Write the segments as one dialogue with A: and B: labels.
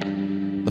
A: The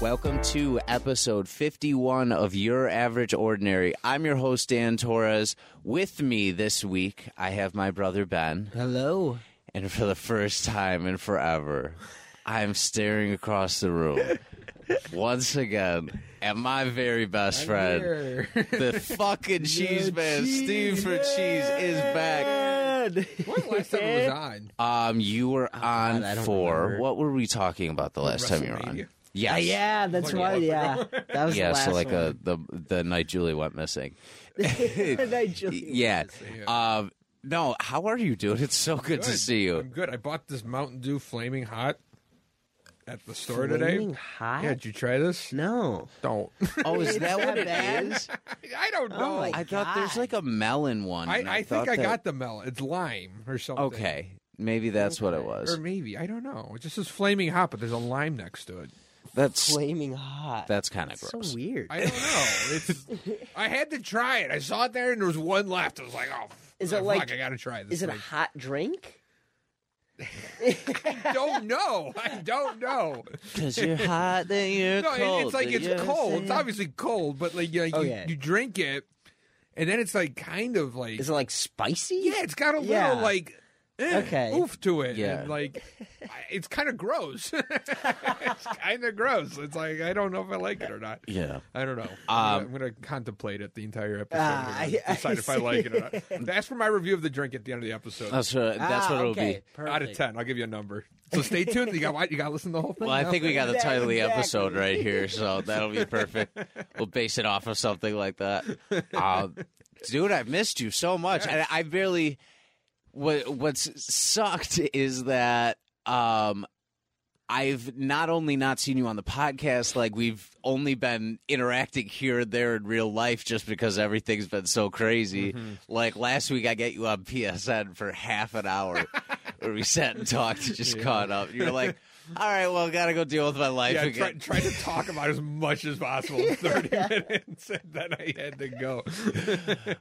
B: Welcome to episode 51 of Your Average Ordinary. I'm your host, Dan Torres. With me this week, I have my brother, Ben.
C: Hello.
B: And for the first time in forever, I'm staring across the room once again at my very best friend, the fucking cheese man, Steve for Cheese, is back.
C: When
D: last time it was on?
B: Um, you were on
C: Oh, God, I don't
B: for
C: remember.
B: what were we talking about the last time you were on?
D: WrestleMania.
B: Yes.
C: Uh, yeah, that's
D: Like,
C: right. Yeah, that was
B: Yeah,
C: the last
B: so like
C: one.
B: uh the the night Julie went missing.
C: Nigel.
B: Yeah. Um, no, how are you, dude? It's so good, to
D: Good.
B: see
D: I'm
B: you.
D: good. I bought this Mountain Dew Flaming Hot at the store
C: Flaming
D: today.
C: hot?
D: Yeah, did you try this?
C: No.
D: Don't.
B: Oh, is that
C: that
B: what it
C: bad?
B: is?
D: I don't know.
C: Oh my
B: I thought there's
C: God.
B: like a melon one.
D: I,
B: and
D: I think
B: thought
D: I
B: that-
D: got the melon. It's lime or something.
B: Okay, maybe that's what it was.
D: Or maybe. I don't know. It just says Flaming Hot, but there's a lime next to it.
B: That's
C: Flaming hot.
B: that's kind of
C: so
B: gross.
C: weird.
D: I don't know. It's. I had to try it. I saw it there and there was one left. I was like, oh,
C: Is
D: fuck,
C: it like-
D: I got to try this.
C: Is it a
D: thing.
C: hot drink?
D: I don't know. I don't know.
B: Because you're hot, then you're
D: No, it-
B: cold.
D: it's like
B: then
D: it's
B: you're-
D: cold. It's obviously cold, but like, you,
C: Oh,
D: you,
C: yeah.
D: you drink it, and then it's like kind of like
C: Is it like spicy?
D: yeah, it's got a little
C: Yeah.
D: like eh,
C: Okay.
D: oof to it.
B: Yeah.
D: and like I- it's kind of gross. it's kind of gross. It's like I don't know if I like it or not.
B: Yeah.
D: I don't know.
B: Um,
D: I'm going to contemplate it the entire episode.
C: Ah,
D: and
C: I- I
D: decide if I
C: see.
D: like it or not. Ask for my review of the drink at the end of the episode.
B: That's what that's
C: Ah,
B: what it'll
C: okay.
B: be.
C: Perfect.
D: Out of ten, I'll give you a number. So stay tuned. You got you got to listen to the whole thing.
B: Well, I
D: now.
B: think we got the
C: Yeah,
B: title of the
C: exactly.
B: episode right here, so that'll be perfect. we'll base it off of something like that. Uh, dude, I've missed you so much, and I barely. What what's sucked is that um, I've not only not seen you on the podcast, like we've only been interacting here and there in real life, just because everything's been so crazy.
D: Mm-hmm.
B: Like last week, I get you on PSN for half an hour. Where we sat and talked, and just caught up. You're like, all right, well, gotta go deal with my life
D: Yeah, try,
B: again.
D: try to talk about as much as possible in 30 minutes, and then I had to go.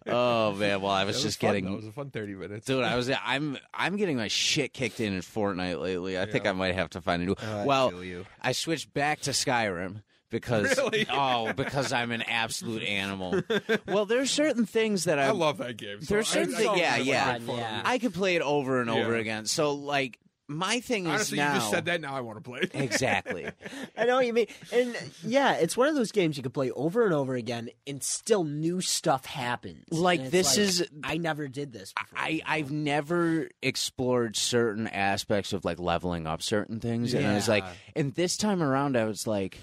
B: oh man, well, I was,
D: That
B: just
D: fun,
B: getting,
D: That was a fun 30 minutes.
B: dude, I was, I'm, I'm getting my shit kicked in in Fortnite lately. I think I might have to find a new.
D: Oh,
B: well,
C: feel you.
B: I switched back to Skyrim because,
D: Really?
B: oh, because I'm an absolute animal. well, there's certain things that I,
D: I love that game. So
B: There's
D: I-
B: certain
D: I
B: thing-
D: don't
B: yeah,
D: really
B: yeah.
D: make fun of
C: Yeah.
D: it.
B: I could play it over and over
D: Yeah.
B: again. So like, my thing
D: Honestly,
B: is now
D: you just said that. Now I want to play. it.
B: exactly.
C: I know what you mean. And yeah, it's one of those games you could play over and over again, and still new stuff happens.
B: Like,
C: And it's
B: this is-
C: I never did this. Before.
B: I, I've never explored certain aspects of like leveling up certain things. And I was like,
C: Yeah.
B: and this time around, I was like,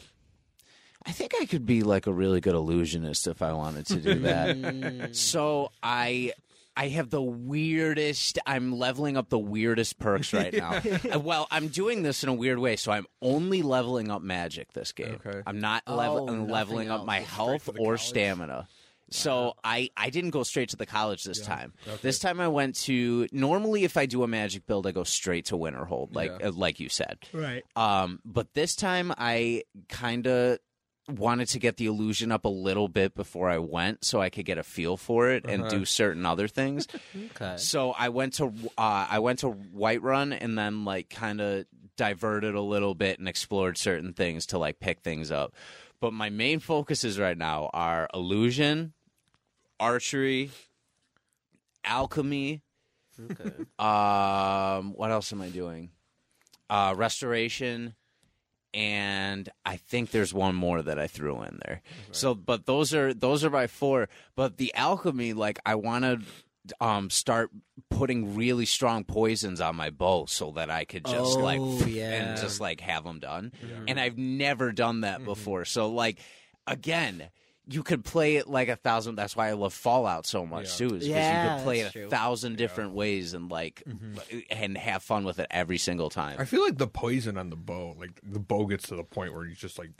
B: I think I could be like a really good illusionist if I wanted to do that. so I. I have the weirdest. I'm leveling up the weirdest perks right now. Uh, well, I'm doing this in a weird way, so I'm only leveling up magic this game.
D: Okay.
B: I'm not
C: Oh,
B: level, I'm
C: nothing
B: leveling up
C: else.
B: my
C: Straight
B: health
D: to the
B: or
D: college.
B: stamina. So I, I didn't go straight to the college this time. This time I went to normally if I do a magic build I go straight to Winterhold like
D: Yeah.
B: uh, like you said.
C: right.
B: Um but this time I kind of wanted to get the illusion up a little bit before I went so I could get a feel for it and do certain other things.
C: Okay.
B: So I went to uh, I went to Whiterun and then like kind of diverted a little bit and explored certain things to like pick things up. But my main focuses right now are illusion, archery, alchemy. Um, what else am I doing? Uh, restoration, and I think there's one more that I threw in there. So, but those are those are my four. But the alchemy, like I want to um start putting really strong poisons on my bow so that I could just like
C: Oh, yeah.
B: and just like have them done. And I've never done that before. So like again, you could play it like a thousand. That's why I love Fallout so much
D: Yeah.
B: too, is because you
C: Yeah,
B: could play it a
C: that's true.
B: thousand different ways and like uh, and have fun with it every single time.
D: Mm-hmm. I feel like the poison on the bow, like the bow gets to the point where you just like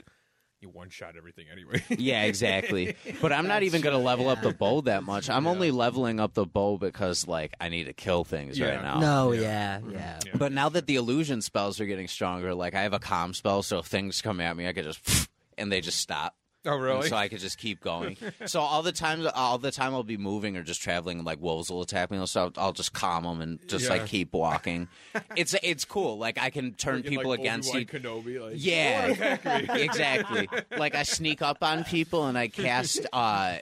D: you one shot everything anyway.
B: Yeah, exactly. But I'm not even going to level up the bow that much. I'm only leveling up the bow because like I need to kill things
D: Yeah.
B: right now.
C: No, yeah, yeah.
D: Yeah.
B: But now that the illusion spells are getting stronger, like I have a calm spell, so if things come at me, I could just and they just stop.
D: oh
B: And
D: really?
B: So I could just keep going. so all the times, all the time I'll be moving or just traveling, and like wolves will attack me. So I'll, I'll just calm them and just
D: Yeah.
B: like keep walking. it's it's cool. Like I can turn
D: Like,
B: people
D: like
B: against
D: Obi-Wan
B: each.
D: Kenobi, like,
B: Yeah, exactly. Like I sneak up on people and I cast uh,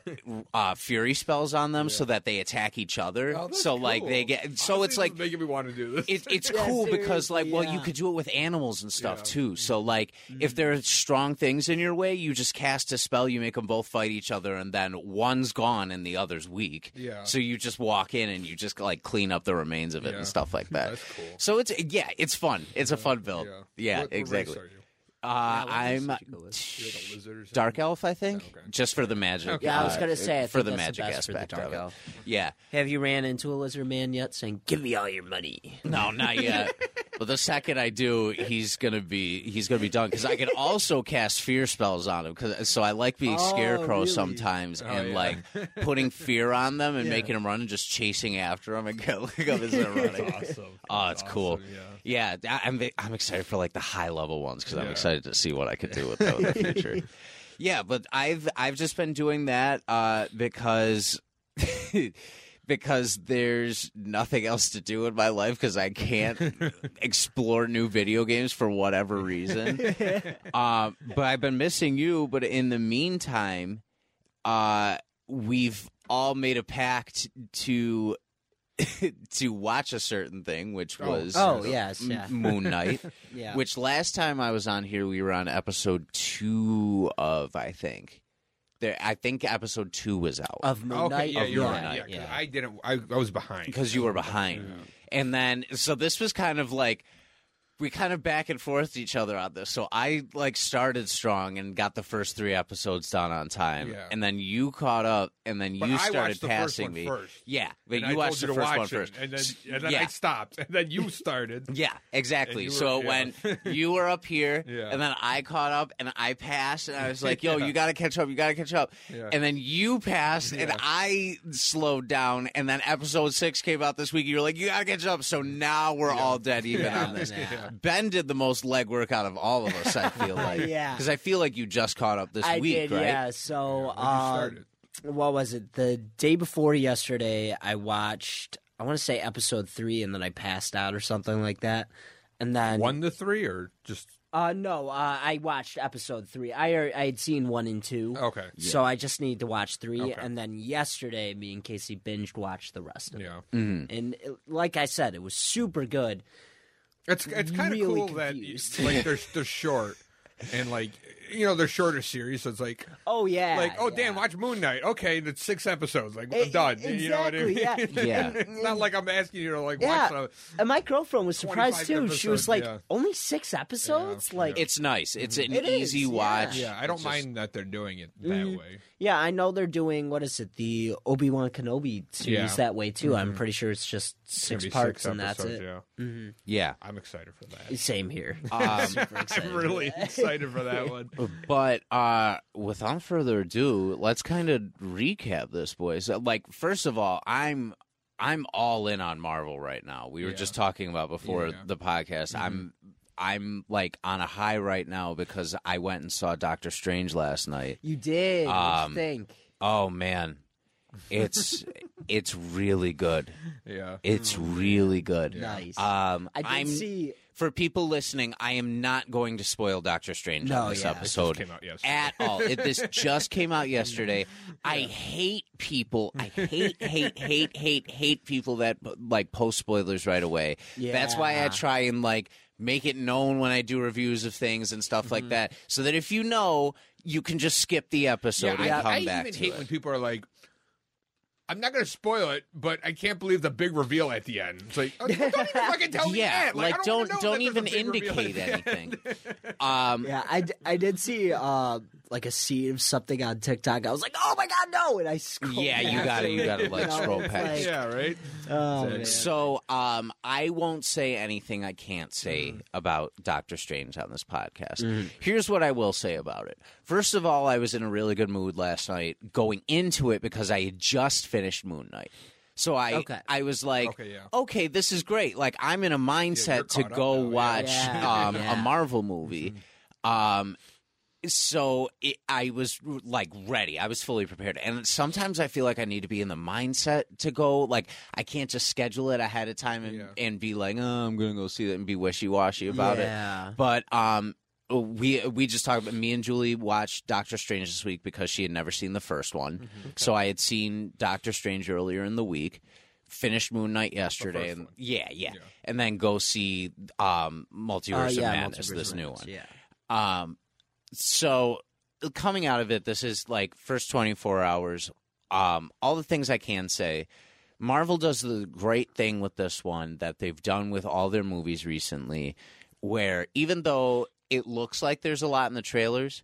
B: uh, fury spells on them so that they attack each other.
D: Oh, that's
B: so like they
D: cool.
B: get. So
D: Honestly,
B: it's like
D: making me want to do this.
B: it, it's cool because like well you
C: yeah.
B: could do it with animals and stuff
D: Yeah. Mm-hmm.
B: too so like if there are strong things in your way you just cast a spell you make them both fight each other and then one's gone and the other's weak
D: Yeah.
B: so you just walk in and you just like clean up the remains of it
D: Yeah.
B: and stuff like that
D: That's cool.
B: so it's yeah it's fun it's a fun build Oh, yeah,
D: What- what race
B: exactly
D: are you?
B: uh, i'm
D: You're like a lizard or something?
B: dark elf i think
D: okay.
B: just for the magic
C: Yeah, I was
B: uh,
C: gonna say I
B: for
C: think
B: the
C: that's
B: magic
C: best for the
B: aspect
C: dark
B: of it
C: elf.
B: yeah
C: Have you ran into a lizard man yet, saying "Give me all your money"?
B: No, not yet. but the second I do, he's gonna be he's gonna be done because I can also cast fear spells on him. 'cause- so I like being
C: Oh,
B: scarecrow
C: really?
B: sometimes and
D: Oh, yeah.
B: like putting fear on them and
C: Yeah.
B: making them run and just chasing after them and go like up as they're running.
D: Awesome.
B: Oh, it's cool.
D: Awesome, yeah.
B: Yeah, I- I'm I'm excited for like the high level ones because I'm
D: Yeah.
B: excited to see what I could do with them in the future. yeah, but I've I've just been doing that uh, because because there's nothing else to do in my life because I can't explore new video games for whatever reason. um, but I've been missing you. But in the meantime, uh, we've all made a pact to to watch a certain thing, which
D: Oh.
B: was
C: Oh yes,
B: M-
C: yeah,
B: Moon Knight.
C: yeah.
B: Which last time I was on here, we were on episode two of I think. There, I think episode two was out
C: of Moon
D: Okay,
C: Knight.
D: yeah,
B: of
D: you're
B: Moon
D: right.
B: Knight,
D: Yeah, 'cause I didn't. I, I was behind.
B: because you were behind. And then, so this was kind of like we kind of back and forth each other on this. So I like started strong and got the first three episodes done on time,
D: Yeah.
B: and then you caught up, and then
D: But
B: you
D: I
B: started
D: watched the first
B: passing
D: one
B: me.
D: first.
B: Yeah, but
D: And
B: you
D: I
B: watched
D: told you
B: the
D: to
B: first
D: watch
B: one
D: it,
B: first,
D: and then and then
B: yeah.
D: I stopped, and then you started.
B: Yeah, exactly.
D: you
B: so
D: were- yeah.
B: when you were up here,
D: Yeah.
B: and then I caught up and I passed, and I was like, "Yo, you got to catch up. You got to catch up."
D: Yeah.
B: And then you passed, and
D: Yeah.
B: I slowed down. And then episode six came out this week. You were like, "You got to catch up." So now we're all dead even on this.
C: Yeah.
B: Ben did the most legwork out of all of us. I feel like,
C: Yeah.
B: because I feel like you just caught up this
C: I
B: week,
C: did,
B: right?
C: yeah. So,
D: When you
C: uh,
D: started.
C: what was it? The day before yesterday, I watched. I want to say episode three, and then I passed out or something like that. And then
D: One to three, or just
C: Uh, no, uh, I watched episode three. I al- I had seen one and two.
D: okay.
C: So I just need to watch three,
D: Okay.
C: and then yesterday, me and Casey binged watched the rest of it.
D: Yeah,
B: Mm.
C: And it, like I said, it was super good.
D: it's it's kind of
C: Really
D: cool
C: confused.
D: that like they're they're short, and like you know they're shorter series, so it's like
C: Oh yeah,
D: like oh
C: yeah.
D: Dan, watch Moon Knight. Okay, that's six episodes. Like
C: E-
D: I'm done.
C: Exactly,
D: you know what I mean?
C: yeah.
B: Yeah.
D: it's not like I'm asking you to like
C: Yeah.
D: watch.
C: And my girlfriend was surprised
D: 25
C: too. She was
D: episodes,
C: like,
D: yeah.
C: "Only six episodes?
D: Yeah,
C: like, yeah.
B: It's nice. It's an
C: It is,
B: easy
C: yeah.
B: watch.
D: The, yeah, I don't mind that they're doing it that
C: Mm,
D: way.
C: I know they're doing what is it? The Obi Wan Kenobi series
D: Yeah. Mm-hmm.
C: that way too. I'm pretty sure it's just
D: Gonna
C: six
D: be
C: parts,
D: six
C: and that's
D: episodes,
C: it.
D: Yeah,
B: Yeah.
D: I'm excited for that.
C: Same here.
B: Um,
C: Super excited.
D: I'm really excited for that one.
B: But uh, without further ado, let's kind of recap this, boys. Uh, Like, first of all, I'm I'm all in on Marvel right now. We were
D: Yeah.
B: just talking about before
D: Yeah.
B: the podcast. I'm I'm like on a high right now because I went and saw Doctor Strange last night.
C: You did.
B: Um,
C: you think?
B: Oh man, it's it's really good.
D: Yeah.
B: It's really good.
C: Nice.
B: Um,
C: I did
B: I'm
C: see.
B: for people listening. I am not going to spoil Doctor Strange
C: No,
B: on this
C: yeah.
B: episode
D: Came out yesterday.
B: at all. It, this just came out yesterday. I hate people. I hate, hate, hate, hate, hate people that like post spoilers right away. That's why I
C: Yeah.
B: try and like make it known when I do reviews of things and stuff
D: Mm-hmm.
B: like that, so that if you know, you can just skip the episode and
D: I,
B: come
D: I
B: back
D: even
B: to
D: hate
B: it.
D: when people are like, I'm not going to spoil it, but I can't believe the big reveal at the end. It's like, oh, don't even fucking tell me
B: yeah,
D: that.
B: like,
D: I
B: don't
D: don't
B: don't,
D: wanna know that there's a
B: even
D: big reveal at
B: indicate
D: the end.
B: anything. um,
C: Yeah, I, d- I did see uh like a scene of something on TikTok. I was like, oh my god, no! And I scrolled.
B: yeah, you
C: back.
B: got to you got to like
C: No,
B: scroll
C: it's
B: past.
C: like-
D: Yeah, right.
C: Oh, man.
B: So um, I won't say anything I can't say
D: Mm-hmm.
B: about Doctor Strange on this podcast. Here's what I will say about it. First of all, I was in a really good mood last night going into it because I had just finished Moon Knight. So I
C: Okay.
B: I was like,
D: Okay, yeah.
B: okay, this is great. Like I'm in a
D: you're
B: mindset to
D: caught up
B: go
D: now, yeah. Mm-hmm.
B: watch
C: Yeah.
B: um,
C: Yeah.
B: a Marvel movie. Um, so it, I was like ready. I was fully prepared. And sometimes I feel like I need to be in the mindset to go. Like I can't just schedule it ahead of time and,
D: Yeah.
B: and be like, oh, I'm going to go see that and be wishy washy about it.
C: yeah.
B: But um, we we just talked about me and Julie watched Doctor Strange this week because she had never seen the first one.
D: Mm-hmm.
B: So I had seen Doctor Strange earlier in the week, finished Moon Knight yesterday,
D: first
B: and
D: one.
B: yeah, yeah,
D: Yeah.
B: and then go see um
C: Uh,
B: Multiverse
C: yeah,
B: of Madness,
C: Multiverse
B: this
C: of
B: new
C: Madness,
B: one.
C: Yeah.
B: Um, so coming out of it, this is like first 24 hours. Um, all the things I can say. Marvel does the great thing with this one that they've done with all their movies recently, where even though it looks like there's a lot in the trailers,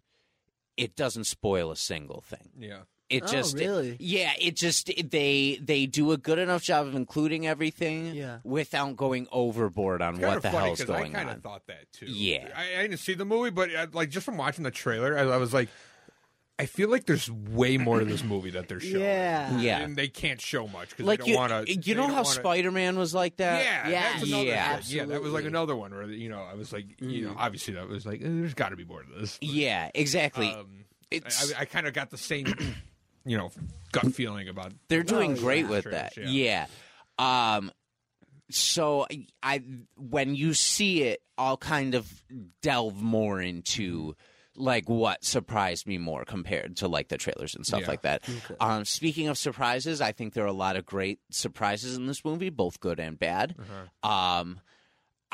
B: it doesn't spoil a single thing.
D: Yeah.
B: It
C: Oh,
B: just
C: really?
B: yeah, it just they they do a good enough job of including everything
C: Yeah.
B: without going overboard on
D: Kinda
B: what the
D: funny
B: hell's
D: 'cause
B: going
D: I kind
B: on.
D: of thought that too.
B: Yeah.
D: I, I didn't see the movie, but uh like just from watching the trailer, I, I was like, I feel like there's way more to this movie that they're showing.
C: Yeah.
B: Yeah.
D: and they can't show much because
B: like
D: they don't
B: you,
D: want to.
B: you know how Spider Man was like that.
D: Yeah,
C: Yeah,
D: that's another
B: yeah, Mm.
D: thing. yeah, that was like
C: absolutely.
D: another one where you know I was like, you know, obviously that was like, eh, there's got to be more to this.
B: Yeah, exactly.
D: Um,
B: it's
D: I, I kind of got the same, you know, gut feeling about.
B: they're doing
C: yeah.
B: great with
D: Trash,
B: that.
D: yeah.
B: Yeah. Um. So I- I, when you see it, I'll kind of delve more into like what surprised me more compared to like the trailers and stuff
D: Yeah.
B: like that. Um, speaking of surprises, I think there are a lot of great surprises in this movie, both good and bad.
D: Uh-huh.
B: Um.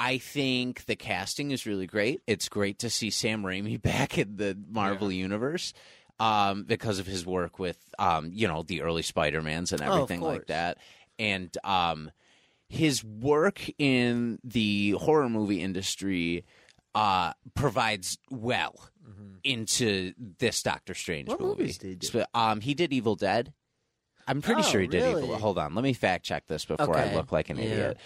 B: I think the casting is really great. It's great to see Sam Raimi back in the Marvel universe um, because of his work with, um, you know, the early Spider Mans and
C: Oh, of
B: everything like
C: course.
B: that, and um, his work in the horror movie industry uh, provides well into this Doctor Strange
C: Mm-hmm. What
B: movie.
C: movies did he do?
B: Sp- Um, he did Evil Dead. I'm pretty
C: Oh,
B: sure he did Evil.
C: really?
B: Hold on, let me fact check this before I
C: Okay.
B: look like an
C: Yeah.
B: idiot.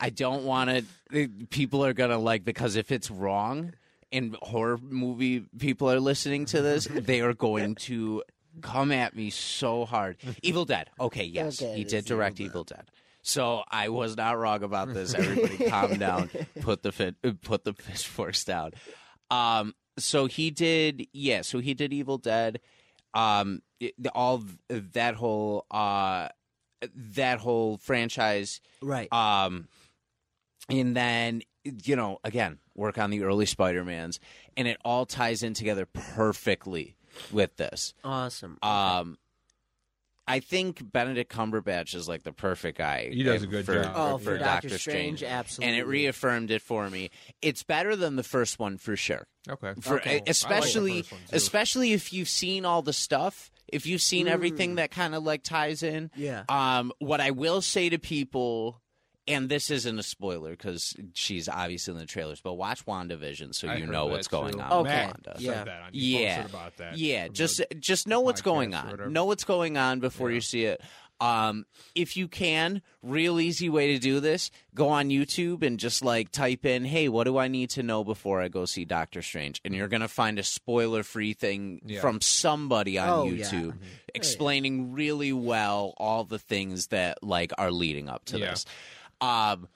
B: I don't want to. People are gonna like because if it's wrong and horror movie people are listening to this, they are going to come at me so hard. Evil Dead. Okay, yes,
C: Okay,
B: he
C: it
B: did
C: is
B: direct Evil Dead. So I was not wrong about this. Everybody, calm down. Put the fit, put the pitchforks down. Um. So he did. Yeah. So he did Evil Dead. Um. it- all of that whole. Uh. That whole franchise.
C: Right.
B: Um, and then you know, again, work on the early Spider Mans, and it all ties in together perfectly with this.
C: awesome.
B: Um, I think Benedict Cumberbatch is like the perfect guy.
D: He does a good
B: for,
D: job.
C: oh,
D: for
C: for
B: for
C: Doctor,
B: Doctor
C: Strange,
B: Strange,
C: absolutely.
B: and it reaffirmed it for me. It's better than the first one for sure.
D: Okay.
B: For e,
C: Okay. I like the
B: especially,
D: first one, too.
B: especially if you've seen all the stuff, if you've seen everything
C: Mm.
B: that kind of like ties in,
C: Yeah.
B: um, what I will say to people, and this isn't a spoiler because she's obviously in the trailers, but watch WandaVision so
D: I
B: you
D: heard
B: know
D: that
B: what's
D: too.
B: going on.
C: Okay.
B: With
D: Matt
B: Wanda.
D: said
C: Yeah.
D: that on- he
B: Yeah.
D: posted about that.
B: Yeah,
D: from
B: just
D: the-
B: just know what's
D: podcast
B: going
D: or
B: on.
D: whatever.
B: Know what's going on before you see it. Um, if you can, real easy way to do this: go on YouTube and just like type in, "Hey, what do I need to know before I go see Doctor Strange?" And you're gonna find a spoiler-free thing
D: Yeah.
B: from somebody on
C: Oh, yeah.
B: YouTube explaining really well all the things that like are leading up to
D: Yeah.
B: this. Um,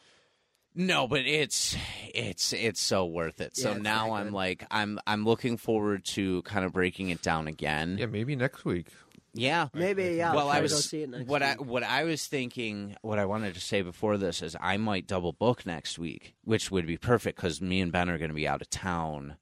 B: no, but it's it's it's so worth it.
C: Yeah,
B: so
C: it's
B: now
C: very
B: I'm
C: good.
B: like I'm I'm looking forward to kind of breaking it down again.
D: yeah, maybe next week.
B: Yeah.
C: Maybe yeah. I'll
B: well,
C: try
B: I
C: to
B: was
C: go see it next
B: what
C: week.
B: I what I was thinking. What I wanted to say before this is I might double book next week, which would be perfect because me and Ben are going to be out of town,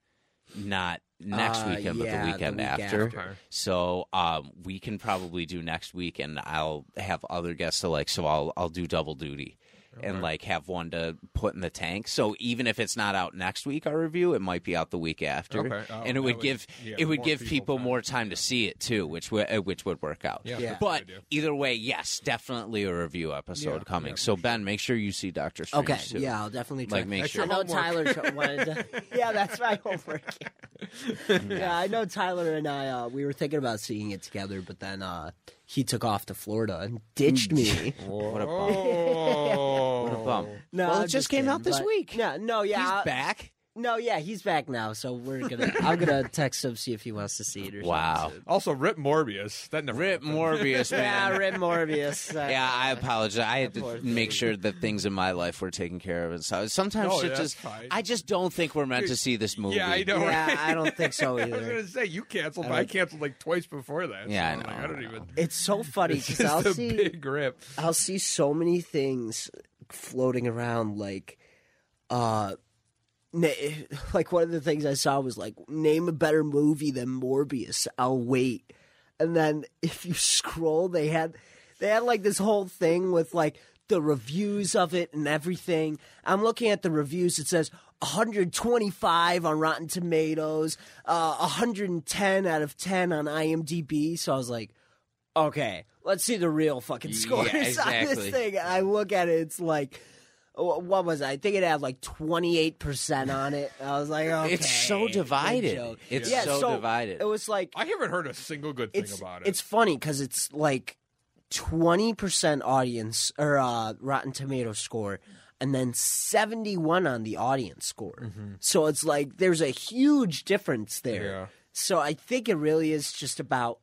B: not next
C: Uh,
B: weekend, but
C: yeah,
B: the
C: the
B: weekend
C: week
B: after.
C: after.
D: Okay.
B: So um, we can probably do next week, and I'll have other guests to like. So I'll I'll do double duty. and like have one to put in the tank. So even if it's not out next week, our review, it might be out the week after,
D: Okay. Oh,
B: and it
D: that
B: would
D: would-
B: give
D: yeah,
B: it would
D: more
B: give
D: people
B: people
D: time.
B: more time to see it too, which would uh, which would work out.
E: Yeah.
D: Yeah, that's a good
B: But
D: idea.
B: either way, yes, definitely a review episode coming. so Ben, make sure you see Doctor Strange.
E: Okay,
B: too.
E: yeah, I'll definitely try.
B: Like, make
D: That's
E: I
D: sure-
E: know
D: your
E: Tyler tr- wanted to. Yeah, that's my homework. yeah, I know Tyler and I. Uh, we were thinking about seeing it together, but then uh, he took off to Florida and ditched
B: Mm.
E: me.
B: What a bum.
D: Oh.
B: What a bum.
E: No,
B: well,
E: I'm
B: it just, came
E: kidding,
B: out this
E: but-
B: week.
E: No, no, yeah,
B: He's
E: I'll-
B: back.
E: no, yeah, he's back now. So we're gonna. I'm gonna text him see if he wants to see it or
B: Wow.
E: something.
D: Also, Rip Morbius. That never.
B: Rip
D: happened.
B: Morbius, man.
E: Yeah, Rip Morbius. uh,
B: Yeah, I apologize. I had
E: Poor
B: to make
E: thing.
B: sure that things in my life were taken care of, and so sometimes
D: No,
B: shit
D: that's
B: just.
D: fine.
B: I just don't think we're meant to see this movie.
D: Yeah, I know.
E: yeah,
D: right?
E: I don't think so
D: I was
E: either.
D: gonna say you canceled, but I canceled like twice before that.
B: Yeah, I
D: so I'm
B: know,
D: Like, I don't
B: I know.
D: even.
E: It's so funny
D: It's
E: because I'll
D: just a
E: see.
D: big rip.
E: I'll see so many things floating around like uh na- like one of the things I saw was like name a better movie than Morbius. I'll wait. And then if you scroll they had they had like this whole thing with like the reviews of it and everything. I'm looking at the reviews it says 125 on Rotten Tomatoes, uh 110 out of 10 on IMDb. So I was like okay, let's see the real fucking
B: Yeah,
E: scores on
B: exactly.
E: this thing. And I look at it, it's like, wh- what was it? I think it had like 28% on it. I was like, okay.
B: It's so
E: good
B: divided.
E: joke.
B: It's
E: Yeah,
B: so divided.
E: It was like,
D: I haven't heard a single good thing
E: it's,
D: about it.
E: it's funny because it's like 20% audience or uh, Rotten Tomato score. And then 71 on the audience score. So it's like there's a huge difference there.
D: Mm-hmm. Yeah.
E: So I think it really is just about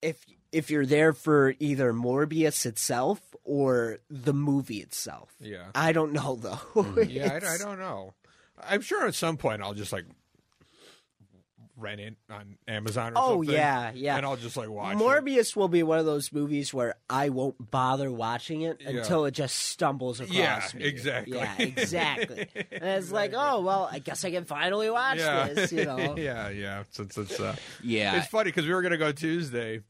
E: if if you're there for either Morbius itself or the movie itself.
D: Yeah.
E: I don't know though.
D: Hmm. Yeah, I, I
E: It's-
D: don't know. I'm sure at some point I'll just like rent it on Amazon. or
E: Oh,
D: something,
E: yeah, yeah.
D: and I'll just like watch it.
E: Morbius will be one of those movies where I won't bother watching it
D: Yeah.
E: until it just stumbles across
D: Yeah,
E: me.
D: exactly.
E: Yeah, exactly. and it's like, oh well, I guess I can finally watch
D: Yeah,
E: this. You know,
D: yeah, yeah. Since it's uh,
B: Yeah.
D: it's funny because we were gonna go Tuesday,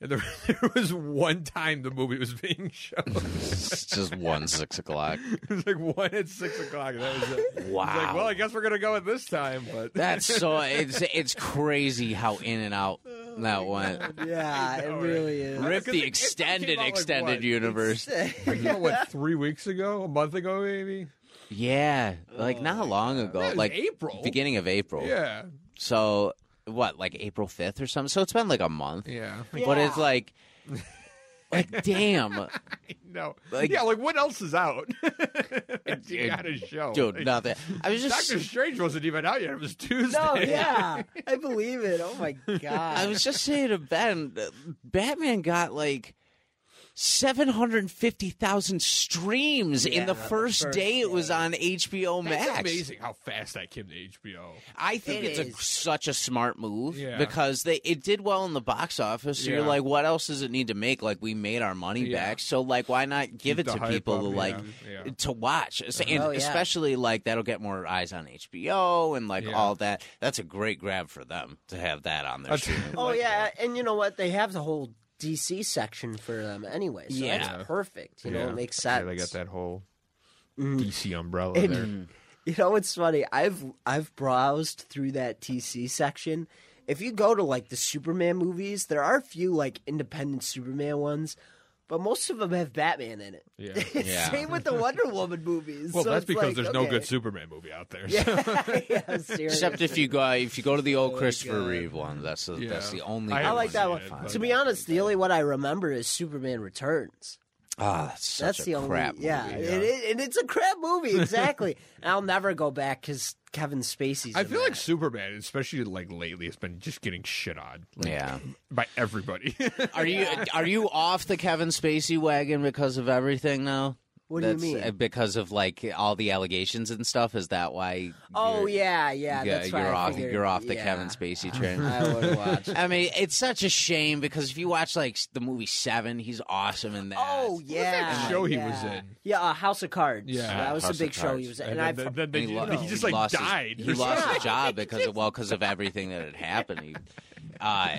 D: and there, there was one time the movie was being shown.
B: It's just one six o'clock.
D: It was like one at six o'clock. That was it. It's
B: Wow.
D: like, well, I guess we're gonna go at this time, but
B: That's so. It's it's crazy how in and out that went.
E: yeah, it
D: know,
E: really is.
B: Rip
D: Oh, Because it- it
B: the
D: came
B: extended
D: out like
B: extended
D: what?
B: universe.
D: you know, what three weeks ago, a month ago, maybe.
B: Yeah, like not long ago,
D: Oh, That was
B: like
D: April.
B: beginning of April.
D: Yeah,
B: So what, like April fifth or something? So it's been like a month.
D: yeah.
B: But
E: Yeah.
B: it's like, like damn,
D: No,
B: Like-
D: yeah, like what else is out? you got a show,
B: dude, nothing. I was just
D: Doctor Strange wasn't even out yet. It was Tuesday.
E: No, yeah, I believe it. Oh my god,
B: I was just saying to Ben, uh, Batman got like 750,000 streams in the
E: Yeah, the
B: first,
E: first
B: day it was
E: day.
B: on HBO
D: That's
B: Max.
D: amazing how fast that came to HBO.
B: I think
E: It
B: it's a,
E: is.
B: such a smart move
D: Yeah.
B: because they it did well in the box office. So you're
D: Yeah.
B: like, what else does it need to make? Like we made our money
D: Yeah.
B: back, so like why not give it
D: the
B: to
D: hype
B: people
D: up,
B: to
D: yeah,
B: like
D: yeah. Uh-huh.
B: to watch, So- and
E: Oh, yeah.
B: especially like that'll get more eyes on HBO and like
D: Yeah.
B: all that. That's a great grab for them to have that on their.
D: That's-
B: streaming
E: Oh
B: like
E: yeah, and you know what? They have the whole DC section for them anyway, so
B: Yeah.
E: that's perfect. You know, it makes sense.
D: that whole DC umbrella there.
E: You know, it's funny. I've I've browsed through that TC section. If you go to like the Superman movies, there are a few like independent Superman ones, but most of them have Batman in it.
D: Yeah.
B: Yeah.
E: Same with the Wonder Woman movies.
D: Well,
E: So
D: that's
E: it's
D: because
E: like,
D: there's no
E: okay.
D: good Superman movie out there. so-
E: yeah, yeah,
B: Except
E: seriously.
B: if you go if you go to the old Christopher
E: God.
B: Reeve one, that's the, that's
D: Yeah.
B: the only.
D: I
B: good
E: I like that
B: you
E: one.
B: can
D: Yeah,
B: find.
E: To be honest, the only one I remember is Superman Returns.
B: Ah, that's such
E: That's
B: a
E: the only
B: crap
E: yeah,
B: movie.
E: and it- and it's a crap movie exactly. and I'll never go back because Kevin Spacey's.
D: I
E: in
D: feel like
E: that.
D: Superman, especially like lately, has been just getting shit on like,
B: Yeah.
D: by everybody.
B: Are you are you off the Kevin Spacey wagon because of everything now?
E: What do you
B: That's,
E: mean?
B: uh, Because of like all the allegations and stuff. Is that why?
E: oh
B: you're-
E: yeah, yeah.
B: yeah,
E: that's
B: you're
E: why I
B: off.
E: figured-
B: You're off the
E: yeah. Uh-huh.
B: Kevin Spacey train.
E: I would watch.
B: I mean, it's such a shame because if you watch like the movie Seven, he's awesome in that.
E: Oh yeah,
D: show he
E: yeah.
D: was in?
E: Yeah, uh, House of Cards.
D: Yeah.
E: that was
B: House of
E: a big show
B: Cards. Uh,
E: he was in.
D: and
E: And,
D: then,
E: I,
D: then, then they,
B: And lo-
D: he just like
B: lost his-
D: died.
B: he
D: or
B: lost
D: something.
B: his job because of well, because of everything that had happened. He Uh,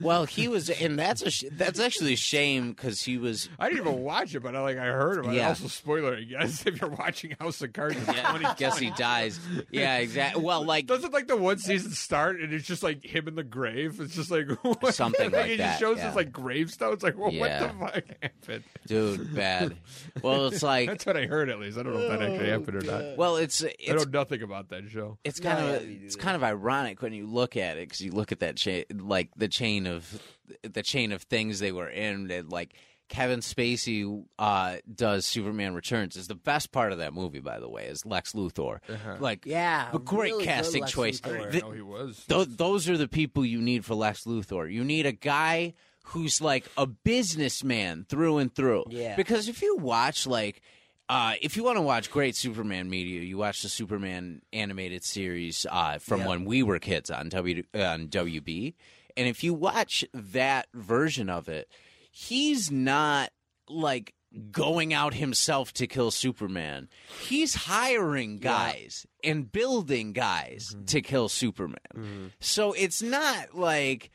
B: well, he was, and that's a sh- that's actually a shame because he was.
D: I didn't even watch it, but I like I heard about
B: Yeah.
D: it. Also, spoiler, I guess if you're watching House of Cards, it's
B: Yeah,
D: 20
B: I guess he dies. Yeah, exactly. Well, like
D: doesn't like the one season start and it's just like him in the grave. It's just like what-
B: Something like
D: it
B: that,
D: just shows
B: yeah.
D: us like gravestones. Like well,
B: Yeah.
D: what the fuck happened?
B: dude, bad. Well, it's like,
D: That's what I heard at least. I don't know if that actually happened or not.
B: well, it's
D: I
B: it's
D: know nothing about that show.
B: it's kind
C: No,
B: of
C: yeah, you
B: it's
C: do.
B: kind of ironic when you look at it because you look at that chain like the chain of the chain of things they were in and like Kevin Spacey uh, does Superman Returns is the best part of that movie by the way is Lex Luthor like
C: Yeah,
B: a great
C: really good
B: casting
C: Lex
B: choice
C: Luthor. I didn't
B: Th-
D: No, he was.
B: th- those are the people you need for Lex Luthor. You need a guy who's like a businessman through and through.
C: Yeah.
B: Because if you watch like uh, if you want to watch great Superman media, you watch the Superman animated series uh, from
C: Yeah.
B: when we were kids on W uh, on WB, and if you watch that version of it, he's not like going out himself to kill Superman. He's hiring guys and building guys
C: Mm-hmm.
B: to kill Superman. So it's not like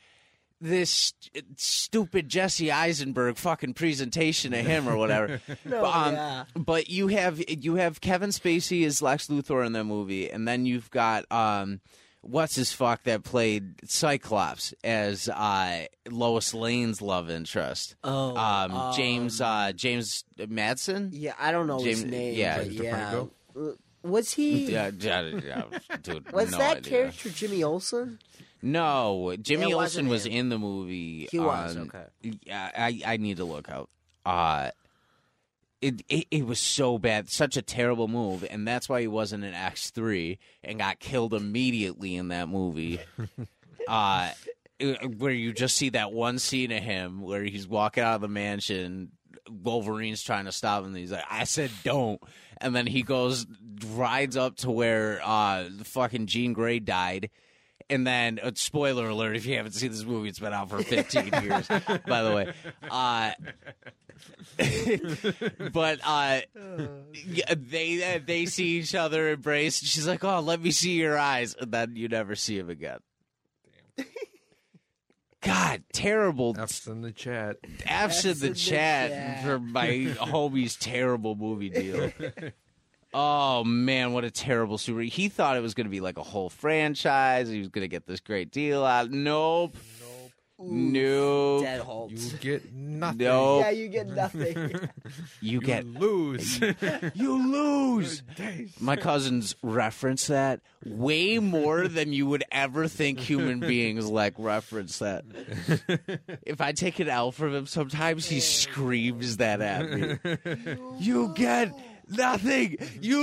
B: this st- stupid Jesse Eisenberg fucking presentation of him or whatever.
C: No,
B: but,
C: yeah.
B: but you have you have Kevin Spacey as Lex Luthor in that movie, and then you've got um, what's his fuck that played Cyclops as uh, Lois Lane's love interest.
C: Oh,
B: um,
C: um,
B: James uh, James Madsen.
C: Yeah, I don't know his
B: James-
C: name.
B: yeah.
C: but
B: James
C: yeah.
D: DeFranco?
C: Uh, Was he?
B: Yeah, yeah, yeah, dude,
C: Was
B: no
C: that
B: idea.
C: character Jimmy Olsen?
B: No, Jimmy
C: It
B: Olsen
C: wasn't
B: was
C: him.
B: in the movie.
C: He was,
B: on-
C: okay.
B: Yeah, I I need to look out. Uh it, it it was so bad, such a terrible move, and that's why he wasn't in X three and got killed immediately in that movie. uh it- where you just see that one scene of him where he's walking out of the mansion. Wolverine's trying to stop him. And he's like, "I said don't," and then he goes rides up to where uh fucking Jean Grey died, and then uh, spoiler alert if you haven't seen this movie it's been out for 15 years by the way uh but uh yeah, they uh, they see each other embrace and she's like oh let me see your eyes and then you never see him again god terrible
D: F's in the chat.
B: F's in the
C: in the
B: chat
C: chat.
B: for my homie's terrible movie deal. Oh man, what a terrible super! He thought it was going to be like a whole franchise. He was going to get this great deal out. Nope, nope,
C: Dead Holt.
D: You get nothing.
B: No.
C: Yeah, you get nothing.
B: You
D: You
B: get
D: lose.
B: you lose. My cousins reference that way more than you would ever think human beings like reference that. If I take an L from him, sometimes he screams that at me. You get nothing. You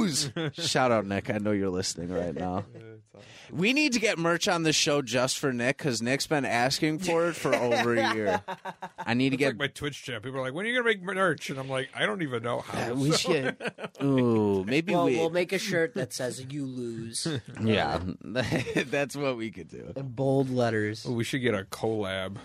B: lose. Shout out, Nick. I know you're listening right now. We need to get merch on the show just for Nick because Nick's been asking for it for over a year. I need to get
D: like my Twitch chat. People are like, "When are you gonna make merch?" And I'm like, "I don't even know how."
B: we should. Ooh, maybe
C: well,
B: we.
C: we'll make a shirt that says "You lose"
B: yeah, that's what we could do.
C: in bold letters.
D: we should get a collab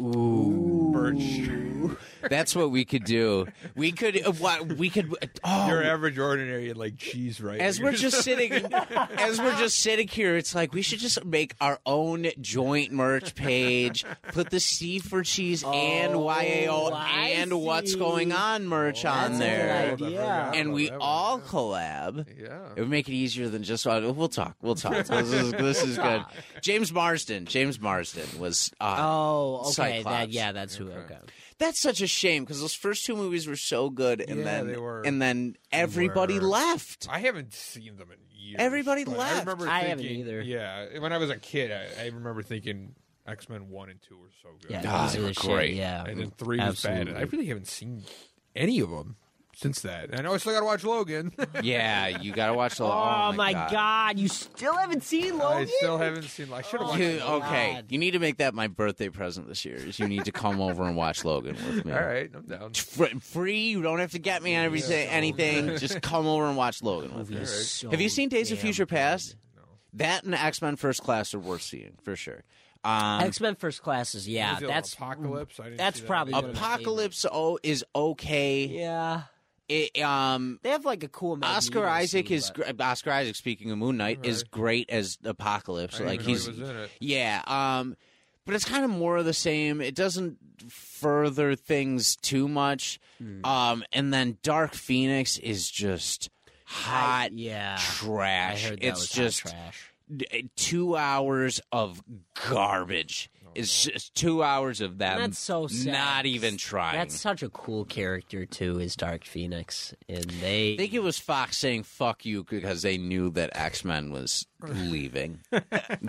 B: Ooh,
D: merch.
B: that's what we could do. We could. uh, What we could. Oh,
D: Your average ordinary like cheese, right?
B: as we're just sitting, as we're just sitting here, it's like we should just make our own joint merch page. Put the C for cheese and
C: Oh,
B: YAO
C: I
B: and what's
C: see.
B: going on merch
C: that's
B: on
C: a
B: there,
C: good idea.
B: and we all collab.
D: Yeah.
B: It would make it easier than just we'll talk. We'll talk. this is this is good. James Marsden. James Marsden was. Uh,
C: Oh, okay. That,
B: Cyclops.
C: yeah, that's who. Okay.
B: That's such a shame because those first two movies were so good, and
D: Yeah,
B: then
D: they were.
B: and then everybody
D: were.
B: left.
D: I haven't seen them in years.
B: Everybody
D: but I
B: left.
D: remember
C: I haven't
D: thinking,
C: either.
D: Yeah, when I was a kid, I, I remember thinking X Men One and Two were so good.
C: Yeah,
B: God,
C: these are
B: they were
C: the shit,
B: great.
C: Yeah.
D: and
E: mm,
D: then Three was bad.
C: absolutely.
D: I really haven't seen any of them since that. And I know I still got to watch Logan.
B: Yeah, you gotta watch the.
C: Oh, my god. you still haven't seen
D: I
C: Logan?
D: still haven't seen. I should have watched.
B: You-
C: Oh my
B: okay,
C: God.
B: you need to make that my birthday present this year. Is you need to come over and watch Logan with me.
D: All right, I'm down.
B: Fr- free. You don't have to get me everything. Anything. Just come over and watch Logan with me.
C: Movie is so
B: Have you seen Days of
C: damn
B: Future
C: good.
B: Past? That and X Men First Class are worth seeing for sure. Um,
C: X Men First Classes? Yeah,
D: Is it
C: that's
D: apocalypse. I didn't
C: that's
D: see that.
C: probably-
B: Apocalypse O is okay.
C: yeah.
B: it, um,
C: They have like a cool
B: Oscar
C: Magneto
B: Isaac
C: scene,
B: is
C: but-
B: gr- Oscar Isaac. Speaking of Moon Knight, is
D: Right.
B: great as Apocalypse. Like he's
D: was in it.
B: yeah. Um, but it's kind of more of the same. It doesn't further things too much.
C: Hmm.
B: Um, and then Dark Phoenix is just hot
C: yeah.
B: trash.
C: I heard that
B: it's
C: was hot
B: just
C: trash.
B: d- eh, two hours of garbage.
D: Oh,
B: it's just two hours of them.
E: That's so sad.
B: Not even trying.
E: That's such a cool character too, is Dark Phoenix, and they.
B: I think it was Fox saying "fuck you" because they knew that X Men was leaving. I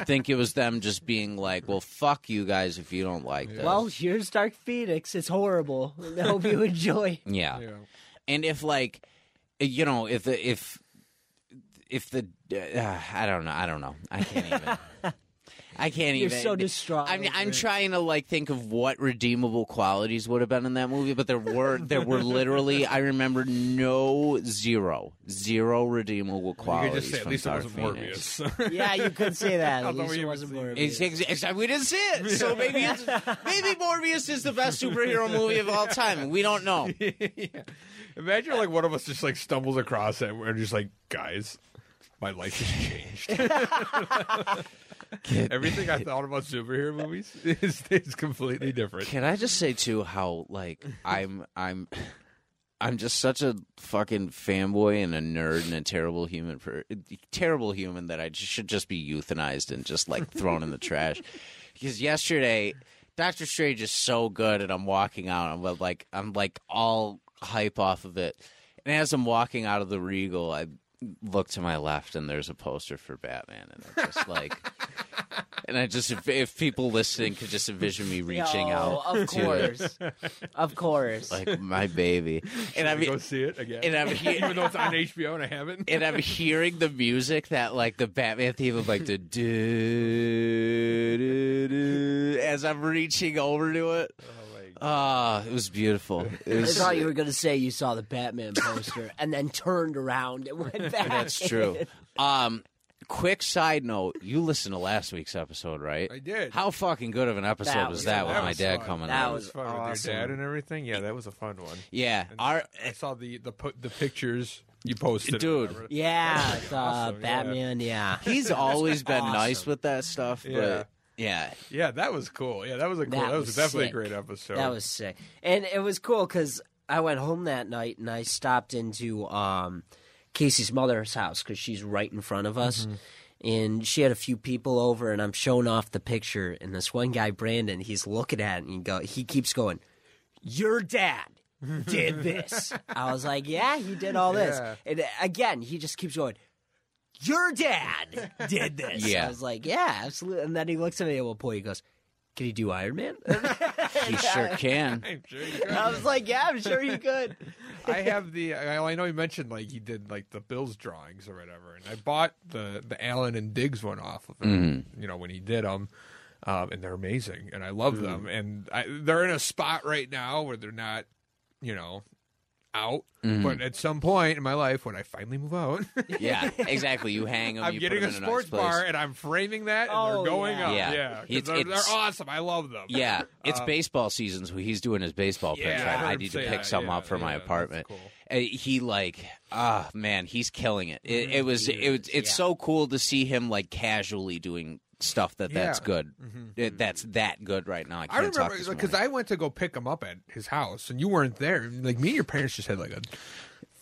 B: think it was them just being like, "Well, fuck you guys if you don't like this."
E: well, here's Dark Phoenix. It's horrible. I hope you enjoy.
B: yeah.
D: Yeah.
B: and if like, you know, if the if if the uh, I don't know, I don't know, I can't even. I can't
E: You're
B: even.
E: so distraught.
B: I'm
E: over
B: I'm
E: it.
B: trying to like think of what redeemable qualities would have been in that movie, but there were there were literally I remember no zero zero redeemable
D: You
B: qualities.
D: could just say at
B: from
D: least it
B: Dark
D: wasn't
B: Phoenix.
D: Morbius.
E: Yeah, you could say that. At
D: Although
E: least
D: we
E: it
D: would
E: wasn't
D: see-
E: Morbius.
B: It's, it's, it's- we didn't see it, so maybe it's, maybe Morbius is the best superhero movie of all time. We don't know.
D: yeah. Imagine like one of us just like stumbles across it and we're just like, guys, my life has changed. Everything I thought about superhero movies is, is completely different.
B: Can I just say too how like I'm I'm I'm just such a fucking fanboy and a nerd and a terrible human per- terrible human that I just, should just be euthanized and just like thrown in the trash. Because yesterday, Doctor Strange is so good, and I'm walking out. I'm like I'm like all hype off of it. And as I'm walking out of the Regal, I look to my left, and there's a poster for Batman, and I'm just like. And I just, if, if people listening could just envision me reaching
E: oh,
B: out,
E: Of
B: to it,
E: course, of course.
B: like my baby. And I
D: Can I go
B: mean,
D: see it again.
B: and I'm
D: Even
B: here,
D: though it's on HBO and I haven't.
B: and I'm hearing the music that like the Batman theme of like the do, do, do, as I'm reaching over to it.
D: Oh
B: Ah, it was beautiful. It
C: I
B: was,
C: thought you were gonna say you saw the Batman poster and then turned around and went back.
B: that's true. Um, quick side note: you listened to last week's episode, right?
D: I did.
B: How fucking good of an episode
C: That
B: was,
C: was-
B: that with
D: that
B: my
D: was
B: dad
D: fun.
B: coming
C: That
B: out?
C: was
D: fun with
C: awesome.
D: your dad and everything. Yeah, that was a fun one.
B: yeah,
D: And
B: our
D: I saw the the po- the pictures you posted, or
B: Dude.
D: whatever.
E: yeah, the
D: awesome, yeah.
E: Batman. Yeah.
B: he's always been nice with that stuff,
D: Yeah.
B: but yeah,
D: Yeah, that was cool. Yeah, that was a cool. That,
E: That
D: was,
E: was
D: definitely
E: sick.
D: a great episode.
E: That was sick. And it was cool because I went home that night and I stopped into um, Casey's mother's house because she's right in front of us. And she had a few people over, and I'm showing off the picture. And this one guy, Brandon, he's looking at it and he, go, he keeps going, Your dad did this. I was like, Yeah, he did all this.
D: Yeah.
E: And again, he just keeps going, Your dad did this.
B: Yeah.
E: I was like, Yeah, absolutely. And then he looks at me at one point, he goes, Can he do Iron Man?
B: he sure can.
D: I'm sure you could.
E: I was like, yeah, I'm sure you could.
D: I have the. I I know he mentioned like he did like the Bills drawings or whatever, and I bought the the Allen and Diggs one off of him.
B: Mm-hmm.
D: You know when he did them, um, and they're amazing, and I love
B: Mm-hmm.
D: them. And I, they're in a spot right now where they're not, you know, out.
B: Mm-hmm.
D: But at some point in my life, when I finally move out,
B: Yeah, exactly. You hang them.
D: I'm
B: you
D: getting
B: put
D: a
B: 'em in
D: sports
B: nice place.
D: bar, and I'm framing that, and
E: Oh,
D: they're going
E: yeah.
D: up.
B: Yeah.
D: Yeah, 'cause
B: It's-
D: they're, they're
B: it's-
D: awesome. I love them.
B: Yeah, it's baseball season, so he's doing his baseball
D: Um, Yeah,
B: pitch.
D: I
B: I,
D: heard
B: I
D: him
B: need to
D: say
B: pick
D: that.
B: some
D: Yeah,
B: up for my
D: yeah, that's
B: apartment.
D: cool.
B: Uh, He like, ah, man, he's killing it. It,
D: Mm-hmm.
B: it was, it was, it's so cool to see him like casually doing stuff that that's
D: Yeah. Mm-hmm.
B: good. It- that's that good right now. I
D: I
B: can't
D: remember
B: talk this
D: because
B: morning.
D: I went to go pick him up at his house, and you weren't there. And, like me and your parents just had like a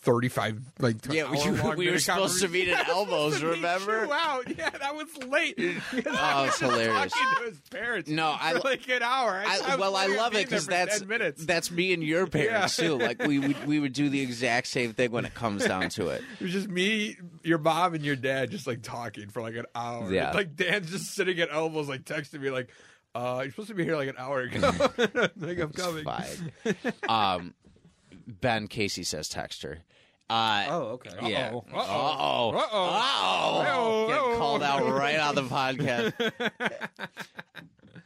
D: thirty-five like
B: yeah, we, we were supposed to meet at elbows. Remember?
D: Chew out. Yeah, that was late.
B: Oh, it's hilarious.
D: Talking to his parents.
B: No, I-
D: for, like an hour.
B: I,
D: was
B: well, I
D: literally
B: love it
D: being there
B: because
D: for
B: that's
D: 10 minutes.
B: that's me and your parents
D: Yeah.
B: too. Like we would we would do the exact same thing when it comes down to it.
D: It was just me, your mom, and your dad just like talking for like an hour.
B: Yeah.
D: Like Dan's just sitting at elbows, like texting me, like, uh, "You're supposed to be here like an hour ago." I'm like I'm coming.
B: Fine. um, ben Casey says text her. Uh,
E: Oh, okay.
B: Yeah.
D: Uh-oh.
B: Uh oh.
D: Uh-oh.
B: Uh oh.
D: Uh-oh.
B: Getting called out right on the podcast.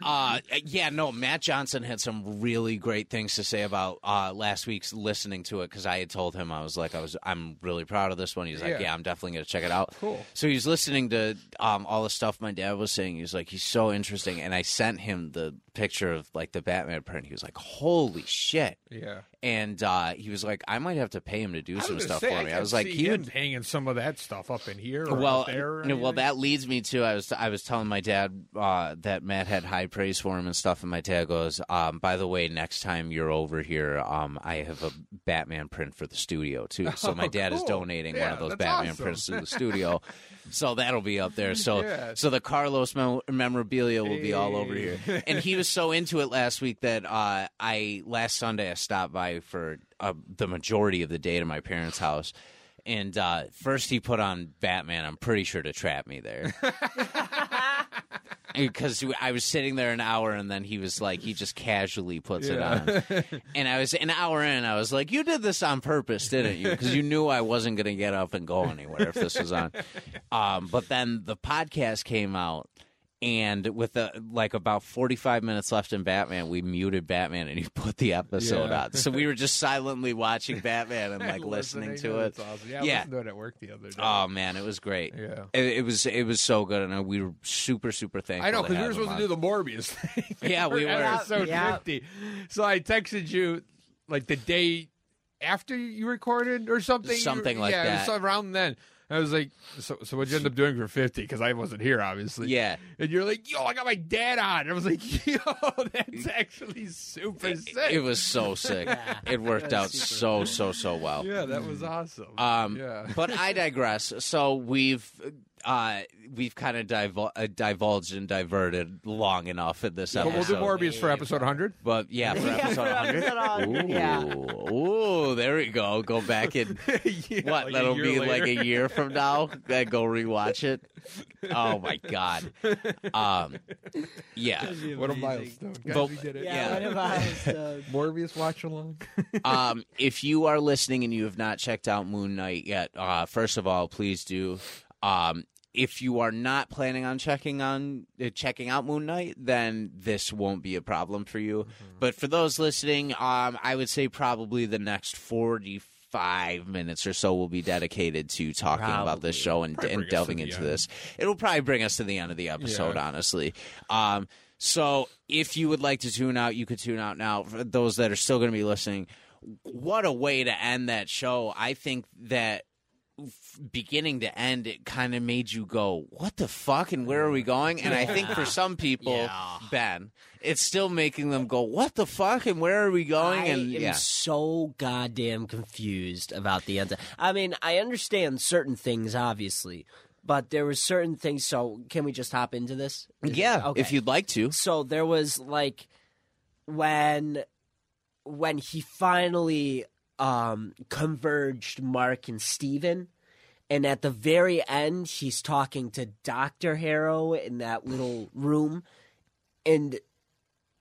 B: Uh, yeah, no, Matt Johnson had some really great things to say about uh, last week's listening to it because I had told him I was like I was I'm really proud of this one. He's like,
D: Yeah.
B: yeah, I'm definitely gonna check it out.
D: Cool.
B: So he's listening to um, all the stuff my dad was saying. He's like, he's so interesting, and I sent him the picture of like the Batman print. He was like, holy shit.
D: Yeah.
B: and uh, he was like, "I might have to pay him to do
D: I was
B: some
D: gonna
B: stuff
D: say,
B: for me." I
D: could
B: was like,
D: see
B: "He
D: him
B: would."
D: hanging some of that stuff up in here. Or
B: Well,
D: out there or
B: no, well,
D: anything.
B: that leads me to I was I was telling my dad uh, that Matt had high praise for him and stuff, and my dad goes, um, "By the way, next time you're over here, um, I have a Batman print for the studio too." So my
D: Oh,
B: dad is
D: cool.
B: donating one
D: Yeah,
B: of those
D: that's
B: Batman
D: awesome.
B: prints to the studio, so that'll be up there. So
D: Yeah.
B: so the Carlos mem- memorabilia will be all over
D: Hey.
B: here. And he was so into it last week that uh, I last Sunday I stopped by for uh, the majority of the day to my parents' house. And uh, first, he put on Batman. I'm pretty sure to trap me there, because I was sitting there an hour, and then he was like, he just casually puts it on, and I was an hour in. I was like, you did this on purpose, didn't you? Because you knew I wasn't going to get up and go anywhere if this was on. Um, but then the podcast came out, and with the, like about 45 minutes left in Batman, we muted Batman and he put the episode
D: Yeah.
B: out. So we were just silently watching Batman and like listening to it.
D: That's awesome. Yeah, I
B: Yeah.
D: listened to it at work the other day.
B: Oh man, it was great.
D: Yeah.
B: It, it was it was so good, and uh, we were super super thankful.
D: I know
B: because
D: because we were supposed to do the Morbius thing.
B: Yeah, we
D: for
B: were.
D: episode
E: Yeah.
D: fifty. So I texted you like the day after you recorded or something. You-
B: Something like
D: yeah, it was
B: that.
D: around then. I was like, so, so what'd you end up doing for 50? Because I wasn't here, obviously.
B: Yeah.
D: And you're like, yo, I got my dad on. And I was like, yo, that's actually super sick.
B: It was so sick. It worked out so so so well.
D: yeah, that was awesome.
B: Oh. Um,
D: yeah.
B: but I digress. So we've uh, we've kind of divul- uh, divulged and diverted long enough in this
D: but
B: episode.
D: we'll do Morbius for episode 100.
B: But yeah, for episode 100.
E: yeah.
B: Ooh, there we go. Go back and
D: yeah,
B: what?
D: like a
B: That'll
D: year
B: be like
D: later.
B: a year from now. Then go rewatch it. Oh my god. Um, yeah.
D: What a milestone. Guys,
B: But-
D: we did it.
B: Yeah.
E: what about so-
D: Morbius watch along.
B: um, if you are listening and you have not checked out Moon Knight yet, uh, first of all, please do. Um, if you are not planning on checking on uh, checking out Moon Knight, then this won't be a problem for you.
D: Mm-hmm.
B: But for those listening, um, I would say probably the next forty-five minutes or so will be dedicated to talking about this show and,
D: Probably bring
B: and
D: us to
B: delving
D: the
B: into
D: end.
B: this. It'll probably bring us to the end of the episode,
D: Yeah.
B: honestly. Um, so if you would like to tune out, you could tune out now. For those that are still going to be listening, what a way to end that show. I think that f- beginning to end it kind of made you go what the fuck and where are we going and i think for some people ben it's still making them go what the fuck and where are we going
E: I
B: and
E: am
B: yeah
E: so goddamn confused about the end. I mean, I understand certain things, obviously, but there were certain things. So, can we just hop into this? Is it-
B: yeah
E: okay.
B: if you'd like to
E: so there was like when when he finally um converged mark and steven and at the very end he's talking to dr harrow in that little room and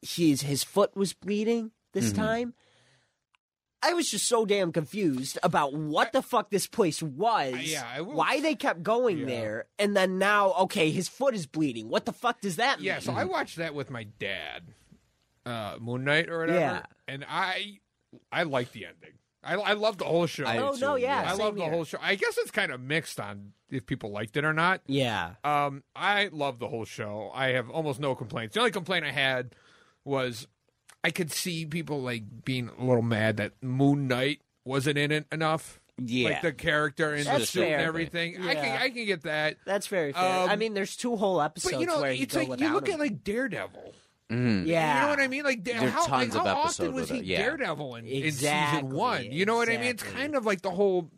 E: he's his foot was bleeding this
D: Mm-hmm.
E: time I was just so damn confused about what the fuck this place was.
D: Uh, Yeah, I was-
E: why they kept going
D: Yeah.
E: there, and then now, okay, his foot is bleeding. What the fuck does that mean?
D: Yeah, so I watched that with my dad, uh, Moon Knight or whatever.
E: Yeah.
D: And I I like the ending. I, I love the whole show.
B: I-
E: Oh no, yeah,
D: I
E: same
D: love the
E: here.
D: whole show. I guess it's kind of mixed on if people liked it or not.
E: Yeah,
D: Um, I love the whole show. I have almost no complaints. The only complaint I had was I could see people like being a little mad that Moon Knight wasn't in it enough.
B: yeah
D: Like the character and the
E: That's
D: suit and
E: fair.
D: everything. I can
E: Yeah.
D: I can get that.
E: that's very fair.
D: Um,
E: I mean, there's two whole episodes
D: But you know,
E: where you
D: it's
E: go
D: like
E: without
D: you look
E: him.
D: at like Daredevil.
B: Mm.
E: yeah,
D: You know what I mean? Like, da-
B: There are
D: how, like,
B: tons of
D: how often
B: episodes
D: was
B: with
D: he
B: it, yeah.
D: Daredevil in, in season
E: Exactly,
D: one? You know what I mean? It's
E: exactly.
D: kind of like the whole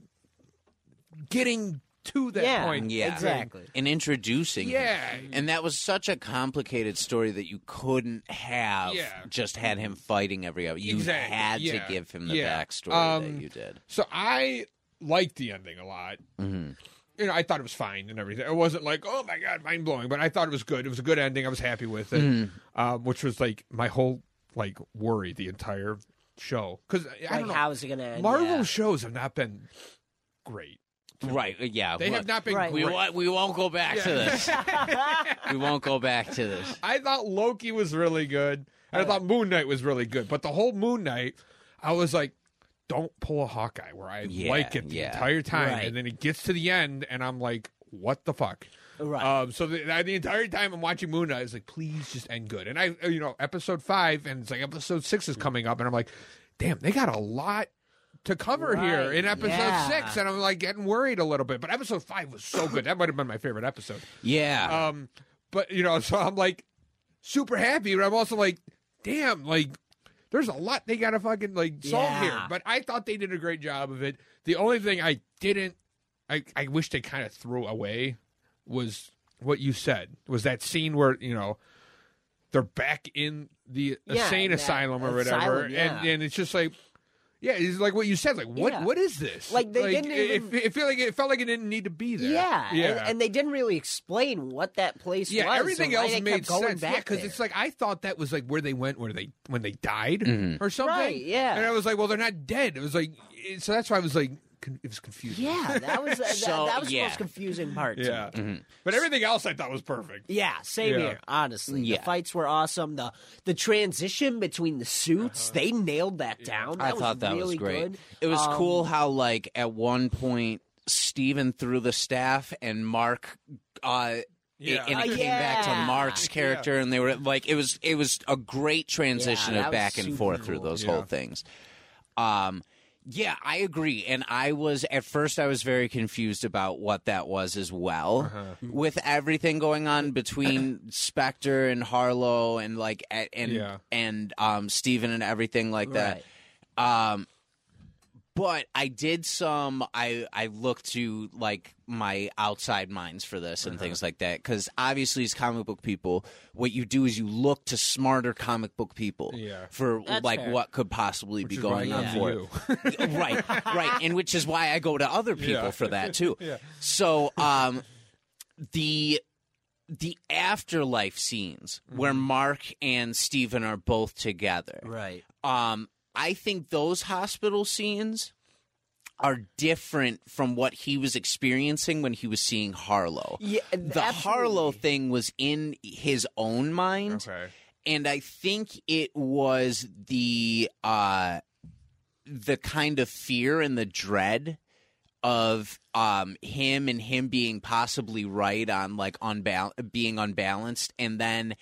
D: getting to that
E: Yeah,
D: point.
B: yeah.
E: exactly.
B: and introducing him.
D: Yeah.
B: and that was such a complicated story that you couldn't have
D: Yeah.
B: just had him fighting every hour you
D: Exactly,
B: had
D: yeah,
B: to give him the
D: yeah.
B: backstory
D: Um,
B: that you did
D: So I liked the ending a lot.
B: Mhm.
D: You know, I thought it was fine and everything. It wasn't like, oh my god, mind blowing, but I thought it was good. It was a good ending. I was happy with it, um, which was like my whole like worry the entire show because I
E: Like,
D: don't know.
E: how is it gonna end?
D: Marvel
E: Yeah.
D: shows have not been great.
B: right yeah
D: They
B: well,
D: have not been
E: Right.
B: we,
D: great.
B: won't, we won't go back to
D: Yeah.
B: this we won't go back to this
D: I thought Loki was really good. And I thought Moon Knight was really good. But the whole Moon Knight, I was like, don't pull a Hawkeye where I
B: Yeah,
D: like it the
B: yeah.
D: entire time.
E: Right.
D: And then it gets to the end, and I'm like, what the fuck?
E: Right.
D: Um, so the, the entire time I'm watching Moon Knight, I was like, please just end good. And I, you know, episode five, and it's like episode six is coming up, and I'm like, damn, they got a lot to cover here
E: Right,
D: in episode
E: yeah.
D: six, and I'm like getting worried a little bit. But episode five was so good; that might have been my favorite episode.
B: Yeah.
D: Um, but you know, so I'm like super happy, but I'm also like, damn, like there's a lot they gotta fucking like solve
E: Yeah.
D: here. But I thought they did a great job of it. The only thing I didn't, I I wish they kind of threw away was what you said was that scene where you know they're back in the
E: Yeah,
D: insane
E: that
D: asylum or
E: asylum,
D: whatever, and
E: yeah.
D: and it's just like. Yeah, it's like what you said. Like, what?
E: Yeah.
D: What is this?
E: Like, they didn't
D: it-
E: even-
D: It, it feel like it felt like it didn't need to be there.
E: Yeah, and-
D: yeah.
E: And, they didn't really explain what that place
D: Yeah,
E: was.
D: everything
E: and why
D: else
E: they kept
D: made
E: going
D: sense. Yeah,
E: back
D: because
E: there.
D: it's like I thought that was like where they went, where they when they died or something.
E: Mm-hmm. Right, yeah.
D: and I was like, well, they're not dead. It was like, it- so that's why I was like, con- it was confusing.
E: yeah, Mm-hmm. that was that,
B: So,
E: that was
B: yeah.
E: the most confusing part. to me.
D: yeah. But everything else I thought was perfect.
E: Yeah, same
D: Yeah.
E: here. Honestly,
B: Yeah.
E: the fights were awesome. the The transition between the suits,
D: Uh-huh.
E: they nailed that down. That
B: I thought that was
E: really
B: great.
E: Good.
B: It was
E: Um,
B: cool how like at one point Steven threw the staff and Mark uh
D: Yeah.
B: And it
E: Uh,
B: came back to
E: yeah.
B: Mark's character, and they were like, it was it was a great transition
E: Yeah, that
B: of
E: was
B: back and
E: super
B: forth through
E: cool.
B: those
D: Yeah.
B: whole things. Um, yeah, I agree, and I was at first I was very confused about what that was as well,
D: Uh-huh. Mm.
B: with everything going on between Spectre and Harlow, and like a- and
D: Yeah.
B: and um Steven and everything like that. Um, but I did some. I I looked to like my outside minds for this
D: Uh-huh.
B: and things like that because obviously as comic book people, what you do is you look to smarter comic book people
D: Yeah.
B: for
E: That's
B: like
E: fair.
B: what could possibly be
D: Which is why I
B: going
D: come
B: on
D: to
B: for it.
D: you.
B: right, right, and which is why I go to other people
D: Yeah.
B: for that too.
D: Yeah.
B: So um, the the afterlife scenes where Mark and Steven are both together,
E: Right.
B: um, I think those hospital scenes are different from what he was experiencing when he was seeing Harlow.
E: Yeah,
B: The Harlow thing was in his own mind,
D: Okay.
B: and I think it was the uh, the kind of fear and the dread of um, him and him being possibly right on like unbal- being unbalanced, and then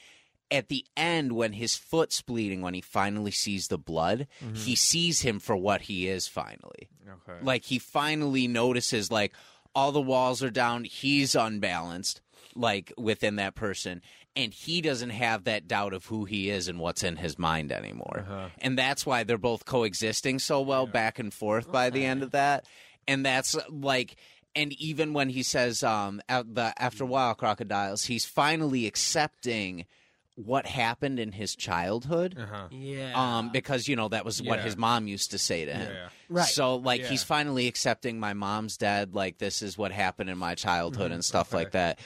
B: at the end when his foot's bleeding, when he finally sees the blood, he sees him for what he is finally.
D: Okay.
B: Like he finally notices like all the walls are down, he's unbalanced like within that person and he doesn't have that doubt of who he is and what's in his mind anymore. And that's why they're both coexisting so well back and forth by the end of that. And that's like and even when he says um out the after a while crocodiles, he's finally accepting what happened in his childhood
D: Uh-huh.
E: Yeah.
B: um, because you know that was what
D: Yeah.
B: his mom used to say to him.
D: Yeah.
E: Right.
B: So like
D: Yeah.
B: he's finally accepting my mom's dead. Like this is what happened in my childhood
D: Mm-hmm.
B: and stuff like that.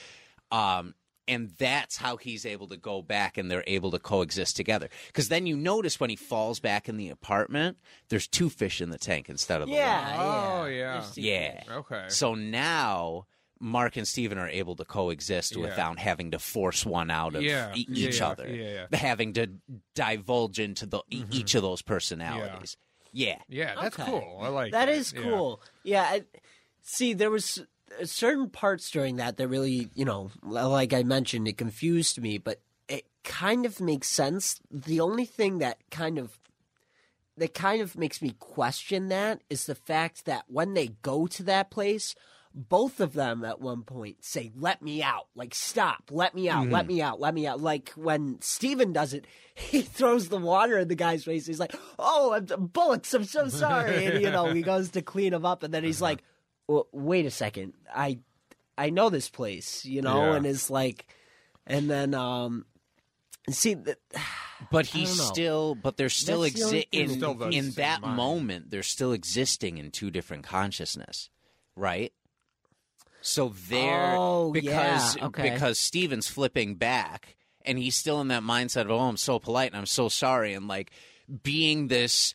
B: Um, and that's how he's able to go back and they're able to coexist together. Because then you notice when he falls back in the apartment, there's two fish in the tank instead of the one.
E: yeah.
D: Oh, yeah.
E: There's-
B: Yeah.
D: Okay.
B: So now Mark and Steven are able to coexist
D: Yeah.
B: without having to force one out of
D: Yeah.
B: e-
D: Yeah,
B: each
D: yeah,
B: other,
D: yeah, Mm-hmm.
B: having to divulge into the e each of those personalities. Yeah.
D: yeah, that's
E: Okay.
D: cool. I like
E: That
D: it.
E: is
D: Yeah.
E: cool. Yeah. I, see, there was uh, certain parts during that that really, you know, l- like I mentioned, it confused me, but it kind of makes sense. The only thing that kind of that kind of makes me question that is the fact that when they go to that place, both of them at one point say, "Let me out!" Like, stop! Let me out! Let me out! Let me out! Like when Steven does it, he throws the water in the guy's face. He's like, "Oh, I'm, bullets! I'm so sorry!" And you know, he goes to clean him up, and then he's like, well, "Wait a second! I, I know this place, you know,"
D: Yeah.
E: and it's like, and then um, see that.
B: But
E: I
B: he's
E: don't know.
B: still but they're still
E: That's the only
B: exi-
E: thing
B: in,
E: that
D: Still the
B: in
D: same
B: that
D: mind.
B: moment they're still existing in two different consciousness. Right? So they're
E: Oh,
B: because
E: yeah, okay.
B: because Steven's flipping back and he's still in that mindset of oh I'm so polite and I'm so sorry and like being this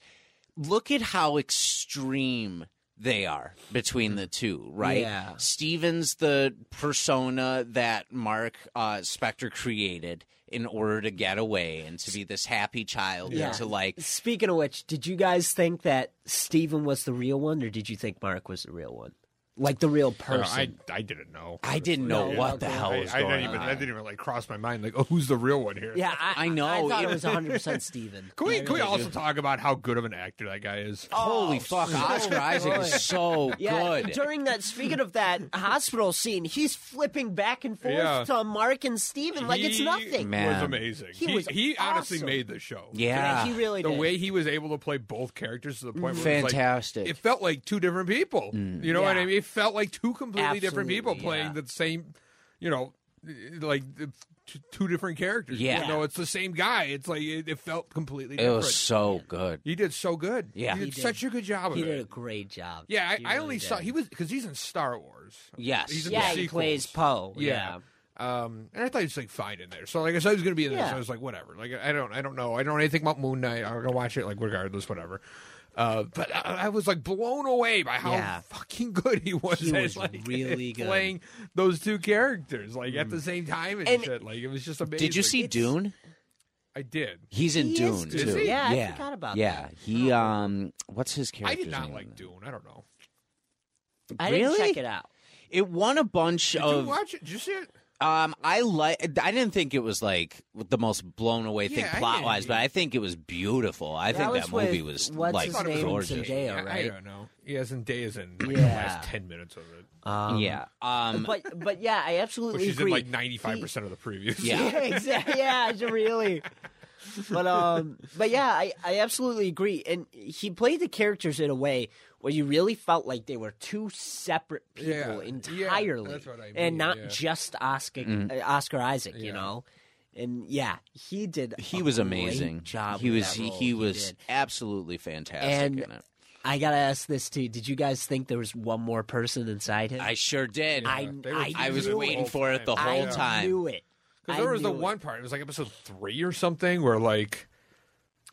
B: look at how extreme they are between the two, right?
E: Mm-hmm. Yeah.
B: Steven's the persona that Mark uh, Spector created in order to get away and to be this happy child
E: Yeah.
B: and to like
E: Speaking of which, did you guys think that Steven was the real one or did you think Mark was the real one? like the real
D: Uh, I, don't know,
E: person.
D: I I didn't know.
B: I didn't know
D: Yeah.
B: what the hell was
D: I, I
B: going
D: didn't even,
B: on.
D: I didn't even like cross my mind. Like, oh, who's the real one here?
E: yeah, I,
B: I know,
E: I thought
B: it-
E: it was 100 percent Steven.
D: Can we, can we also talk about how good of an actor that guy is?
E: Oh,
D: Oh,
B: Holy fuck, Oscar Isaac is so
E: Yeah,
B: good.
E: during that. Speaking of that hospital scene, he's flipping back and forth
D: Yeah.
E: to Mark and Steven like it's
D: He
E: nothing.
B: Man.
D: was amazing.
E: He
D: He, he,
E: was
D: honestly
E: awesome.
D: made the show.
E: Yeah,
B: yeah.
E: he really
D: The
E: did.
D: way he was able to play both characters to the point where it was like-
B: Fantastic. Mm.
D: it felt like two different people. You know what
E: Yeah.
D: I mean? It felt like two completely different
E: Absolutely,
D: people
E: yeah.
D: playing the same, you know, like t- two different characters.
B: Yeah.
D: You know, it's the same guy. It's like it, it felt completely
B: it
D: different.
B: was so good.
D: he did so good.
B: Yeah.
D: He
B: He
D: did,
E: did.
D: such a good job
E: he
D: of
E: did a
D: it.
E: great job.
D: Yeah, I,
E: He
D: I
E: really
D: only
E: did.
D: saw he was because he's in Star Wars.
B: Yes.
D: He's in
E: Yeah,
D: the
E: he
D: sequels.
E: plays Poe. Yeah.
D: Yeah. Um, and I thought he was like fine in there. So like I said, he was gonna be in there.
E: Yeah.
D: So I was like, whatever. Like I don't, I don't know. I don't know anything about Moon Knight. I'm gonna watch it like regardless, whatever. Uh, but I, I was like blown away by how
E: Yeah.
D: fucking good he was.
E: He
D: at,
E: was
D: like,
E: really good. Mm.
D: playing those two characters like at the same time and,
E: And-
D: shit. Like it was just amazing.
B: Did you see Dune?
D: I did.
B: He's in
E: He is
B: Dune
D: Dune.
B: too.
D: Is he?
E: Yeah, I
B: yeah.
E: forgot about
B: yeah.
E: that.
B: He um what's his character?
D: Oh. I did not like Dune. I don't know.
E: I didn't
B: Really?
E: check it out.
B: It won a bunch
D: Did
E: Oh,
B: of
D: you watch it? Did you see it?
B: Um, I like. I didn't think it was like the most blown away thing
D: Yeah, I
B: plot wise,
D: didn't-
B: but I think it was beautiful. I think
E: was
B: that movie
E: with-
B: was
E: what's
B: like
E: his name?
B: gorgeous.
E: Zendaya. Yeah,
D: I- I
E: right.
D: don't know. Yeah, Zendaya's in like, the
E: Yeah.
D: last ten minutes of it.
E: Um,
B: Yeah. Um.
E: but but yeah, I absolutely
D: Which is
E: Oh,
D: in
E: agree.
D: like ninety five percent of the previews.
B: yeah.
E: exactly. Yeah, it's really. But um, but yeah, I, I absolutely agree. And he played the characters in a way where you really felt like they were two separate people
D: Yeah, yeah,
E: entirely,
D: that's what I mean,
E: and not
D: yeah.
E: just Oscar
B: Mm-hmm.
E: uh, Oscar Isaac. You
D: Yeah.
E: know, and yeah, he did.
B: He
E: a
B: was
E: great
B: amazing.
E: Job
B: he
E: with
B: was
E: that
B: he,
E: role.
B: he was
E: did.
B: absolutely fantastic
E: And-
B: in it.
E: I gotta ask this too. Did you guys think there was one more person inside him?
B: I sure did.
E: I
D: They were
E: I,
B: I was
E: knew it.
B: waiting for it the
E: I
B: whole time.
E: knew it.
D: Because
E: I
D: there was the
E: knew it.
D: one part, it was like episode three or something, where like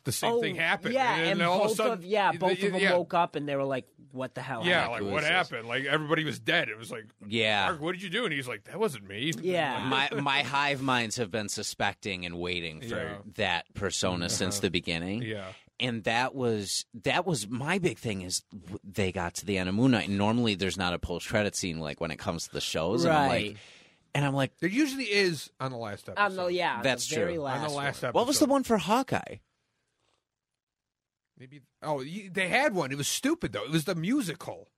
D: the same
E: Oh,
D: thing happened.
E: Yeah,
D: and,
E: and,
D: then all
E: both
D: of a sudden,
E: of yeah,
D: y-
E: both
D: y-
E: of them
D: yeah,
E: woke up and they were like, "What the hell?"
D: Yeah,
E: happened?"
D: like
B: Who
D: what
B: is this?
D: happened? Like everybody was dead. It was like,
B: Yeah.
D: Mark, what did you do? And he's like, that wasn't me.
E: Yeah.
B: My my hive minds have been suspecting and waiting for
D: Yeah.
B: that persona since the beginning.
D: yeah,
B: and that was that was my big thing is w- they got to the end of Moon Knight. And normally there's not a post credit scene like when it comes to the shows, and I'm
E: Right.
B: like, and I'm like,
D: there usually is on the last episode.
E: on the yeah, on
B: That's
E: the very
B: true.
E: Last
D: on the last
E: one.
D: episode.
B: what was the one for Hawkeye?
D: Maybe oh, you, they had one. It was stupid though. It was the musical.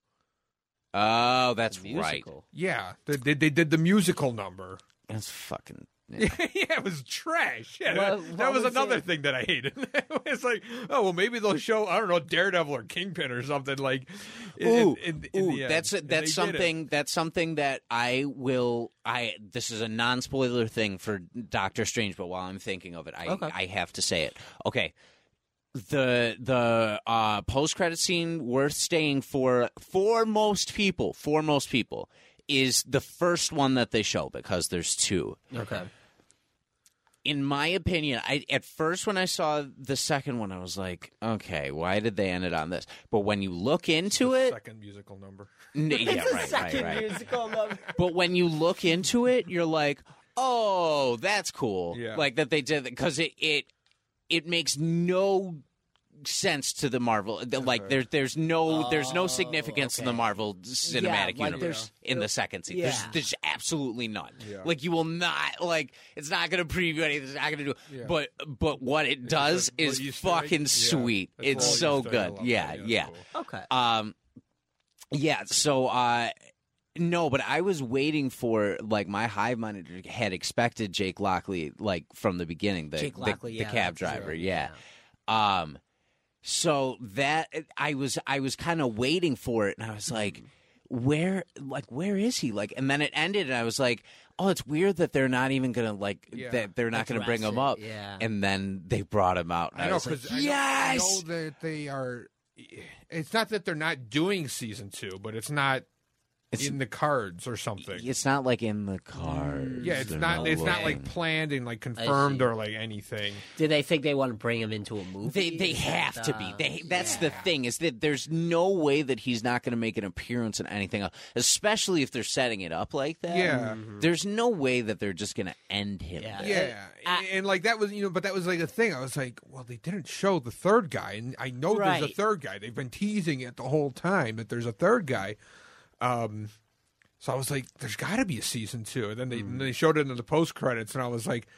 B: Oh, that's right.
E: Musical.
D: Yeah, they, they, they did the musical number.
B: That's fucking.
D: yeah, it was trash. Yeah,
E: What-
D: that,
E: what
D: that was,
E: was
D: another
E: it?
D: thing that I hated. it's like, oh well, maybe they'll show I don't know Daredevil or Kingpin or something like. in-
B: Ooh,
D: in- in- in
B: ooh,
D: the end.
B: that's
D: And they did
B: that's
D: it.
B: something that's something that I will I this is a non spoiler thing for Doctor Strange, but while I'm thinking of it, I I have to say it. Okay. The the uh post credit scene worth staying for for most people, for most people, is the first one that they show because there's two
E: Okay.
B: in my opinion, I at first when I saw the second one, I was like, okay, why did they end it on this? But when you look into it,
D: Second musical number.
B: n- yeah,
E: It's a
B: right, right,
E: second
B: right.
E: musical number.
B: But when you look into it, you're like, oh, that's cool.
D: Yeah.
B: Like that they did because it it it makes no sense to the Marvel.
D: Uh-huh.
B: the- Like there's there's no there's
D: Oh,
B: no significance in the Marvel cinematic
E: like
B: universe in the second season. There's,
E: Yeah.
B: there's absolutely none. Like you will not like it's not going to preview anything. It's not going to do. But but what it does
D: But
B: is
D: you still-
B: fucking
D: yeah,
B: sweet.
D: that's
B: it's
D: all you
B: so
D: still
B: good.
D: love.
B: Yeah,
D: that's
B: yeah.
D: cool.
E: Okay.
B: Um, yeah. So, uh, no, but I was waiting for like my hive mind had expected Jake Lockley like from the beginning, the
E: Jake
B: the-
E: Lockley,
B: the,
E: yeah,
B: cab
E: that's
B: driver, yeah. Um, so that I was I was kind of waiting for it, and I was like,
D: Mm-hmm.
B: where like where is he like? And then it ended, and I was like. Oh, it's weird that they're not even gonna like
D: Yeah.
B: that. They're not gonna bring
E: Address
B: him
E: it,
B: up,
E: yeah.
B: and then they brought him out. and
D: I know
B: was
D: because
B: like,
D: I
B: yes,
D: know that they are. It's not that they're not doing season two, but it's not
B: It's-
D: in the cards or something.
B: It's not like in the cards.
D: yeah, it's
B: They're
D: not. It's not
B: looking.
D: like planned and like confirmed or like anything.
E: Did they think they want to bring him into a movie?
B: they they
E: Is
B: have
E: that,
B: to be.
E: uh,
B: They that's the thing is that there's no way that he's not going to make an appearance in anything else, especially if they're setting it up like that.
D: Yeah.
B: There's no way that they're just going to end him.
E: Yeah.
B: there.
D: Yeah, and, and, like that was you know, but that was like a thing. I was like, well, they didn't show the third guy, and I know there's
E: Right.
D: a third guy. They've been teasing it the whole time that there's a third guy. Um, so I was like, "There's got to be a season two. And then
E: Mm.
D: they and they showed it in the post credits, and I was like,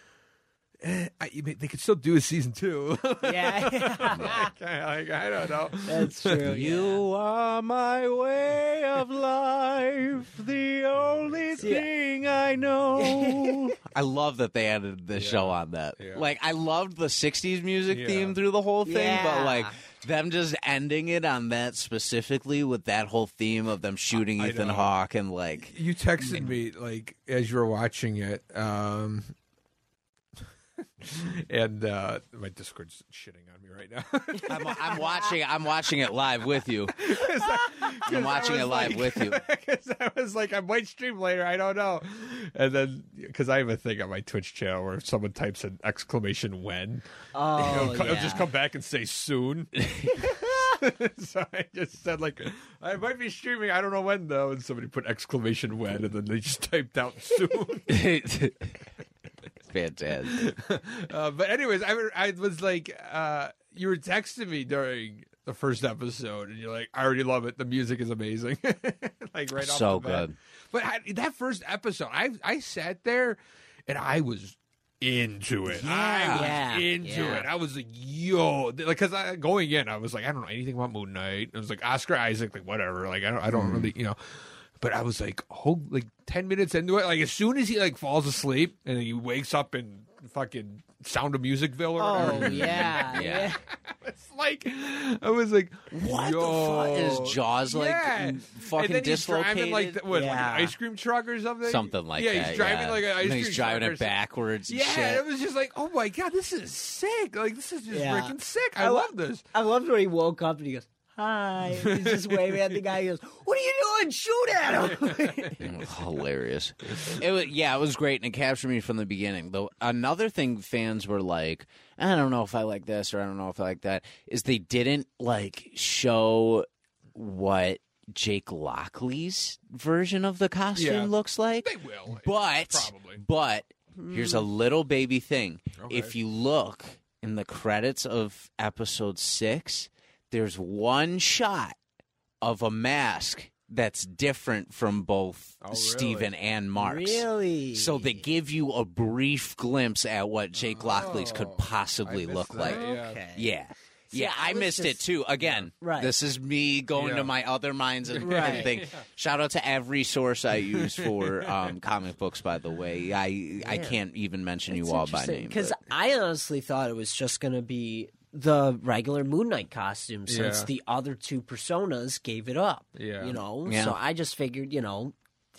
D: eh, I, I mean, "They could still do a season two.
E: Yeah,
D: like, I, like, I don't know.
E: that's true.
B: You are my way of life, the only thing I know. I love that they added the show on that.
D: Yeah.
B: Like, I loved the 60s music
D: Yeah.
B: theme through the whole thing, but
E: Yeah.
B: like, them just ending it on that specifically with that whole theme of them shooting
D: I
B: Ethan
D: know.
B: Hawke and like.
D: You texted me like as you were watching it, um, and uh, my Discord's shitting on me right now.
B: I'm, I'm watching. I'm watching it live with you. I'm watching it live with you.
D: Because I was like, I might stream later. I don't know. And then, because I have a thing on my Twitch channel where if someone types an exclamation when,
E: Oh,
D: it'll, co- it'll
E: yeah.
D: just come back and say soon. so I just said like, I might be streaming. I don't know when though. And somebody put exclamation when, and then they just typed out soon.
B: Fantastic.
D: uh, but anyways, I were- I was like, uh, you were texting me during. The first episode, and you're like, I already love it. The music is amazing, like right off
B: So
D: the bat.
B: good.
D: But I, that first episode, I I sat there and I was into it. I was
E: Yeah.
D: into
E: Yeah.
D: it. I was like, yo, like because I going in, I was like, I don't know anything about Moon Knight. I was like Oscar Isaac, like whatever. Like I don't, I don't really, you know. But I was like, oh, like ten minutes into it, like as soon as he like falls asleep and he wakes up in fucking Sound of Musicville or
E: Oh,
D: whatever.
B: Yeah.
E: yeah, yeah.
D: it's like I was like,
B: What
D: yo.
B: the fuck is Jaws like?
D: Yeah.
B: m-
D: and
B: Fucking
D: then he's
B: dislocated.
D: driving like the- what,
E: Yeah.
D: like an ice cream truck or something.
B: something like
D: yeah,
B: that.
D: he's driving
B: yeah.
D: like an ice
B: And
D: cream.
B: He's driving
D: truck or
B: it
D: something.
B: backwards. And
D: Yeah, and
B: shit.
D: it was just like, oh my god, this is sick! Like this is just
E: Yeah.
D: freaking sick. I,
E: I lo-
D: love this.
E: I loved when he woke up and he goes, "Hi." and He's just waving at the guy. He goes, "What are you doing? Shoot at him!"
B: hilarious. It was, yeah, it was great, and it captured me from the beginning. Though another thing fans were like, I don't know if I like this or I don't know if I like that, is they didn't like show what Jake Lockley's version of the costume
D: Yeah.
B: looks like.
D: They will,
B: But
D: probably.
B: but here's a little baby thing.
D: Okay.
B: If you look in the credits of episode 6, there's one shot of a mask that's different from both
D: Oh, really?
B: Steven and Mark's.
E: really?
B: So they give you a brief glimpse at what Jake Lockley's
D: Oh,
B: could possibly
D: missed
B: look
D: that,
B: like.
D: yeah.
E: Okay.
B: Yeah. Yeah,
E: I
B: I
E: was
B: missed it
E: just-
B: too. Again,
E: Right.
B: this is me going
D: Yeah.
B: to my other minds and
E: Right.
B: thing. Shout out to every source I use for um, comic books. By the way, I I can't even mention you all by name.
E: Because
B: but-
E: I honestly thought it was just going to be the regular Moon Knight costume since
D: Yeah.
E: the other two personas gave it up.
D: Yeah.
E: You know?
B: Yeah.
E: So I just figured, you know,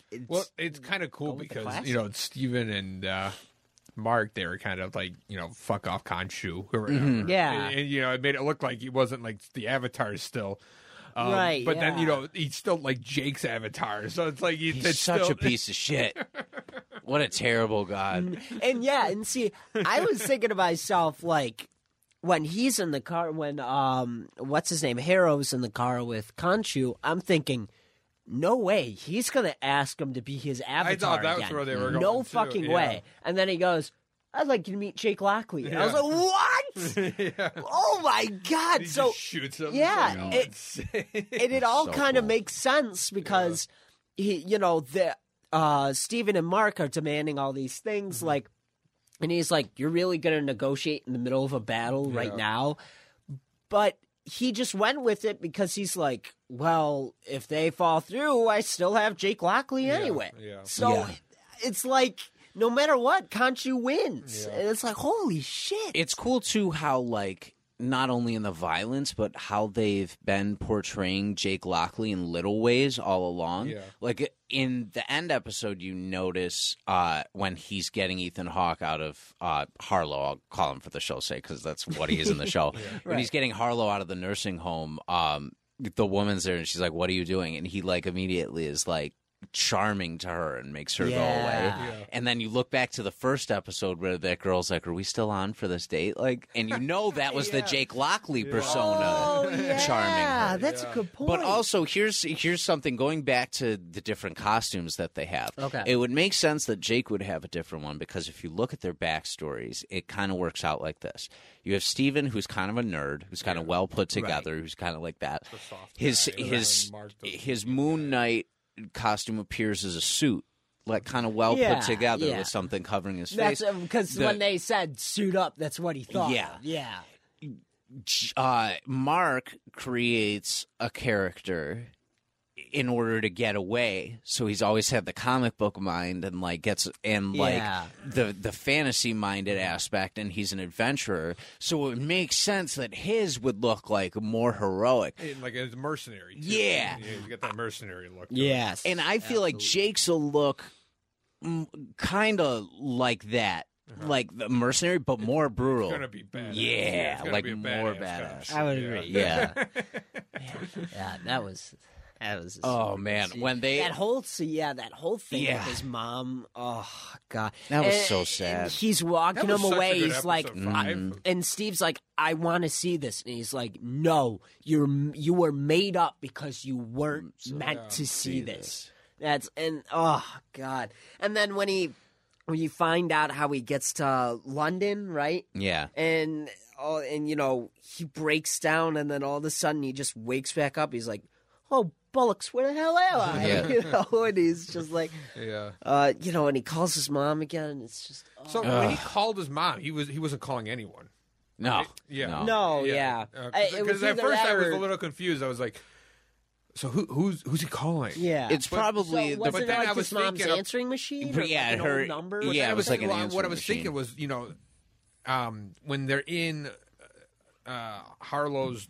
E: it's,
D: Well, it's kind of cool
E: with the
D: because
E: classic.
D: you know Steven and uh, Mark they were kind of like you know fuck off Khonshu or whatever.
E: Yeah.
D: and, and, you know it made it look like he wasn't like the Avatar still. Um,
E: Right,
D: but then you
E: yeah.
D: know he's still like Jake's Avatar, so it's like he-
B: he's
D: it's
B: such
D: still,
B: a piece of shit. What a terrible god.
E: and yeah, and see, I was thinking to myself like when he's in the car when um what's his name Harrow's in the car with Kanchu, I'm thinking. No way. He's going to ask him to be his avatar.
D: that was
E: again.
D: where they were
E: No
D: going, too,
E: fucking
D: yeah.
E: way. And then he goes, I'd like you to meet Jake Lockley. And I was
D: Yeah.
E: like, what? Oh my God.
D: He just
E: so
D: shoots him.
E: yeah,
D: it's like, oh, it's-
E: and it all
B: So
E: kind of
B: cool.
E: makes sense because he, you know, the uh, Stephen and Mark are demanding all these things,
B: Mm-hmm.
E: like, and he's like, "You're really going to negotiate in the middle of a battle right
D: Yeah.
E: now," but he just went with it because he's like, "Well, if they fall through, I still have Jake Lockley anyway."
D: yeah.
E: So
B: Yeah.
E: it's like, no matter what, Kanchu wins,
D: Yeah.
E: and it's like, holy shit!
B: It's cool too how like not only in the violence but how they've been portraying Jake Lockley in little ways all along.
D: Yeah.
B: Like in the end episode, you notice uh, when he's getting Ethan Hawke out of uh, Harlow. I'll call him for the show's sake because that's what he is in the show. When he's getting Harlow out of the nursing home, um, the woman's there and she's like, "What are you doing?" And he like immediately is like charming to her and makes her go away.
E: Yeah.
D: Yeah.
B: And then you look back to the first episode where that girl's like, "Are we still on for this date?" Like, and you know that was the Jake Lockley persona
E: Oh,
B: uh, charming
E: yeah,
B: her.
E: that's a good point.
B: But also, here's here's something going back to the different costumes that they have.
E: Okay.
B: it would make sense that Jake would have a different one because if you look at their backstories, it kind of works out like this. You have Steven, who's kind of a nerd, who's kind of well put together, who's kind of like that.
D: soft
B: His
D: guy.
B: his
D: Mark the-
B: his Moon Knight costume appears as a suit, like kind of well
E: Yeah,
B: put together
E: yeah.
B: with something covering his
E: That's
B: face.
E: because
B: The-
E: when they said suit up, that's what he thought.
B: Yeah.
E: yeah.
B: J- uh, Mark creates a character in order to get away. So he's always had the comic book mind and like gets and
E: Yeah.
B: like the the fantasy minded aspect and he's an adventurer. So it makes sense that his would look like more heroic.
D: And, like as a mercenary. Too.
B: Yeah.
D: You know, you get that mercenary look. to it.
E: Yes.
B: And I feel like Jake's will look kind of like that.
E: Uh-huh.
B: Like the mercenary, but more brutal.
D: It's gonna be bad.
B: Yeah, like more badass.
E: I would agree.
B: yeah.
E: Yeah, that was that was
B: Oh man, when they
E: that whole see, yeah, that whole thing
B: Yeah.
E: with his mom. Oh god.
B: That was
E: And-
B: so
E: and
B: sad. Mm-hmm.
E: he's walking him away. He's like
D: five.
E: and Steve's like, "I want to see this." And he's like, "No, you're you were made up because you weren't
B: Mm,
E: meant to see this. That's and oh god. And then when he when you find out how he gets to London, right?
B: yeah.
E: and all and you know he breaks down and then all of a sudden he just wakes back up he's like oh bollocks where the hell am i
B: Yeah.
E: you know and he's just like
D: Yeah.
E: uh you know and he calls his mom again and it's just oh.
D: So when he called his mom, he was he wasn't calling anyone.
B: No.
D: Yeah.
B: No.
D: Uh,
E: no Oh, yeah, I- it was
D: Because at
E: either
D: first
E: that
D: I was
E: or-
D: a little confused. I was like, so who who's who's he calling?
E: yeah
B: It's probably
E: so was
D: but
E: it
D: then
E: like
D: I was
E: his mom's
D: thinking of-
E: answering machine
B: But
E: or
B: yeah,
E: like an old
B: her-
E: number
B: yeah,
D: I
B: it was like an
D: well,
B: answering
D: what I was
B: machine.
D: thinking was you know, um, when they're in uh, Harlow's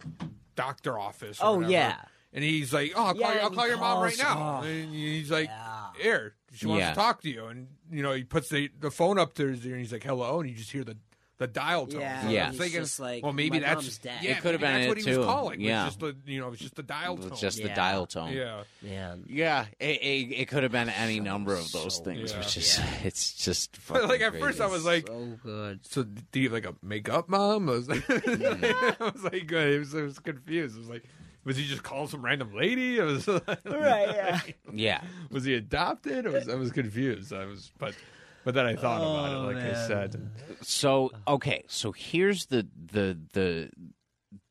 D: doctor office. or
E: Oh,
D: whatever,
E: yeah.
D: and he's like, "Oh, I'll
E: Yeah,
D: call, you, I'll
E: he
D: call your mom right
E: calls-
D: now."
E: oh.
D: and he's like,
E: Yeah.
D: "Here, she wants
B: Yeah.
D: to talk to you." And you know, he puts the the phone up to his ear, and he's like, "Hello," and you just hear the. The dial tone.
E: Yeah,
D: So
B: Yeah.
D: I'm
B: he's
D: thinking,
E: just like,
D: well, maybe
E: "My
D: that's
E: mom's dead."
D: Yeah,
B: It could've
D: maybe
B: been
D: that's
B: it,
D: what he
B: too.
D: was calling. was
B: Yeah.
D: just the you know, it was just the dial tone.
B: It's just the
E: Yeah.
B: dial tone.
D: yeah,
E: yeah
B: Yeah, it, it, it could have been any number of those things,
D: yeah.
B: which is it's just fucking
D: like at
B: crazy.
D: first I was like,
E: so Oh, good
D: so do you have like a makeup mom? I was like, I was like, I was, I was confused. I was like, was he just calling some random lady? I was like,
E: right yeah
B: yeah,
D: was he adopted? I was, I was confused. I was, but, but then I thought about
E: Oh,
D: it, like I said,
B: So okay, so here's the the the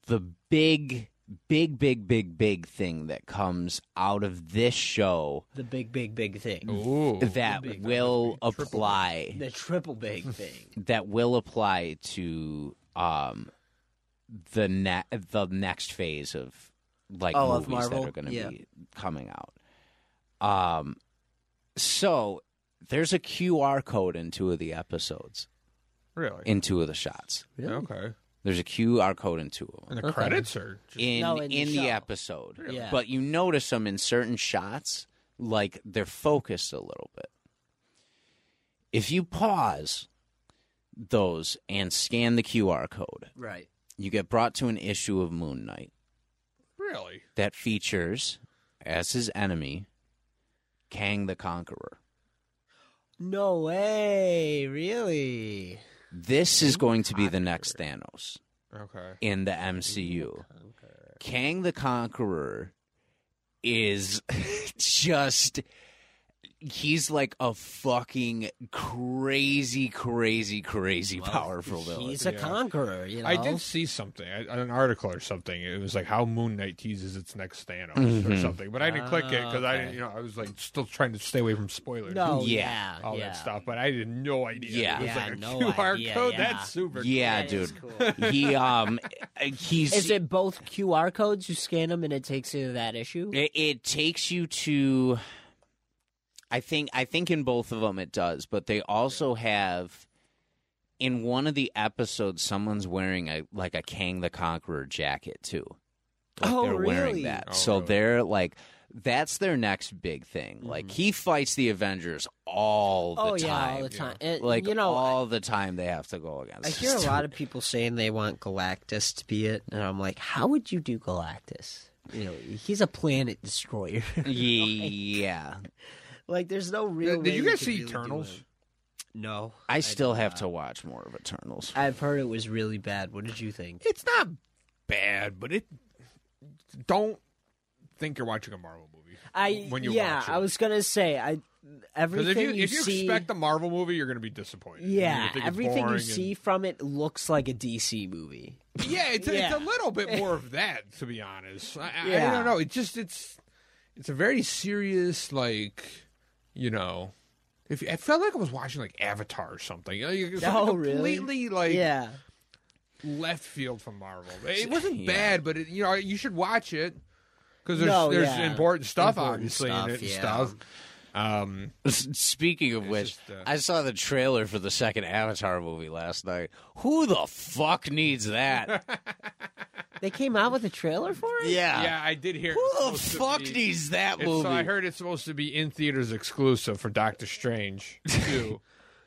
B: the big big big big big thing that comes out of this show
E: the big big big thing
D: ooh,
B: that will apply
E: the triple big thing
B: that will apply to um the ne- the next phase of like
E: Oh, of
B: movies that
E: Marvel?
B: are going to
E: Yeah.
B: be coming out. Um, so there's a QR code in two of the episodes,
D: really
B: in two of the shots.
D: okay.
B: There's a QR code in two of them
D: And the credits are just,
B: in
E: No,
B: in
E: in the
B: the,
E: show.
B: episode,
E: Yeah.
B: but you notice them in certain shots, like they're focused a little bit. If you pause those and scan the QR code,
E: right
B: you get brought to an issue of Moon Knight
D: really
B: that features as his enemy Kang the Conqueror.
E: no way really
B: This is going to be the next Thanos
D: okay.
B: in the MCU. Kang the Conqueror is just he's like a fucking crazy crazy crazy powerful villain.
E: he's a conqueror you know
D: I did see something, I- an article or something. It was like how Moon Knight teases its next Thanos or
E: Mm-hmm.
D: something, but I didn't click it because I, didn't- you know, I was like still trying to stay away from spoilers.
E: Ah, No,
B: Yeah.
E: yeah,
D: all
E: yeah.
D: that stuff, but I had no idea.
B: Yeah.
D: it was
E: Yeah,
D: like a
E: no
D: QR
E: idea,
D: code.
E: yeah.
D: That's super.
B: Yeah, dude. He um he's
E: Is it both QR codes? You scan them and it takes you to that issue.
B: It, it takes you to. I think I think in both of them it does, but they also have. In one of the episodes, someone's wearing a like a Kang the Conqueror jacket too. Like
E: Oh,
B: they're
E: really?
B: wearing that,
D: Oh,
B: so
D: really?
B: they're like, that's their next big thing.
D: Mm-hmm.
B: Like he fights the Avengers all the
E: oh
B: time,
E: yeah, all the time. And,
B: like
E: you know,
B: all the time they have to go against.
E: I hear a lot of people saying they want Galactus to be it, and I'm like, how would you do Galactus? You know, he's a planet destroyer.
B: yeah.
E: like, there's no real.
D: Did
E: way
D: you guys
E: could
D: see
E: really do
D: Eternals?
E: it. No,
B: I still have to watch more of Eternals.
E: I've heard it was really bad. What did you think?
D: It's not bad, but it don't think you're watching a Marvel movie.
E: I
D: when you
E: yeah,
D: watch it.
E: I was gonna say I
D: Because if
E: everything
D: you, if you
E: see.
D: expect a Marvel movie, you're going to be disappointed. You're gonna
E: yeah,
D: think it's
E: everything you
D: boring
E: see from it looks like a DC movie.
D: and- yeah, it's,
E: Yeah.
D: it's a little bit more of that, to be honest. I, I- I
E: Yeah.
D: don't know. It just it's it's a very serious like you know if I felt like I was watching like Avatar or something. You know, you- it's
E: Oh, really?
D: completely like
E: yeah.
D: left field from Marvel. It wasn't bad, but it, you know you should watch it because there's
E: No,
D: there's
E: yeah.
D: important stuff
E: Important
D: obviously in
E: stuff,
D: it and
E: yeah.
D: stuff. Um,
B: Speaking of which,
D: just, uh,
B: I saw the trailer for the second Avatar movie last night. Who the fuck needs that?
E: They came out with a trailer for it?
B: yeah.
D: yeah, I did hear. it was
B: Who the
D: supposed to
B: fuck
D: be-
B: needs that
D: It's-
B: movie?
D: So I heard it's supposed to be in theaters exclusive for Doctor Strange too,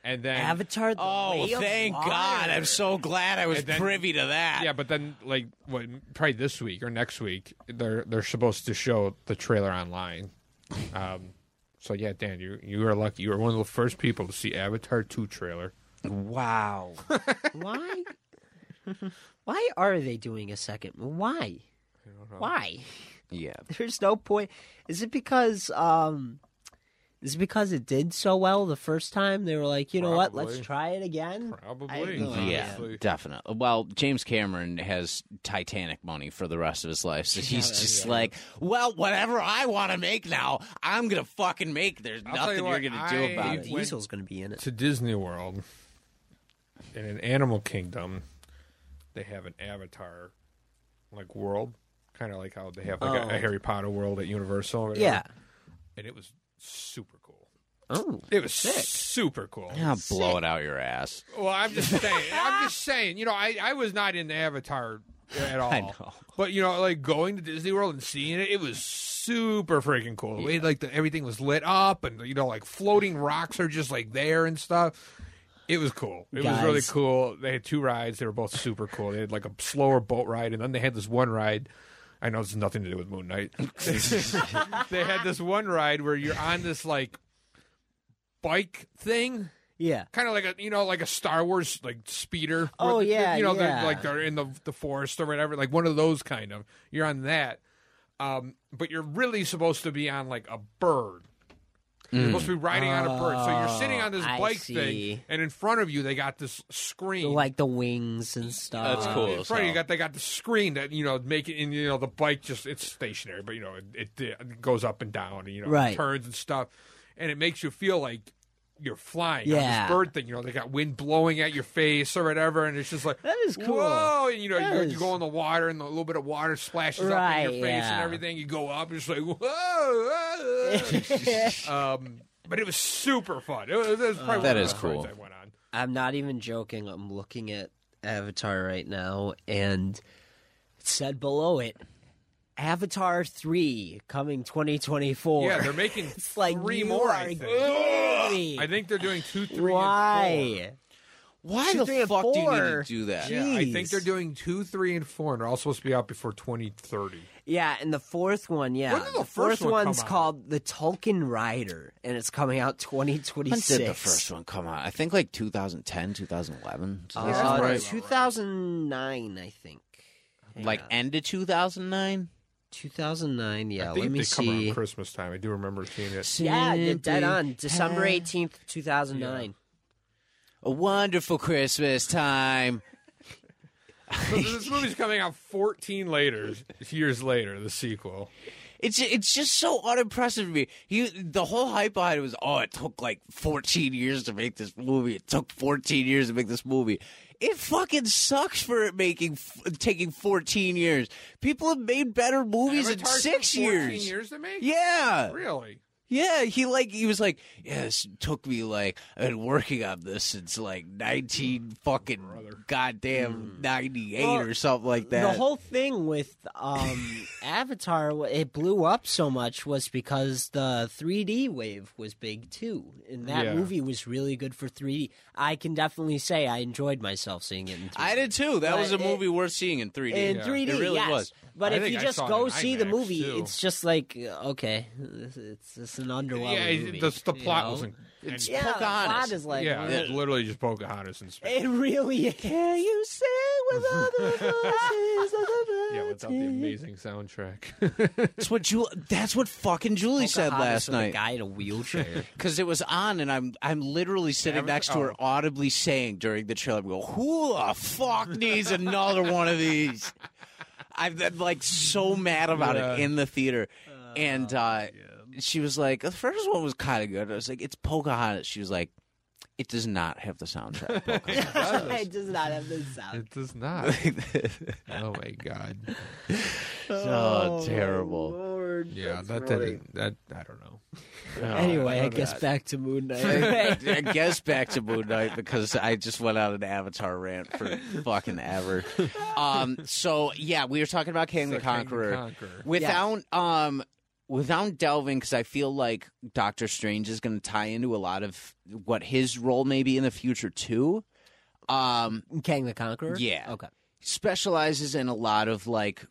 D: and then
E: Avatar the
B: oh,
E: Way of
B: thank
E: Water.
B: God. I'm so glad I was
D: And then-
B: privy to that.
D: yeah, but then like what, probably this week or next week they're they're supposed to show the trailer online. Um, so yeah, Dan, you you were lucky. You were one of the first people to see Avatar two trailer.
B: Wow.
E: Why? Why are they doing a second? Why? Why?
B: yeah.
E: There's no point. Is it because um is it because it did so well the first time? They were like, you know what, let's
D: Probably.
E: try it again.
D: Probably,
E: no idea.
B: Yeah, definitely. Well, James Cameron has Titanic money for the rest of his life, so he's just like, well, whatever I want to make now, I'm gonna fucking make. There's
D: tell
B: nothing
D: you
B: you're
D: what,
B: gonna do
D: I-
B: about
D: When-
B: it.
E: Diesel's gonna be in it.
D: to Disney World in an Animal Kingdom, they have an Avatar like world, kind of like how they have like a, a Harry Potter world at Universal. Or whatever.
E: Oh. Yeah.
D: and it was super cool.
E: Oh.
D: It was super cool.
B: Yeah, blow it out your ass.
D: Well, I'm just saying. I'm just saying. You know, I, I was not in Avatar at all.
B: I know.
D: But you know, like going to Disney World and seeing it, it was super freaking cool. The way like the, everything was lit up, and you know, like floating rocks are just like there and stuff. It was cool. It was really
E: Guys.
D: cool. They had two rides. They were both super cool. They had like a slower boat ride, and then they had this one ride. I know this has nothing to do with Moon Knight. they had this one ride where you're on this like bike thing
E: Yeah.
D: kind of like a you know like a Star Wars like speeder.
E: Oh,
D: With-
E: yeah,
D: you know
E: yeah.
D: they're like they're in the the forest or whatever. Like one of those kind of. You're on that, um, but you're really supposed to be on like a bird. You're supposed to be riding on a bird, so you're sitting on this
E: Oh, I
D: bike
E: see.
D: thing, and in front of you they got this screen.
E: Like the wings and stuff.
B: That's cool.
D: Uh, in front of you got they got the screen that you know make it, and you know the bike just it's stationary, but you know it, it, it goes up and down, and you know
E: Right.
D: turns and stuff, and it makes you feel like you're flying on
E: Yeah.
D: this bird thing. You know they got wind blowing at your face or whatever, and it's just like
E: That is cool.
D: Whoa! And you know
E: That
D: you,
E: is-
D: you go in the water, and a little bit of water splashes up in
E: Right,
D: your face
E: yeah.
D: and everything. You go up, and it's like whoa. whoa. um, but it was super fun. It was, it was probably
B: That
D: one of
B: is
D: the first
B: cool.
D: I went on.
E: I'm not even joking. I'm looking at Avatar right now, and it said below it, Avatar three coming 2024.
D: Yeah, they're making
E: it's like
D: three
E: you
D: more.
E: Are
D: I think.
E: kidding me.
D: I think they're doing two, three, and four.
E: Why?
B: Why
E: She's
B: the
E: doing
B: fuck do you need to
E: four.
B: do that?
E: Yeah.
D: Yeah, I think
E: Jeez.
D: they're doing two, three, and four, and they're all supposed to be out before 2030.
E: Yeah, and the fourth one, yeah,
D: When did the
E: fourth
D: first one come
E: one's
D: out?
E: called the Tolkien Rider, and it's coming out
B: When
E: 2026.
B: did the first one come out? I think like 2010, 2011. So this is
E: Uh,
B: right-
E: 2009, I think. Hang
B: Like
E: on.
B: end of 2009?
E: 2009. Yeah,
D: I think
E: let me
D: they come
E: see.
D: around Christmas time. I do remember seeing it.
E: Yeah, you're dead on. December
B: Simply
E: 18th, 2009.
B: A wonderful Christmas time.
D: So this movie's coming out 14 later, years later, the sequel.
B: It's it's just so unimpressive to me. He the whole hype behind it was oh it took like 14 years to make this movie. It took 14 years to make this movie. It fucking sucks for it making f- taking 14 years. People have made better movies
D: Avatar
B: in 6
D: took 14
B: years.
D: years to make?
B: Yeah.
D: Really?
B: Yeah, he like he was like, yeah, this took me like I've been working on this since like nineteen fucking
E: Hmm.
B: goddamn ninety eight
E: Well,
B: or something like that.
E: The whole thing with um, Avatar, wh- it blew up so much was because the 3D wave was big too, and that
D: Yeah.
E: movie was really good for 3D. I can definitely say I enjoyed myself seeing it. In 3D.
B: I did too. That
E: But
B: was a
E: it-
B: movie worth seeing in three D.
E: in 3D,
B: it really
E: yes.
B: was.
E: But
D: I
E: if
D: think
E: you
D: I
E: just
D: saw it
E: go
D: in
E: see the
D: IMAX,
E: movie,
D: too.
E: it's just like okay, it's it's, it's an underwhelming
D: yeah, it-
E: movie.
D: the, the
E: you
D: plot
E: know?
D: wasn't. It's,
E: yeah, the plot
B: Pocahontas.
E: is like
D: yeah,
E: eh.
D: it was literally just Pocahontas in space.
E: It really is. Can you sing with all the voices
D: yeah, without the amazing soundtrack.
B: That's what Ju- That's what fucking Julie said last night
E: guy in a wheelchair.
B: because it was on, and I'm I'm literally sitting
D: Avatar-
B: next to her,
D: oh.
B: audibly saying during the trailer, "We go, who the fuck needs another one of these?" I've been like so mad about
D: Yeah. Oh,
B: it in the theater. and uh, she was like, the first one was kind of good. I was like, it's Pocahontas. She was like, it does not have the soundtrack. of Pocahontas."
D: does.
C: it does not have the sound.
D: It does not. oh my god.
E: Oh,
D: Oh,
B: so Oh, terrible.
C: Lord,
D: Yeah,
C: that's
D: that
C: right.
D: didn't. Oh, That I don't know.
C: Anyway, I guess back to Moon Knight.
B: I guess back to Moon Knight because I just went on an Avatar rant for fucking ever. Um, so yeah, we were talking about King the
D: So King the
B: Conqueror.
D: Conqueror.
B: Without um, without delving, because I feel like Doctor Strange is going to tie into a lot of what his role may be in the future too. Um,
E: Kang the Conqueror?
B: Yeah.
E: Okay.
B: specializes in a lot of like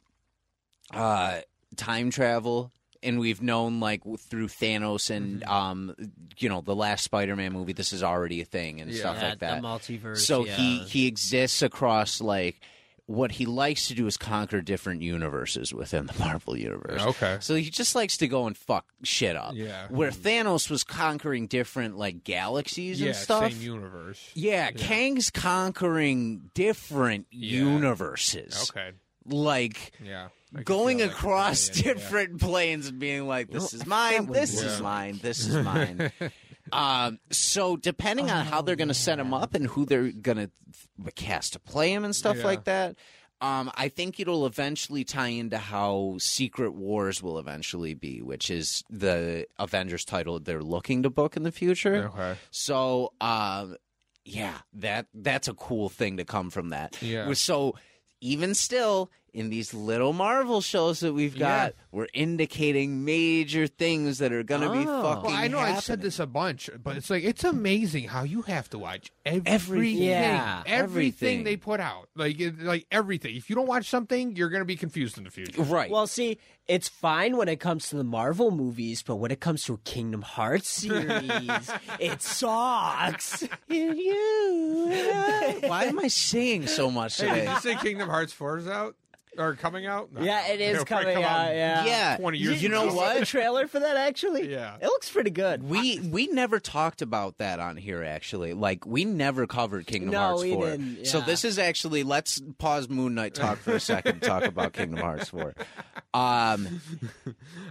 B: uh time travel and we've known like w- through Thanos and
E: Mm-hmm.
B: um you know the last Spider-Man movie this is already a thing and stuff
E: Yeah,
B: like that.
E: The multiverse.
B: so
E: yeah.
B: he he exists across like what he likes to do is conquer different universes within the Marvel universe.
D: Okay.
B: So he just likes to go and fuck shit up.
D: Yeah.
B: Where Thanos was conquering different like galaxies
D: Yeah,
B: and stuff.
D: same universe.
B: yeah, Kang's conquering different
D: Yeah.
B: universes
D: Okay.
B: like
D: Yeah. I can
B: going
D: feel that.
B: across
D: Yeah, yeah, yeah.
B: different planes and being like, "This is mine. This
D: was-
B: is
D: Yeah.
B: mine. This is mine." um, so depending on how they're going to set
D: Oh.
B: him up and who they're going to cast to play him and stuff
D: Yeah.
B: like that. Um, I think it'll eventually tie into how Secret Wars will eventually be, which is the Avengers title they're looking to book in the future.
D: Okay.
B: So, um, yeah, that that's a cool thing to come from that.
D: Yeah.
B: So, even still, in these little Marvel shows that we've
D: Yeah.
B: got, we're indicating major things that are going to be
E: Oh.
B: fucking.
D: Well, I know
B: happening.
D: I've said this a bunch, but it's like it's amazing how you have to watch everything, everything,
E: Yeah,
B: everything.
D: they put out, like it- like everything. If you don't watch something, you're gonna be confused in the future.
B: right?
E: Well, see, it's fine when it comes to the Marvel movies, but when it comes to a Kingdom Hearts series, it sucks. yeah,
B: why am I singing so much
D: Did
B: today?
D: you say Kingdom Hearts Four is out or coming out? No.
E: it is
D: It'll probably
E: coming
D: come
E: out. Yeah.
B: yeah,
D: 20 years
B: You know
D: ago.
B: what?
E: The trailer for that actually.
D: Yeah.
E: It looks pretty good.
B: We we never talked about that on here actually. Like we never covered Kingdom
E: No,
B: Hearts
E: we
B: four.
E: didn't,
B: So
E: yeah.
B: this is actually let's pause Moon Knight talk for a second. and talk about Kingdom Hearts four. Um,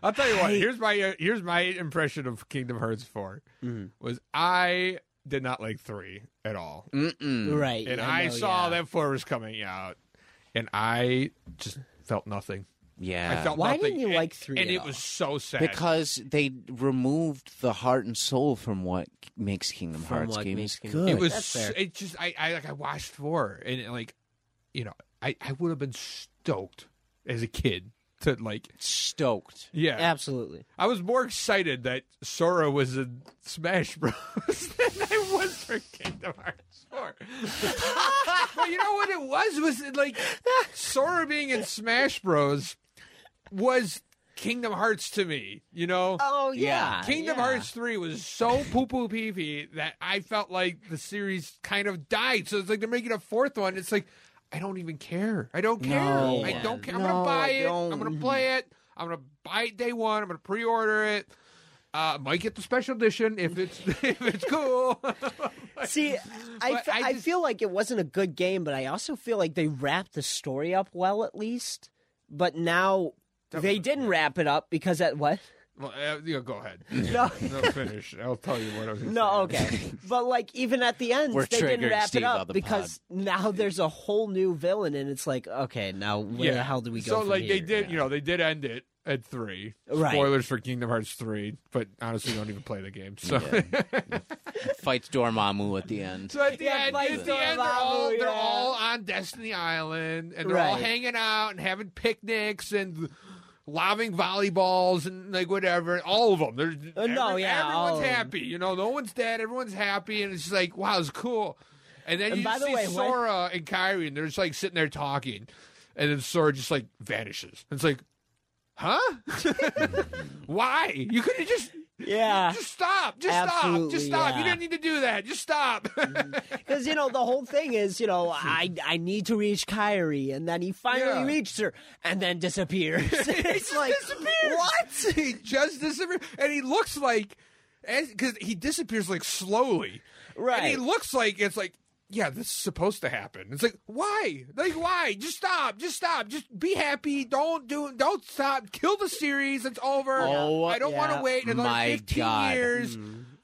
D: I'll tell you what. Here's my uh, here's my impression of Kingdom Hearts 4
E: Mm-hmm.
D: was I did not like three at all,
B: mm-mm.
E: Right.
D: and
E: yeah,
D: I
E: no,
D: saw
E: yeah.
D: that four was coming out, and I just felt nothing.
B: yeah.
D: I felt
E: Why
D: nothing.
E: didn't you
D: And-
E: like three
D: And
E: at
D: it
E: all?
D: was so sad
B: because they removed the heart and soul from what makes Kingdom
E: From
B: Hearts
E: what
B: games
E: makes Kingdom-
B: good.
D: it was
E: That's
D: s-
E: fair.
D: it just I, I like I watched four and it, like you know I I would have been stoked as a kid to like
B: stoked.
D: yeah
E: Absolutely.
D: I was more excited that Sora was in Smash Bros than I was for Kingdom Hearts 4. but you know what it was? Was it like Sora being in Smash Bros was Kingdom Hearts to me, you know?
E: Oh yeah.
D: Kingdom
E: yeah.
D: Hearts 3 was so poo poo pee pee that I felt like the series kind of died. So it's like they're making a fourth one. It's like, I don't even care. I don't care.
B: No.
D: I don't care. I'm
B: No,
D: going to buy
B: I
D: it.
B: don't.
D: I'm going to play it. I'm going to buy it day one. I'm going to pre order it. Uh, might get the special edition if it's if it's cool.
E: See, I,
D: But
E: fe-
D: I
E: I
D: just-
E: feel like it wasn't a good game, but I also feel like they wrapped the story up well at least. But now they didn't wrap it up because at what?
D: well, uh, you know, go ahead.
E: No.
D: no, finish. I'll tell you what I was. gonna
E: No,
D: say.
E: okay. but like even at the end,
B: We're
E: they didn't
B: triggering
E: wrap
B: Steve
E: it
B: on
E: up
B: the
E: because now there's a whole new villain, and it's like, okay, now where the hell do we go?
D: So
E: from
D: like they
E: here?
D: did, you know, they did end it at three.
E: Right.
D: Spoilers for Kingdom Hearts three, but honestly, don't even play the game. So,
B: Fights Dormammu at the end.
D: so at the
E: Yeah,
D: end,
E: like
D: at the end, they're
E: Dormammu,
D: all they're
E: yeah.
D: all on Destiny Island, and they're all
E: Right.
D: hanging out and having picnics and lobbing volleyballs and like whatever. All of them. They're
E: Uh, no,
D: every-
E: yeah, all
D: everyone's
E: of 'em.
D: happy. You know, no one's dead. Everyone's happy, and it's just like wow, it's cool. And then
E: And
D: you
E: by
D: just
E: the
D: see
E: way, when-
D: Sora and Kyrie, and they're just like sitting there talking, and then Sora just like vanishes. It's like. Huh? Why? You could have just
E: yeah,
D: just stop. Just stop. Just
E: Absolutely, Mm-hmm.
D: stop. You
E: yeah.
D: didn't need to do that. Just stop.
E: because you know the whole thing is, you know, I I need to reach Kyrie, and then he finally
D: Yeah.
E: reaches her, and then disappears. it's like
D: disappears.
E: what?
D: he just disappears, and he looks like, because he disappears like slowly,
E: Right.
D: And he looks like it's like yeah, this is supposed to happen. It's like, why? Like, why? Just stop. Just stop. Just be happy. Don't do. Don't stop. Kill the series. It's over.
B: Oh,
D: I don't want
B: yeah.
D: to wait another
B: My
D: fifteen
B: God.
D: years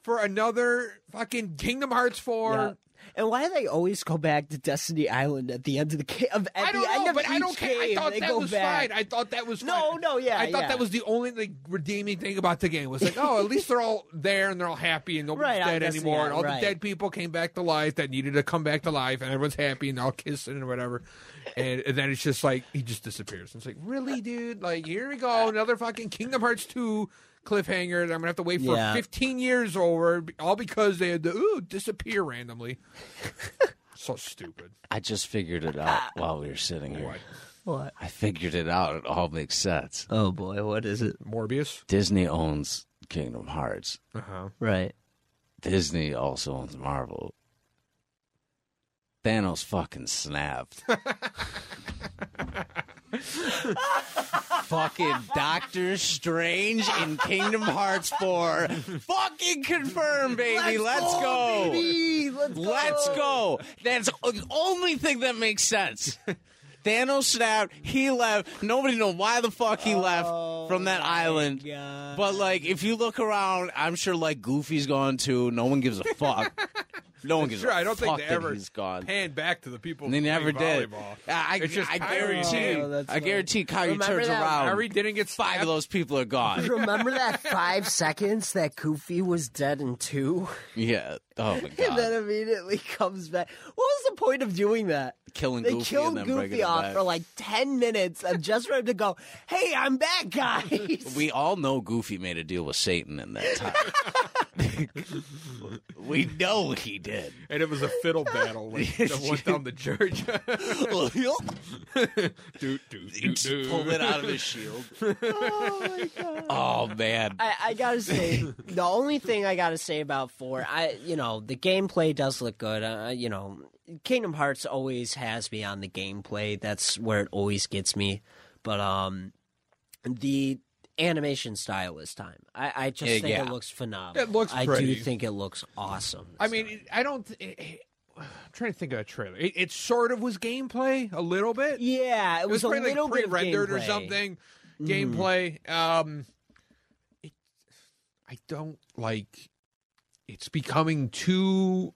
D: for another fucking Kingdom Hearts four.
C: Yeah. And why do they always go back to Destiny Island at the end of the game? Of, at
D: I don't
C: the end
D: know,
C: of
D: but I
C: each
D: don't care. I
C: game,
D: thought
C: they
D: that
C: go
D: was
C: back.
D: fine. I thought that was
C: No,
D: fine.
C: no, yeah,
D: I thought
C: yeah.
D: that was the only like redeeming thing about the game was like, oh, at least they're all there and they're all happy and nobody's
C: Right, I
D: dead
C: guess,
D: anymore.
C: yeah,
D: and all
C: right.
D: the dead people came back to life that needed to come back to life, and everyone's happy and they're all kissing and whatever. And, and then it's just like he just disappears. It's like, really, dude? Like here we go, another fucking Kingdom Hearts two cliffhanger that I'm gonna have to wait for
E: Yeah.
D: 15 years over, all because they had to ooh disappear randomly. so stupid.
B: I just figured it out while we were sitting here.
D: What?
C: What?
B: I figured it out. It all makes sense.
C: Oh boy, what is it?
D: Morbius.
B: Disney owns Kingdom Hearts.
D: Uh huh.
C: Right.
B: Disney also owns Marvel. Thanos fucking snapped. fucking Doctor Strange in Kingdom Hearts 4. Fucking confirmed, baby. Let's, go.
C: baby. Let's go.
B: Let's go. That's the only thing that makes sense. Thanos snapped. He left. Nobody know why the fuck he
D: Oh
B: left from that island. But like, if you look around, I'm sure like Goofy's gone too. No one gives a fuck. No one gives
D: Sure,
B: a
D: I don't
B: fuck
D: think they
B: that
D: ever
B: he's gone.
D: hand back to the people.
B: And they
D: who
B: never
D: play
B: did.
D: volleyball.
B: I,
D: It's just
B: I
D: Kyrie.
B: guarantee.
C: Oh, that's
B: I guarantee Kyrie
E: Remember
B: turns
E: that
B: around.
D: Kyrie didn't get
B: Five
D: Oh, five.
B: of those people are gone.
E: Remember that five seconds that Goofy was dead in two?
B: yeah. Oh my
C: And then
B: god.
C: immediately comes back. What was the point of doing that?
B: Killing
C: They
B: Goofy
C: killed
B: and then bringing
C: Goofy
B: him
C: off
B: back.
C: for like ten minutes, and just for him to go, "Hey, I'm back, guys."
B: We all know Goofy made a deal with Satan in that time. we know he did.
D: and it was a fiddle battle when the one down the church. Doot, doot,
B: He
D: doot,
B: just
D: doot.
B: pulled it out of his shield.
C: oh my god.
B: Oh man.
E: I, I gotta say, the only thing I gotta say about four, I you know, the gameplay does look good. Uh, you know, Kingdom Hearts always has me on the gameplay. That's where it always gets me. But um, the animation style this time, I, I just
B: Yeah,
E: think
B: yeah.
E: it looks phenomenal.
D: It looks
E: I do
D: pretty.
E: think it looks awesome.
D: I mean, it- I don't. It, it, I'm trying to think of a trailer. It, it sort of was gameplay a little bit.
E: yeah, it
D: it
E: was,
D: was
E: a
D: probably
E: little
D: like
E: bit
D: pre-rendered
E: of
D: or
E: gameplay. Mm.
D: something. Gameplay. Um, it, I don't like. It's becoming too,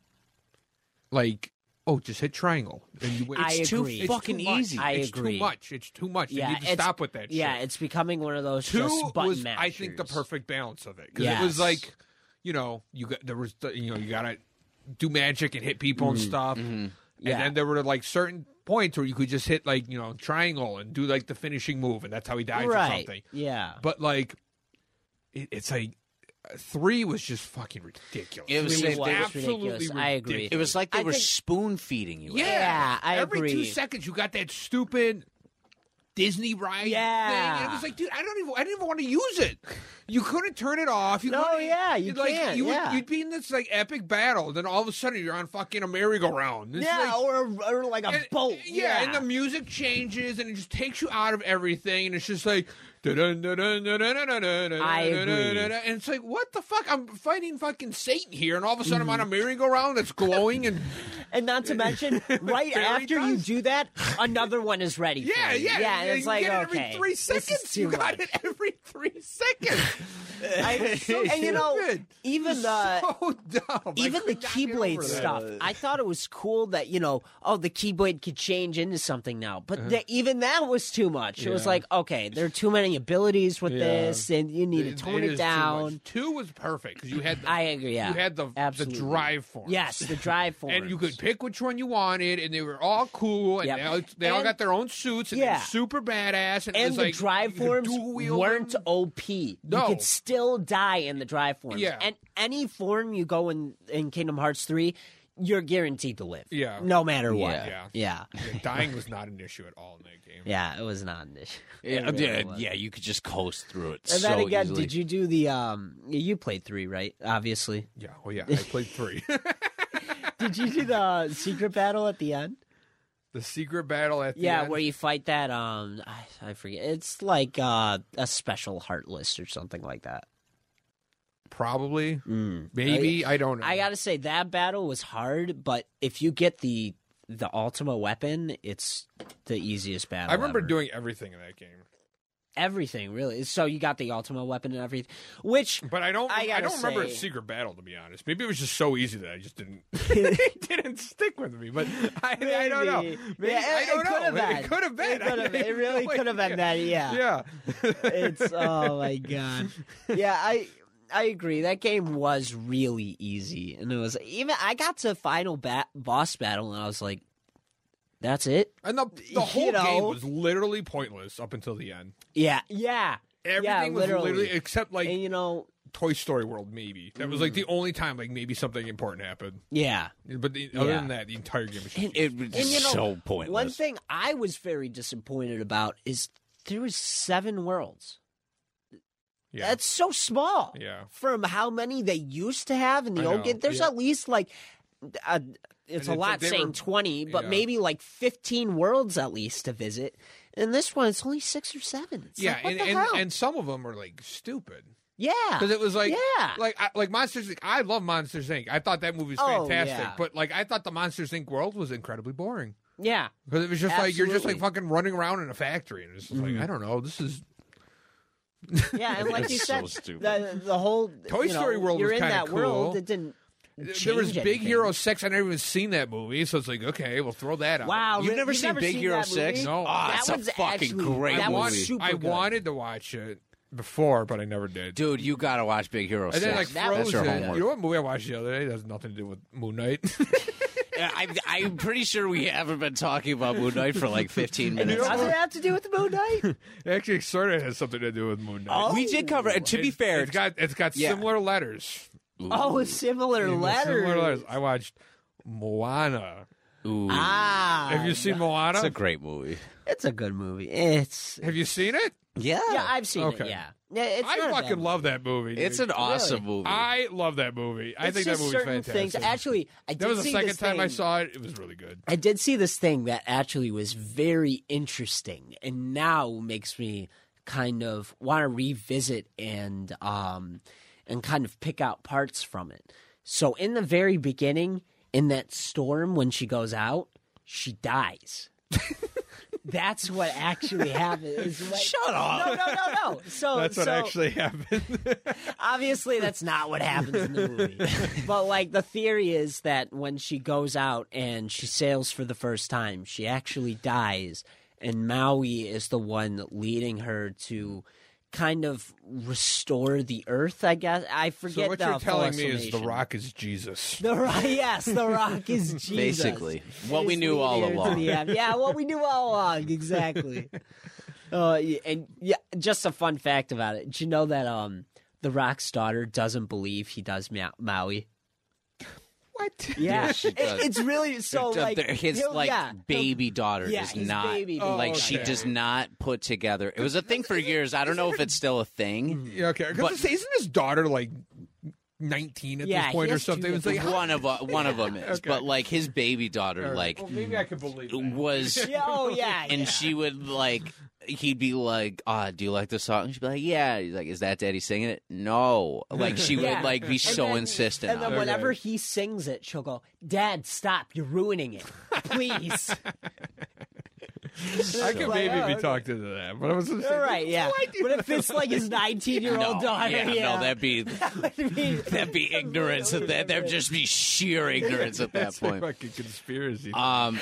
D: like, oh, just hit triangle and you win.
E: I
B: It's too
E: agree.
D: It's
B: fucking
D: too much.
B: easy.
E: I
D: it's
E: agree.
D: too much. It's too much.
E: Yeah,
D: you need to
E: it's-
D: stop with that.
E: Yeah,
D: shit.
E: it's becoming one of those
D: two
E: just button
D: was I think the
E: mashers.
D: perfect balance of it because it was
E: Yes.
D: like, you know, you got there was the- you know you gotta do magic and hit people and stuff, and
E: Mm-hmm. Yeah.
D: then there were like certain points where you could just hit like you know triangle and do like the finishing move, and that's how he dies or
E: right.
D: something.
E: Yeah.
D: But like, it, it's like uh, three was just fucking ridiculous.
B: It was
E: Three
B: they-
E: was
D: absolutely
E: ridiculous. I agree.
D: ridiculous.
B: It was like they
E: I
B: were
E: think-
B: spoon feeding you.
D: Yeah,
E: Yeah, I
D: every two
E: agree.
D: seconds you got that stupid Disney ride
E: Yeah.
D: thing. And it was like, dude, I don't even, I didn't even want to use it. You couldn't turn it off. You
E: No,
D: couldn't-
E: yeah, you
D: you'd like,
E: can't,
D: You would,
E: yeah.
D: you'd be in this like epic battle, then all of a sudden you're on fucking a merry-go-round. It's
E: yeah,
D: like-
E: or, or like a
D: and-
E: boat.
D: Yeah, and the music changes and it just takes you out of everything, and it's just like. dun-dun, dun-dun, dun-dun, dun-dun, dun-dun,
E: I agree.
D: dun-dun, And it's like, what the fuck? I'm fighting fucking Satan here, and all of a sudden I'm on a merry-go-round that's glowing and
E: And not to mention, right
D: Fairy
E: after you
D: dust.
E: do that, another one is ready.
D: Yeah,
E: for you.
D: yeah,
E: yeah. And
D: you
E: it's like
D: get it
E: okay,
D: every three
E: this is
D: seconds.
E: too
D: You got
E: much.
D: it every three seconds.
E: I- and you know,
D: stupid.
E: even the
D: so dumb. I
E: even the
D: could not get
E: Keyblade
D: over that.
E: stuff, I thought it was cool that you know, oh, the Keyblade could change into something now. But that- even that was too much. It was
D: Uh-huh. Yeah.
E: like, okay, there are too many abilities with this, and you need to tone it,
D: is too
E: down.
D: much. Two was perfect because you had the,
E: I agree. Yeah,
D: you had the
E: Absolutely.
D: the drive form.
E: Yes, the drive forms.
D: And you could pick which one you wanted, and they were all cool, and
E: Yep.
D: they, all, they all
E: And-
D: got their own suits, and
E: Yeah.
D: they're super badass. And, it
E: and
D: was
E: the
D: like,
E: drive
D: you could
E: forms
D: dual-wield
E: weren't
D: them.
E: OP.
D: No.
E: You could still die in the drive forms.
D: Yeah.
E: And any form you go in in Kingdom Hearts 3, you're guaranteed to live.
D: Yeah.
E: No matter what.
D: Yeah.
E: Yeah.
D: Yeah, dying was not an issue at all in that game.
E: Yeah, it was not an issue.
B: Yeah,
E: It really
B: yeah,
E: was.
B: yeah, you could just coast through it.
E: And
B: so
E: then again,
B: easily.
E: did you do the um y- you played 3, right? Obviously.
D: Yeah, well, yeah, I played three.
E: Did you do the uh, secret battle at the end?
D: the secret battle at the
E: Yeah,
D: end.
E: where you fight that um I, I forget. It's like uh a special heartless or something like that.
D: probably, maybe. Mm. I, don't know.
E: I gotta say that battle was hard, but if you get the the Ultima weapon, it's the easiest battle.
D: I remember
E: ever.
D: doing everything in that game,
E: everything really. So you got the Ultima weapon and everything, which
D: but I don't.
E: I
D: I,
E: gotta
D: don't remember
E: say-
D: a secret battle to be honest. Maybe it was just so easy that I just didn't it didn't stick with me. But I, I don't know.
E: Maybe.
D: Maybe,
E: Yeah,
D: I
E: it-
D: don't
E: it could've
D: know.
E: been.
D: It could have
E: It
D: been.
E: could've-
D: I have
E: it really
D: no
E: could've been
D: idea.
E: that, yeah.
D: Yeah.
E: it's oh my god. Yeah, I I agree. That game was really easy, and it was even. I got to final bat boss battle, and I was like, "That's it."
D: And the,
E: You
D: the whole game
E: know?
D: was literally pointless up until the end.
E: Yeah, yeah,
D: Everything
E: yeah,
D: was literally, except like
E: and Mm. you know,
D: Toy Story World, maybe. That was like the only time like maybe something important happened.
E: yeah.
D: But the, other
E: Yeah.
D: than that, the entire game was just
B: It was
E: And you know,
B: so pointless.
E: One thing I was very disappointed about is there was seven worlds.
D: yeah.
E: That's so small.
D: Yeah.
E: From how many they used to have in the
D: I
E: old
D: know,
E: game, there's
D: yeah.
E: at least like, uh, it's a
D: it's like
E: lot
D: they
E: saying
D: were-
E: twenty, but
D: yeah.
E: maybe like fifteen worlds at least to visit. And this one, it's only six or seven. It's
D: yeah,
E: like, what
D: and,
E: the
D: and,
E: hell?
D: and some of them are like stupid
E: yeah,
D: because it was like
E: Yeah.
D: like I, like Monsters Inc. I love Monsters Inc. I thought that movie was
E: Oh,
D: fantastic,
E: yeah.
D: but like I thought the Monsters Inc. world was incredibly boring
E: yeah,
D: because it was just like you're just like
E: Absolutely. Mm-hmm.
D: fucking running around in a factory and it's just like I don't know this is
E: yeah. And like you
B: It's
E: said,
B: so stupid.
E: the, the whole
D: Toy
E: you know,
D: Story world
E: You're
D: was
E: in
D: kinda
E: that world
D: cool.
E: that didn't.
D: there was
E: change
D: Big
E: anything.
D: Hero Six I never even seen that movie so it's like okay we'll throw that out
E: Wow,
B: You've
E: re-
B: never seen Big Hero
E: that
B: 6?
E: movie?
D: No.
B: Ah,
E: that
B: it's a
E: one's
B: fucking
E: actually,
B: great
E: that
D: wanted,
E: One's
B: movie.
E: super
D: I
E: good.
D: wanted to watch it before, but I never did.
B: Dude, you gotta watch Big Hero
D: and
B: 6.
D: then like
E: that was-
B: That's your
D: Frozen.
B: homework.
D: you know what movie I watched the other day that has nothing to do with Moon Knight?
B: I, I'm pretty sure we haven't been talking about Moon Knight for like 15 minutes.
D: know
E: Does it have to do with the Moon Knight?
D: it actually sort of has something to do with Moon Knight.
E: Oh.
B: we did cover it. And to
D: It-
B: be fair,
D: it's got it's got
B: Yeah.
D: similar letters.
E: oh, similar
D: You know,
E: letters.
D: Similar letters. I watched Moana.
B: Ooh,
E: Ah,
D: Have you seen Moana?
B: it's a great movie.
E: It's a good movie. It's
D: Have you seen it?
B: Yeah,
E: yeah, I've seen
D: Okay.
E: it. Yeah, yeah it's
D: I
E: not a
D: fucking
E: bad
D: love that movie. dude.
B: it's an awesome movie.
D: I love that movie. I
E: It's
D: think that
E: just
D: movie's
E: certain
D: fantastic.
E: things. Actually, I did
D: that was the
E: see
D: second
E: this
D: time I
E: thing-
D: saw it. It was really good.
E: I did see this thing that actually was very interesting, and now makes me kind of want to revisit and um and kind of pick out parts from it. So in the very beginning, in that storm when she goes out, she dies. That's what actually happened. It's like-
B: Shut up.
E: No, no, no, no. So
D: That's what
E: Oh, so,
D: actually happened.
E: obviously that's not what happens in the movie but like the theory is that when she goes out and she sails for the first time she actually dies and maui is the one leading her to kind of restore the earth i guess i forget
D: so what
E: the
D: you're telling
E: full
D: me is the
E: explanation.
D: Rock is Jesus.
E: the rock yes the rock is jesus
B: Basically, what we
E: It's
B: knew
E: leading
B: all
E: her to
B: along.
E: the end. Yeah, what we knew all along, exactly. uh, yeah, and yeah, just a fun fact about it. Did you know that um, The Rock's daughter doesn't believe he does Mau- Maui?
D: What?
E: Yeah,
B: she
E: It-
B: does.
E: it's really so
B: The-
E: like
B: the- his
E: he'll-
B: like
E: yeah,
B: baby daughter
E: Yeah,
B: is
E: his
B: not
E: baby
D: Oh,
B: like she
D: okay.
B: does not put together. It was a thing for years. I don't know if it's still a thing.
D: Yeah, okay.
B: But-
D: Because isn't his daughter like 19 at
E: Yeah,
D: this
E: he
D: point or
E: has two
D: something? It's like,
E: different-
B: One of uh, one of them is,
D: Okay.
B: but like his baby daughter, like
D: maybe I could believe
B: was
E: Yeah, oh yeah,
B: and
E: yeah.
B: she would like he'd be like ah do you like the song and she'd be like yeah he's like is that daddy singing it no like she
E: Yeah.
B: would like be
E: And
B: so
E: then-
B: insistent
E: And then
B: on it.
E: whenever he sings it, she'll go, "Dad, stop! You're ruining it, please."
D: I could
E: Like,
D: maybe
E: oh,
D: be
E: okay.
D: talked into that, but I was just
E: All right, yeah. But if it's like his 19 year
B: no,
E: old daughter,
B: yeah,
E: yeah.
B: no that'd be
E: that'd be,
B: that'd be ignorance at that that'd just be sheer ignorance at that
D: It's a
B: point
D: fucking conspiracy.
E: Uh,
B: um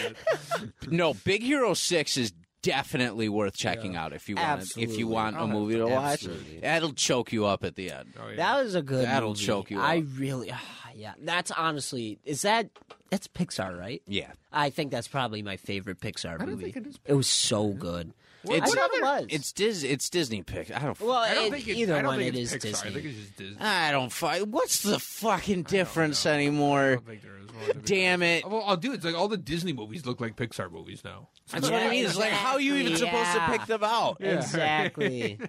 B: no big hero 6 is definitely worth checking out if you want it- if
E: Absolutely.
B: you want a movie to watch that'll choke you up at the end
D: Oh, yeah.
E: That was a good.
B: That'll
E: movie.
B: choke you
E: I
B: up.
E: really, ah, yeah. That's honestly, is that that's Pixar, right?
B: yeah
E: I think that's probably my favorite Pixar movie.
D: think it is
E: was so good.
B: It's-
E: I thought it was.
B: it's Dis- it's Disney pick I don't
E: well,
D: I don't
E: it-
D: think it,
E: either
D: I don't
E: one
D: think
E: it
D: it's
E: is
D: Pixar.
E: Disney.
D: I think it's just
E: Uh,
D: Disney. I
B: I don't fi What's the fucking difference anymore?
D: don't think there is one. to be
B: Damn
D: honest. Oh,
B: it.
D: Well, I'll do. It's like all the Disney movies look like Pixar movies now.
B: That's what I mean. It's like, how are you even
E: Exactly,
B: supposed to
E: yeah.
B: pick them out?
E: Exactly.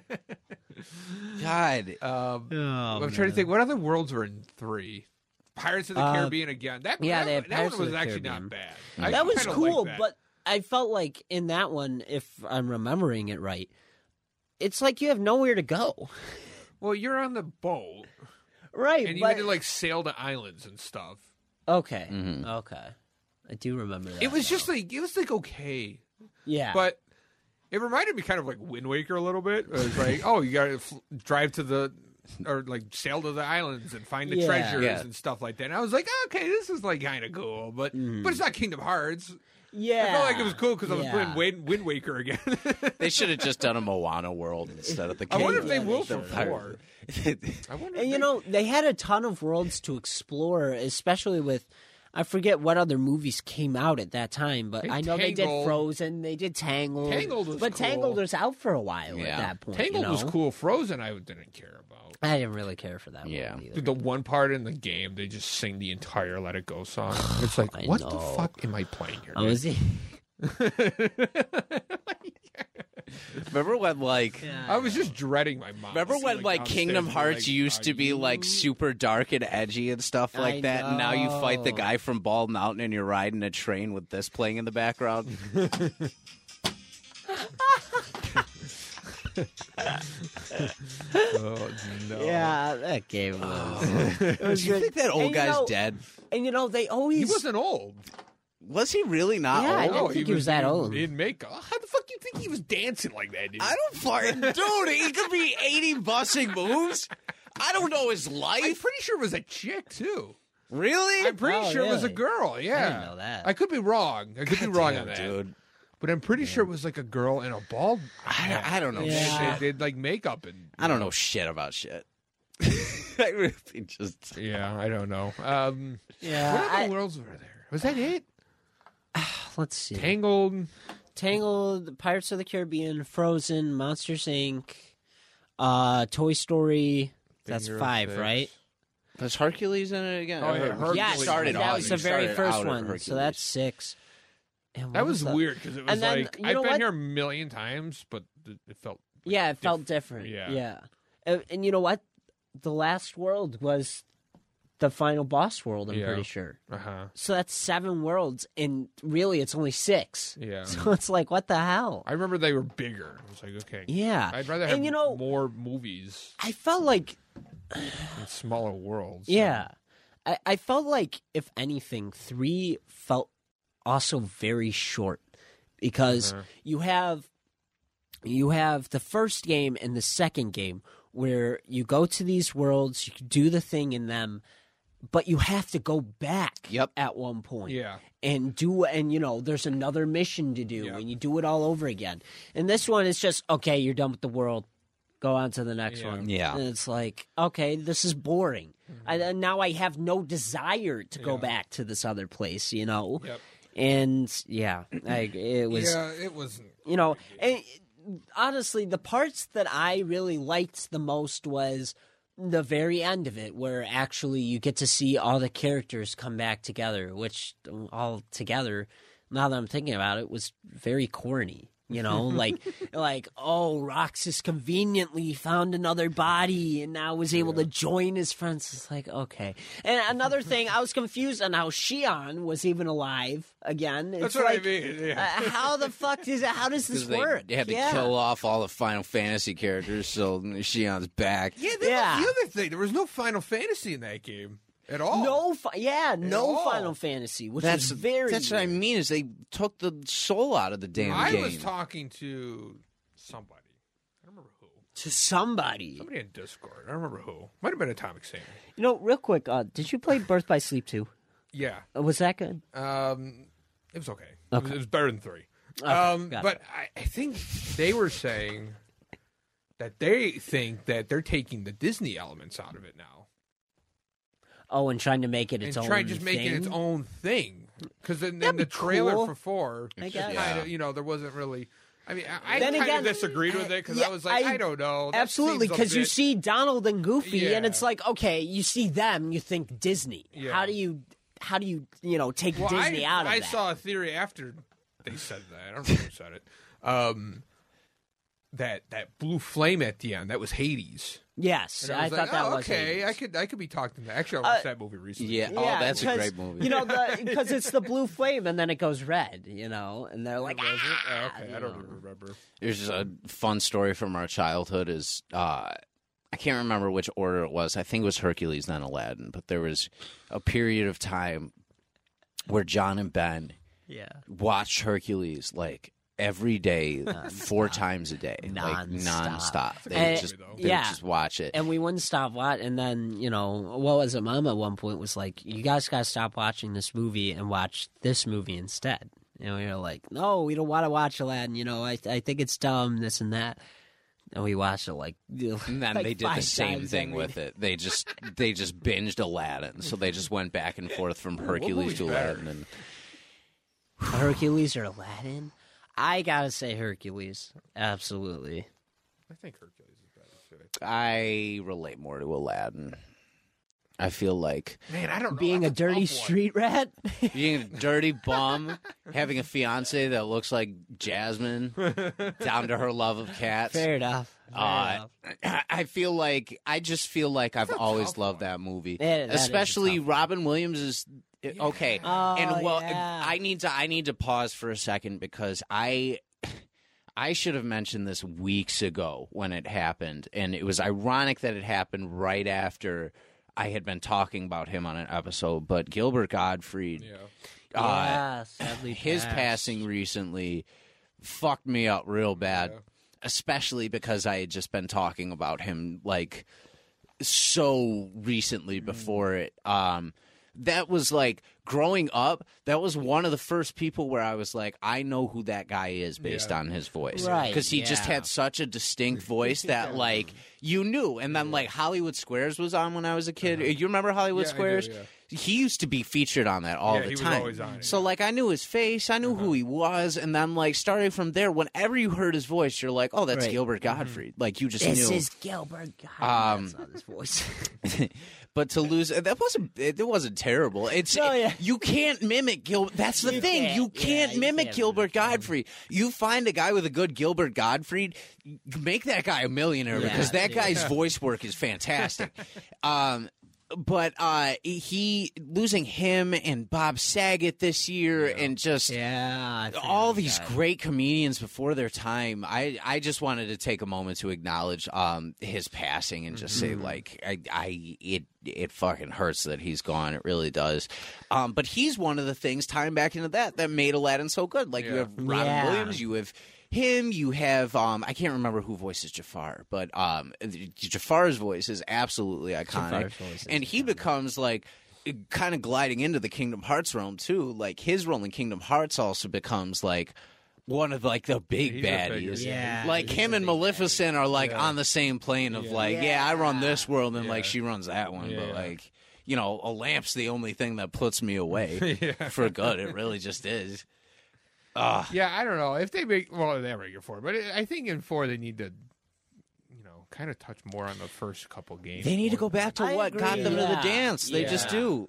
B: God.
D: Um, I'm trying to think. What other worlds were in three? Pirates of the
E: Uh,
D: Caribbean again. That
E: yeah, they
D: that,
E: had
D: that
E: Pirates of
D: one was
E: the
D: actually
E: Caribbean.
D: not bad. I
E: that was
D: kinda
E: cool,
D: liked that.
E: but I felt like in that one, if I'm remembering it right, it's like you have nowhere to go.
D: well, you're on the boat.
E: Right.
D: and he
E: but-
D: had to like sail to islands and stuff.
E: okay.
B: Mm-hmm.
E: Okay. I do remember that.
D: It was just like it was like okay,
E: yeah.
D: but it reminded me kind of like Wind Waker a little bit. It was like, oh, you got to fl- drive to the or like sail to the islands and find the
E: Yeah.
D: treasures
B: Yeah.
D: and stuff like that. And I was like, "Oh, okay, this is like kind of cool, but but it's not Kingdom Hearts.
E: yeah.
D: I felt like it was cool because I was
E: Yeah.
D: playing Wind, Wind Waker again.
B: They should have just done a Moana world instead of the.
D: I wonder if
B: King
D: they
B: of
D: will
B: the
D: for four.
B: Pirates.
D: I wonder. if
E: And you
D: they-
E: know, they had a ton of worlds to explore, especially with I forget what other movies came out at that time, but
D: Hey,
E: I know they did
D: Tangled.
E: Frozen, they did Tangled.
D: Tangled was
E: but
D: cool.
E: Tangled was out for a while
B: Yeah.
E: at that point. you
D: Tangled was
E: know?
D: cool. Frozen, I didn't care about.
E: I didn't really care for that
B: Yeah.
E: one either.
D: Dude, the one part in the game, they just sing the entire "Let It Go" song. It's like,
E: I
D: what the
E: know.
D: fuck am I playing here?
E: I was
B: Remember when like.
D: I was just dreading my mom.
B: Remember
D: She,
B: when like
D: downstairs
B: Kingdom
D: was
B: Hearts
D: like,
B: used
D: "Are
B: to be
D: you
B: like super dark and edgy and stuff like
E: I
B: that, and now you fight the
E: know.
B: guy from Bald Mountain and you're riding a train with this playing in the background.
D: Oh, no.
E: Yeah, that game was it was
B: Do you
E: good.
B: think that
E: And
B: old
E: you
B: guy's
E: know-
B: dead?
E: And you know, they always
D: He wasn't old.
B: Was he really not
E: Yeah, I
B: old?
E: didn't think he was that old.
D: In makeup. How the fuck do you think he was dancing like that, dude?
B: I don't fucking dude. He could be eighty busing moves. I don't know his
D: I'm
B: life.
D: pretty sure it was a chick, too.
B: Really?
D: I'm pretty
E: Oh,
D: sure it was a
E: really?
D: girl, yeah.
E: know that.
D: I could be wrong. I could be wrong on that.
B: dude.
D: But I'm pretty sure it was like a girl and a bald.
B: I, I don't know
E: Yeah.
B: shit.
D: They did like makeup and.
B: I don't know shit about shit. I really just
D: Yeah, I don't know. Um,
E: Yeah,
D: what other
E: I-
D: worlds were there? Was that it?
E: let's see.
D: Tangled.
E: Tangled, Pirates of the Caribbean, Frozen, Monsters Inc., uh, Toy Story. That's
D: Finger of
E: five,
D: Six.
E: right?
B: was Hercules in it again.
D: Oh, yeah,
B: Or-
D: Hercules.
E: Yes,
B: started
E: that
B: off-
E: was
B: he
E: the very
B: started out
E: first
B: at
E: one.
B: Hercules.
E: So that's six. And what
D: That was
E: the-
D: weird because it was
E: And then,
D: like
E: you
D: I've
E: know
D: been
E: what?
D: here a million times, but th- it felt
E: Yeah, it felt different.
D: yeah.
E: Yeah, And, and you know what? The last world was the final boss world. I'm
D: Yeah.
E: pretty sure.
D: uh huh.
E: So that's seven worlds, and really, it's only six.
D: Yeah.
E: So it's like, what the hell?
D: I remember they were bigger. I was like, okay,
E: Yeah,
D: I'd rather
E: And
D: have
E: you know-
D: more movies
E: I felt like
D: in smaller worlds.
E: Yeah. I, I felt like, if anything, three felt also very short because
D: Mm-hmm.
E: you have you have the first game and the second game where you go to these worlds, you can do the thing in them, but you have to go back
B: Yep.
E: at one point
D: yeah.
E: and do and you know there's another mission to do
D: Yeah.
E: and you do it all over again. And this one is just okay, you're done with the world. Go on to the next
D: Yeah. Mm-hmm.
E: one.
B: Yeah.
E: And it's like, okay, this is boring. I, and now I have no desire to go
D: Yeah.
E: back to this other place, you know?
D: Yep.
E: And yeah, like it was,
D: yeah, it was.
E: you know, and honestly, the parts that I really liked the most was the very end of it, where actually you get to see all the characters come back together, which all together, now that I'm thinking about it, was very corny. You know, like, like, oh, Roxas conveniently found another body and now was able to join his friends. It's like, okay. And another thing, I was confused on how Shion was even alive again. It's
D: That's what
E: like,
D: I mean. Yeah.
E: uh, how the fuck does how does this
B: Because they,
E: work?
B: they had to
E: yeah.
B: kill off all the Final Fantasy characters, so Shion's back.
D: yeah, that
E: yeah.
D: was the other thing. There was no Final Fantasy in that game at all.
E: no, fi- yeah, no
D: Oh. all.
E: Final Fantasy, which is very
B: that's what I
E: weird.
B: mean is they took the soul out of the damn
D: I
B: game.
D: was talking to somebody. I don't remember who.
E: to somebody.
D: Somebody in Discord. I don't remember who. Might have been Atomic Sam.
E: You know, real quick, uh, did you play Birth by Sleep too?
D: Yeah.
E: Uh, Was that good?
D: Um, it was okay. It, was, it was better than three. um,
E: got
D: but I, I think they were saying that they think that they're taking the Disney elements out of it now
E: Oh, and trying to make it its
D: and
E: own
D: try just making
E: thing?
D: its own thing. Because in, in
E: That'd
D: the
E: be
D: trailer
E: cool.
D: for four,
E: I
D: it
E: guess.
D: kinda, you know, there wasn't really. I mean, I, I
E: Then
D: kind
E: again,
D: of disagreed with it because
E: yeah,
D: I was like, I,
E: I-
D: don't know. that
E: Absolutely,
D: seems a
E: because you
D: bit-
E: see Donald and Goofy, and
D: Yeah.
E: it's like, okay, you see them, you think Disney.
D: Yeah.
E: How do you, how do you, you know, take
D: Well,
E: Disney
D: I,
E: out of
D: I
E: that?
D: saw a theory after they said that. I don't know who said it. Um, that that blue flame at the end that was Hades.
E: yes,
D: And
E: I,
D: was
E: thought
D: like,
E: that
D: oh,
E: was
D: okay.
E: Hades. Uh,
D: I could I could be talked into. Actually, I watched that movie recently.
B: yeah, oh, that's a
E: 'cause,
B: great movie.
E: You know, because it's the blue flame and then it goes red, you know, and they're like,
D: Was it?
E: ah!
D: Oh, okay, I don't remember.
B: There's a fun story from our childhood is uh I can't remember which order it was. I think it was Hercules, not Aladdin. But there was a period of time where John and Ben
E: Yeah.
B: watched Hercules like every day, four times a day, like
E: Nonstop.
B: nonstop. They
E: And-
B: would just, they would
E: yeah.
B: just watch it.
E: And we wouldn't stop watching. And then, you know, what was it? Mom at one point was like, you guys got to stop watching this movie and watch this movie instead. And we were like, no, we don't want to watch Aladdin. You know, I, I think it's dumb, this and that. And we watched it like.
B: And then
E: like
B: they did the
E: five
B: same
E: times
B: thing
E: every
B: with it. They just they just binged Aladdin, so they just went back and forth from Hercules to Aladdin. And
E: Hercules or Aladdin? I gotta say Hercules. Absolutely.
D: I think Hercules is better.
B: I relate more to Aladdin. I feel like
D: Too. Man, I don't know.
E: Being a
D: That's tough
E: dirty
D: one.
E: street rat?
B: being a dirty bum, having a fiance that looks like Jasmine, down to her love of cats.
E: Fair enough. Fair
B: Uh,
E: enough.
B: I feel like I just feel like I've always loved that movie,
E: Yeah, that is a
B: especially
E: tough
B: Robin Williams is eh, okay.
E: Oh,
B: and well,
E: yeah.
B: I need to I need to pause for a second because I I should have mentioned this weeks ago when it happened, and it was ironic that it happened right after I had been talking about him on an episode. But Gilbert Gottfried,
D: Yeah.
B: uh,
E: yeah, sadly
B: his
E: passed.
B: passing recently fucked me up real bad, especially because I had just been talking about him like so
D: Mm.
B: recently before it. Um, that was like growing up. That was one of the first people where I was like, I know who that guy is based on his voice,
E: Right,
B: Because he just
E: yeah.
B: had such a distinct voice that like you knew. And then like Hollywood Squares was on when I was a kid. You remember Hollywood
D: Uh-huh. Yeah, I do,
B: Squares?
D: yeah.
B: He used to be featured on that all
D: Yeah,
B: the
D: he was
B: time.
D: always on it,
B: so
D: yeah.
B: like I knew his face, I knew
E: Uh-huh.
B: who he was, and then like starting from there, whenever you heard his voice, you're like, oh, that's
E: Right. Mm-hmm.
B: Gilbert Gottfried. Like you um, just
E: This
B: knew.
E: is Gilbert. God, that's not his voice.
B: but to lose uh, that wasn't it, it wasn't terrible. It's
E: No, yeah.
B: you can't mimic Gilbert. That's the thing.
E: can't.
B: you
E: Yeah,
B: can't
E: you
B: mimic
E: can't
B: Gilbert
E: mimic him.
B: Gottfried. You find a guy with a good Gilbert Gottfried, make that guy a millionaire
E: Yeah,
B: because that
E: yeah.
B: guy's voice work is fantastic. um, but uh, he losing him and Bob Saget this year and just
E: yeah. I forgot
B: all
E: about
B: these
E: that.
B: great comedians before their time. I, I just wanted to take a moment to acknowledge um, his passing and just say like I, I it it fucking hurts that he's gone. It really does. Um, but he's one of the things tying back into that that made Aladdin so good. Like you
D: Yeah.
B: have Robin
E: Yeah.
B: Williams, you have him, you have um, I can't remember who voices Jafar, but um, Jafar's voice is absolutely iconic,
E: Jafar's voice is
B: and he becomes like kind of gliding into the Kingdom Hearts realm too. Like his role in Kingdom Hearts also becomes like one of like the big
D: He's a big-
B: baddies.
E: Yeah,
B: Like
E: he's
B: him
E: a
B: and
E: big
B: Maleficent are like on the same plane of like, yeah. I run this world and like
D: Yeah.
B: she runs that one, but
D: Yeah.
B: like you know, a lamp's the only thing that puts me away for good. It really just is.
D: Yeah, I don't know if they make well they already get four, but I think in four they need to, you know, kind of touch more on the first couple games.
B: They need to go back to
E: I
B: what got
E: agree.
B: them to the
E: Yeah.
B: dance. They just
E: Yeah.
B: do.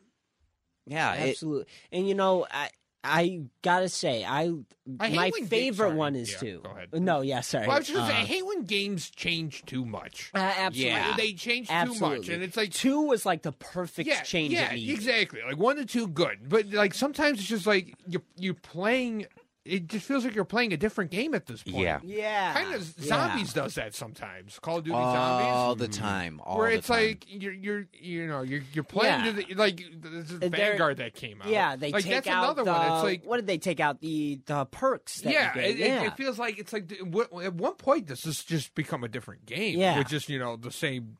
B: Yeah, it-
E: Absolutely. and you know, I I gotta say, I,
D: I hate
E: my
D: when games-
E: favorite
D: sorry.
E: one is
D: Yeah,
E: two.
D: go ahead.
E: No, yeah, sorry.
D: Well, I was just gonna say, I
E: Uh,
D: hate when games change too much.
E: uh, absolutely.
B: Yeah.
D: They change
E: Absolutely.
D: too much, and it's like
E: two was like the perfect
D: yeah,
E: change
D: yeah,
E: it needed.
D: exactly. Like one to two, good, but like sometimes it's just like you you're playing. It just feels like you're playing a different game at this point.
B: Yeah.
E: Yeah.
D: kind of zombies does that sometimes. Call of Duty
B: all
D: zombies. Mm-hmm.
B: the time. All
D: where
B: the
D: it's
B: time.
D: like you're you're you know you're you're playing
E: Yeah.
D: to the like this is
E: They're-
D: Vanguard that came out.
E: Yeah, they
D: like
E: take
D: that's
E: out
D: another
E: the,
D: one. It's like
E: what did they take out the the perks? That you
D: yeah,
E: get?
D: it, it-
E: yeah.
D: It, feels like it's like d- what- at one point this has just become a different game.
E: Yeah.
D: with just you know the same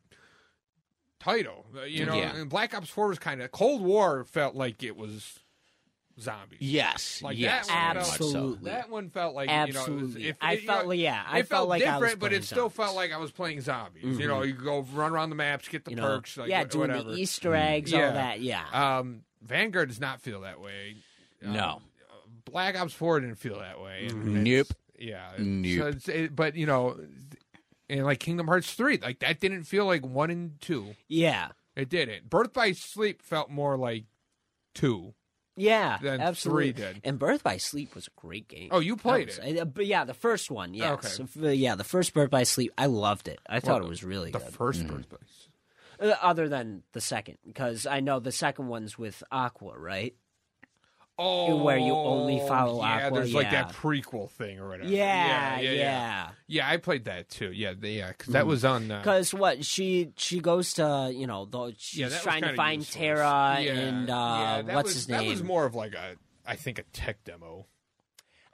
D: title. Uh, You know,
B: Yeah.
D: and Black Ops Four was kind of Cold War felt like it was zombies.
B: yes,
D: Like
B: yes,
D: that
B: very much so.
E: Absolutely.
D: That one felt like You know, it was,
E: Absolutely.
D: if,
E: I
D: it- you
E: felt
D: know,
E: like- yeah, I
D: it
E: felt like I was
D: different, but
E: playing
D: it still felt
E: zombies. Mm-hmm.
D: like I was playing zombies. You know, you go run around the maps, get the
E: you know,
D: perks, like,
E: yeah,
D: wh-
E: doing
D: whatever.
E: the Easter eggs,
D: Yeah.
E: all that. Yeah.
D: Um, Vanguard does not feel that way. Um,
B: No.
D: Black Ops Four didn't feel that way. And
B: Mm-hmm. Nope.
D: it's- Yeah.
B: Nope.
D: So it's, it, but you know, and like Kingdom Hearts Three, like that didn't feel like one and two.
E: yeah.
D: It didn't. Birth by Sleep felt more like two.
E: Yeah,
D: than three
E: absolutely.
D: did.
E: And Birth by Sleep was a great game.
D: Oh, you played
E: That
D: it.
E: uh, but yeah, the first one. Yes.
D: Okay.
E: F- uh, Yeah, the first Birth by Sleep. I loved it. I thought
D: Well,
E: it was really
D: The
E: good.
D: 1st
B: Mm-hmm.
D: Birth by Sleep.
E: Uh, Other than the second, because I know the second one's with Aqua, right?
D: Oh,
E: where you only follow
D: yeah,
E: Aqua,
D: There's like
E: yeah.
D: that prequel thing or whatever.
E: Yeah, yeah.
D: Yeah, I played that too. Yeah, they, yeah, because
B: Mm.
D: that was on. Uh,
E: Because what she she goes to you know the, she's
D: yeah, that was
E: trying to
D: kinda
E: find
D: useless.
E: Tara
D: Yeah,
E: and uh,
D: yeah, that
E: what's
D: was-
E: his
D: That
E: name?
D: was more of like a, I think, a tech demo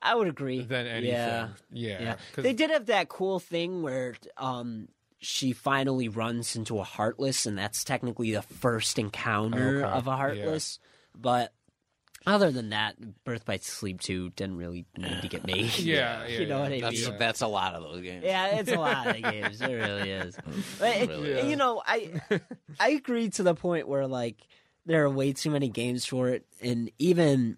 E: I would agree.
D: than anything.
E: Yeah,
D: Yeah,
E: yeah.
D: 'cause-
E: They did have that cool thing where um she finally runs into a heartless, and that's technically the first encounter
D: Okay,
E: of a
D: yeah.
E: heartless. But other than that, Birth by Sleep Two didn't really need to get made.
D: Yeah, yeah,
E: you know
D: yeah.
E: what I mean.
B: That's that's a lot of those games.
E: Yeah, it's a lot of games. It really is. But,
B: Really
D: is.
E: You know, I I agree to the point where like there are way too many games for it, and even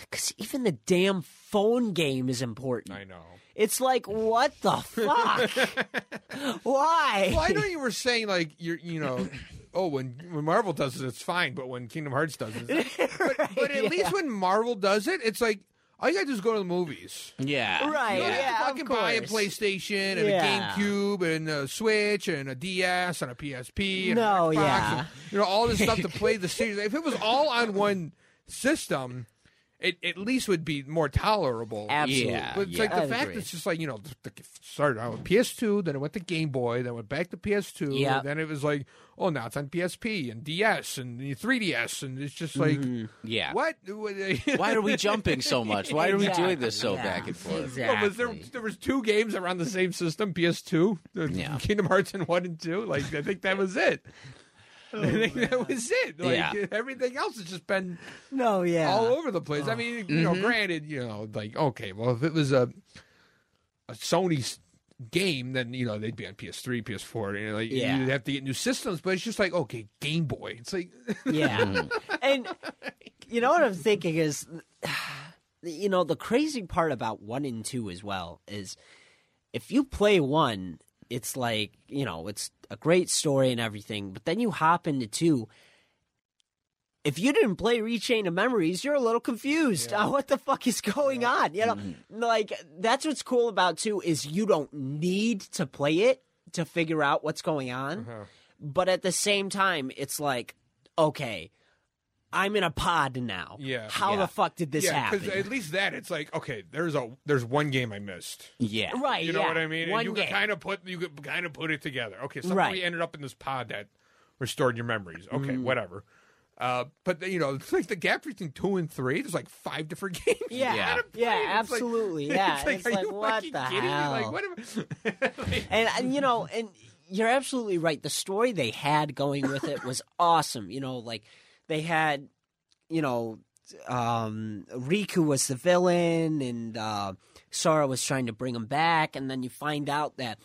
E: because even the damn phone game is important.
D: I know.
E: It's like what the fuck? Why?
D: Well, I know you were saying like you're, you know, oh, when when Marvel does it, it's fine, but when Kingdom Hearts does it, it's not. but, but at least when Marvel does it, it's like all you gotta do is go to the movies.
B: Yeah.
E: Right?
D: You don't have to
E: Yeah, of
D: fucking buy a
E: course.
D: PlayStation and
E: Yeah.
D: a GameCube and a Switch and a DS and a PSP. And
E: No,
D: an Xbox
E: yeah.
D: and, you know all this stuff to play the series. If it was all on one system, it at least would be more tolerable.
E: Absolutely.
B: Uh, Yeah.
D: But it's like
E: I'd
D: the fact
E: agree.
D: it's just like you know the, the, started out with PS2, then it went to Game Boy, then went back to PS2,
E: Yeah.
D: then it was like oh now it's on PSP and DS and the 3DS, and it's just like
B: Mm-hmm. Yeah.
D: what? Why
B: Why are we jumping so much? Why are we doing this so
E: Yeah.
B: back and forth?
E: Exactly.
D: was there there was two games that were on the same system, PS2, the
B: Yeah.
D: Kingdom Hearts and one and two. Like I think that was it. I think that was it. Like
B: Oh, Yeah.
D: everything else has just been
E: No, yeah. Mm-hmm.
D: all over the place. I mean, you know, granted, you know, like okay, well, if it was a a Sony's game, then you know they'd be on PS3, PS4, you know, like
E: Yeah.
D: you'd have to get new systems. But it's just like okay, Game Boy. It's like
E: Yeah. and you know what I'm thinking is, you know, the crazy part about one and two as well is if you play one, it's like, you know, it's a great story and everything, but then you hop into two. If you didn't play Rechain of Memories, you're a little confused. on what the fuck is going on? You know, like that's what's cool about two is you don't need to play it to figure out what's going on.
D: Uh-huh.
E: But at the same time, it's like, okay, I'm in a pod now.
D: Yeah.
E: How
B: Yeah.
E: the fuck did this
D: yeah,
E: happen?
D: because at least that it's like okay, there's a there's one game I missed.
B: Yeah.
E: right.
D: You know
E: yeah.
D: what I mean?
E: One
D: and you
E: game.
D: could kind of put you could kind of put it together. Okay, so
E: Right. Mm.
D: we ended up in this pod that restored your memories. Okay, whatever. Uh, but you know, it's like the gap between two and three, there's like five different games. you
E: Yeah.
D: gotta play.
E: Yeah,
D: It's like-
E: absolutely. Yeah.
D: it's like,
E: It's
D: are
E: like,
D: you
E: what
D: fucking
E: the
D: kidding me? Like,
E: hell?
D: what am I-
E: and, and you know, and you're absolutely right. The story they had going with it was awesome. You know, like they had, you know, um, Riku was the villain, and uh, Sora was trying to bring him back, and then you find out that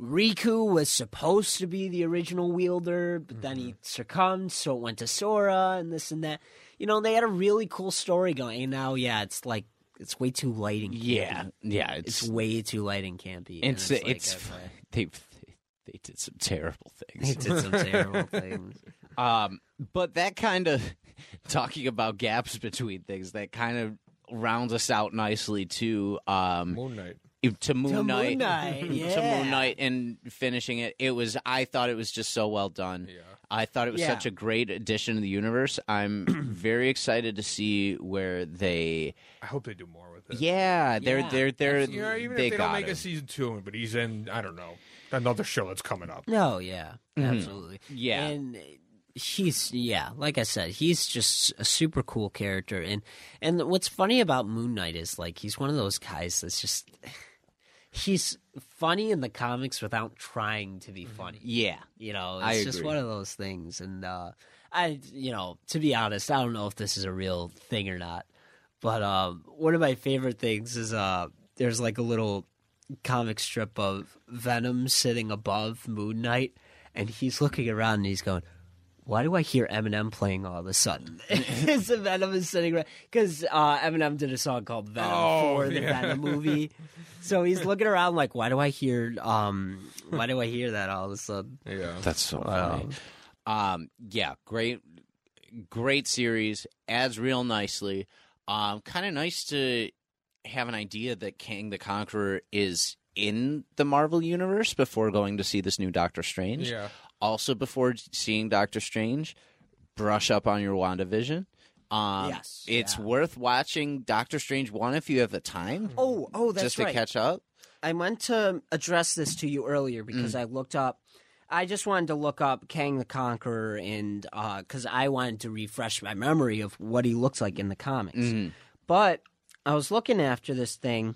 E: Riku was supposed to be the original wielder, but then
D: Mm-hmm.
E: he succumbed, so it went to Sora, and this and that. You know, they had a really cool story going. And now, yeah, it's like it's way too light and
B: Yeah. Yeah.
E: it's
B: It's
E: way too light and campy. and
B: it's it's,
E: like, uh, okay.
B: they they did some terrible
E: They
B: things.
E: did some terrible things.
B: Um, but that kind of talking about gaps between things that kind of rounds us out nicely to um
D: Moon Knight.
B: to Moon
E: To Moon
B: Knight,
E: Knight,
B: to
E: yeah.
B: Moon Knight, and finishing it. It was I thought it was just so well done.
D: Yeah.
B: I thought it was
E: Yeah.
B: such a great addition to the universe. I'm very excited to see where they.
D: I hope they do more with it.
B: Yeah, they're
E: Yeah.
B: they're they're
D: You know, even
B: they
D: if they
B: got
D: don't make
B: him.
D: a season two, but he's in. I don't know another show that's coming up.
E: No, yeah, absolutely.
B: Mm-hmm. Yeah.
E: and he's yeah, like I said, he's just a super cool character. And and what's funny about Moon Knight is like he's one of those guys that's just he's funny in the comics without trying to be funny.
B: Mm-hmm. Yeah,
E: You know, it's
B: I
E: just
B: agree.
E: one of those things. And uh, I, you know, to be honest, I don't know if this is a real thing or not. But um, one of my favorite things is uh, there's like a little comic strip of Venom sitting above Moon Knight, and he's looking around and he's going. Why do I hear Eminem playing all of a sudden? It's the Venom is sitting around because uh, Eminem did a song called Venom
D: Oh,
E: for the
D: yeah.
E: Venom movie, so he's looking around like, why do I hear, um, why do I hear that all of a sudden?
D: Yeah.
B: that's so funny. Um, yeah, great, great series. Adds real nicely. Um, kind of nice to have an idea that Kang the Conqueror is in the Marvel universe before going to see this new Doctor Strange.
D: Yeah.
B: Also, before seeing Doctor Strange, brush up on your WandaVision Um,
E: Yes.
B: It's worth watching Doctor Strange 1 if you have the time.
E: Oh, oh, that's
B: just to
E: right.
B: catch up.
E: I meant to address this to you earlier
D: Mm.
E: because I looked up. I just wanted to look up Kang the Conqueror and because I wanted to refresh my memory of what he looks like in the comics.
D: Mm-hmm.
E: But I was looking after this thing,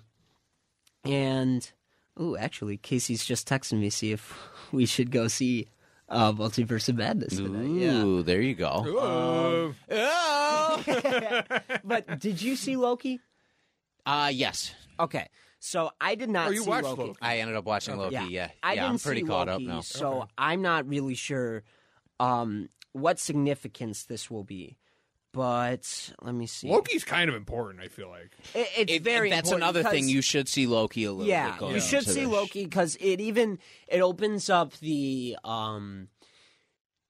E: and oh, actually, Casey's just texting me see if we should go see uh, Multiverse of Madness tonight. Yeah.
B: Ooh, there you go.
E: Um,
D: Whoa.
E: But did you see Loki?
B: Uh yes.
E: Okay, so I did not
D: oh, you
E: see
D: watched
E: Loki.
D: Loki.
B: I ended up watching Loki. Yeah, yeah.
E: I didn't
B: am pretty
E: see
B: caught
E: Loki,
B: up now.
E: So I'm not really sure um, what significance this will be. But let me see.
D: Loki's kind of important. I feel like
E: It, it's
B: It-
E: very.
B: that's
E: important
B: another thing
E: because-
B: you should see Loki a little
E: Yeah,
B: bit. going
E: you should
B: into
E: see
B: this.
E: Loki because it even it opens up the um.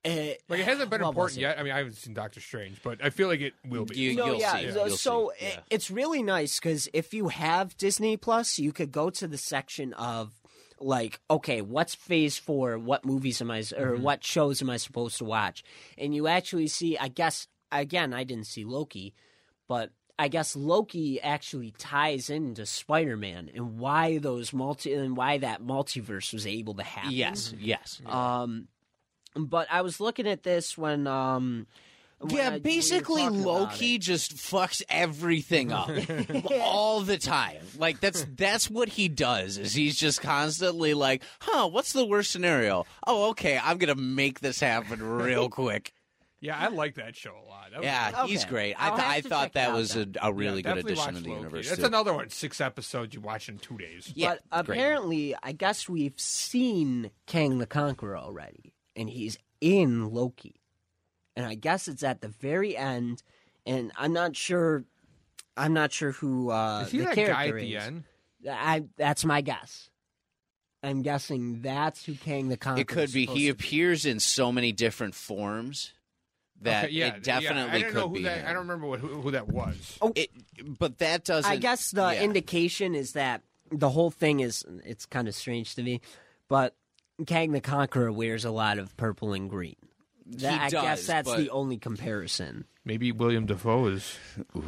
E: eh,
D: like it hasn't been
E: what was
D: important
E: it?
D: yet. I mean, I haven't seen Doctor Strange, but I feel like it will be.
B: You-
E: No,
B: you'll
E: yeah.
B: see,
E: so-
B: you'll
E: so
B: see,
E: it-
B: yeah.
E: it's really nice because if you have Disney Plus, you could go to the section of like, okay, what's Phase Four? What movies am I or
B: Mm-hmm.
E: what shows am I supposed to watch? And you actually see, I guess, again, I didn't see Loki, but I guess Loki actually ties into Spider Man and why those multi and why that multiverse was able to happen.
B: Yes, yes.
E: Um, but I was looking at this when um. when I-
B: yeah,
E: we were
B: basically
E: talking about it.
B: Loki just fucks everything up all the time. Like that's that's what he does. Is he's just constantly like, "Huh, what's the worst scenario? Oh, okay, I'm going to make this happen real quick."
D: yeah, I like that show a lot. That was-
B: Yeah,
E: Okay.
B: he's great. I
E: I'll
B: th-
E: have
B: I
E: to
B: thought
E: check it
B: that
E: out
B: was a,
E: then.
B: a really
D: Yeah,
B: good
D: definitely
B: addition
D: watch
B: to the
D: Loki.
B: universe.
D: That's
B: too.
D: another one. Six episodes. You watch in two days.
B: Yeah,
E: but
B: great.
E: apparently, I guess we've seen Kang the Conqueror already, and he's in Loki. And I guess it's at the very end, and I'm not sure. I'm not sure who uh,
D: Is he
E: the
D: that
E: character
D: guy at the
E: is.
D: end?
E: I, that's my guess. I'm guessing that's who Kang the Conqueror.
B: It could
E: is
B: be.
E: supposed
B: He
E: to be.
B: appears in so many different forms that
D: Okay, yeah,
B: it
D: yeah,
B: definitely
D: I don't
B: could
D: know who
B: be.
D: that.
B: him.
D: I don't remember what, who, who that was.
B: It, but that doesn't.
E: I guess the
B: yeah.
E: indication is that the whole thing is. It's kind of strange to me, but Kang the Conqueror wears a lot of purple and green. That, I guess
B: does,
E: that's
B: but-
E: the only comparison.
D: Maybe William Defoe is.
B: Uh,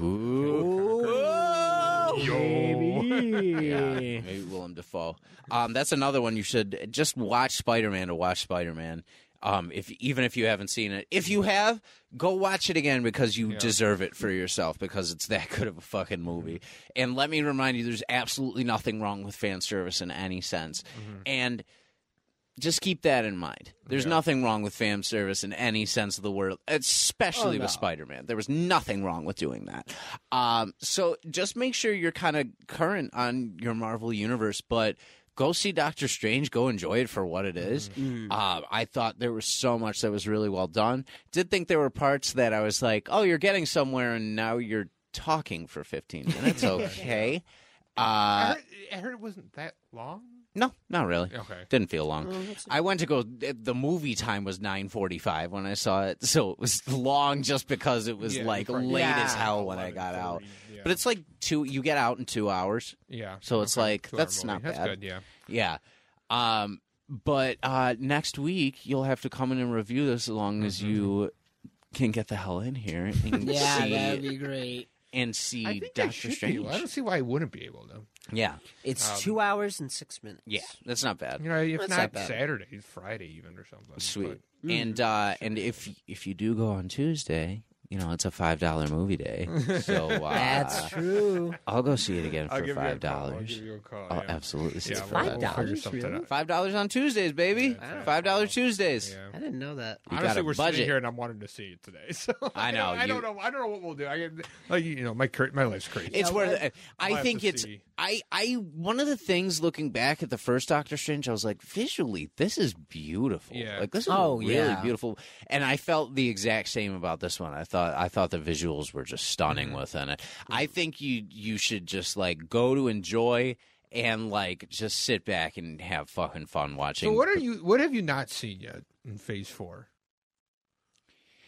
D: Yo.
B: Yeah, maybe Willem Dafoe. Um, that's another one you should just watch Spider Man to watch Spider Man. Um, if even if you haven't seen it, if you have, go watch it again because you deserve it for yourself because it's that good of a fucking movie. And let me remind you, there's absolutely nothing wrong with fan service in any sense, and just keep that in mind. There's nothing wrong with fan service in any sense of the word, especially with Spider Man. There was nothing wrong with doing that. Um, so just make sure you're kind of current on your Marvel universe, but go see Doctor Strange. Go enjoy it for what it is. Uh, I thought there was so much that was really well done. Did think there were parts that I was like, oh, you're getting somewhere, and now you're talking for 15 minutes. Okay. Uh,
D: I heard, I heard it wasn't that long.
B: no, not really.
D: Okay.
B: Didn't feel long.
E: Oh,
B: I went to go. The movie time was nine forty-five when I saw it, so it was long just because it was
D: Yeah,
B: like
D: you're probably-
B: late
E: Yeah.
B: as hell when I got out.
D: 11:30, yeah.
B: But it's like two. You get out in two hours,
D: Yeah.
B: so it's like
D: Two-hour
B: that's
D: movie.
B: not
D: that's
B: bad.
D: good. Yeah.
B: Yeah. Um. But uh, next week you'll have to come in and review this, as long as you
D: Mm-hmm.
B: can get the hell in here and
E: Yeah, that'd
B: see
E: be great.
B: and see
D: I think I
B: Doctor
D: should
B: Strange.
D: be. I don't see why I wouldn't be able to.
B: Yeah.
E: It's two hours and six minutes.
B: Um, Yeah. That's not bad.
D: You know, if
E: That's
D: not
E: not bad.
D: Saturday, Friday even or something.
B: Sweet.
D: mm,
B: And uh, and if if you do go on Tuesday, you know it's a five dollar movie day. So uh,
E: That's true.
B: I'll go see it again
D: But I'll
B: for
D: give you a call.
B: five
D: I'll
B: dollars.
D: give you a call.
B: I'll
D: yeah.
B: absolutely see
D: Yeah,
B: it for
D: we'll-
B: five
D: we'll
B: dollars.
D: figure
E: $5,
D: something
E: really?
D: out.
B: Five dollars on Tuesdays, baby. Five dollar Tuesdays.
D: Yeah.
E: I didn't know that.
B: We got
D: Honestly,
B: a
D: we're
B: budget.
D: sitting here and I'm wanting to see it today. So
B: I know,
D: I don't
B: you-
D: know. I don't know what we'll do. I get, like you know, my cur- my life's crazy.
B: It's worth. it.
D: I'll
B: I
D: have
B: think
D: to
B: it's.
D: see.
B: I I one of the things looking back at the first Doctor Strange, I was like, visually, this is beautiful.
D: Yeah.
B: Like this is
E: Oh,
B: really
E: yeah.
B: beautiful. And I felt the exact same about this one. I thought I thought the visuals were just stunning within it. I think you you should just like go to enjoy and like just sit back and have fucking fun watching.
D: so what are you? What have you not seen yet in Phase Four?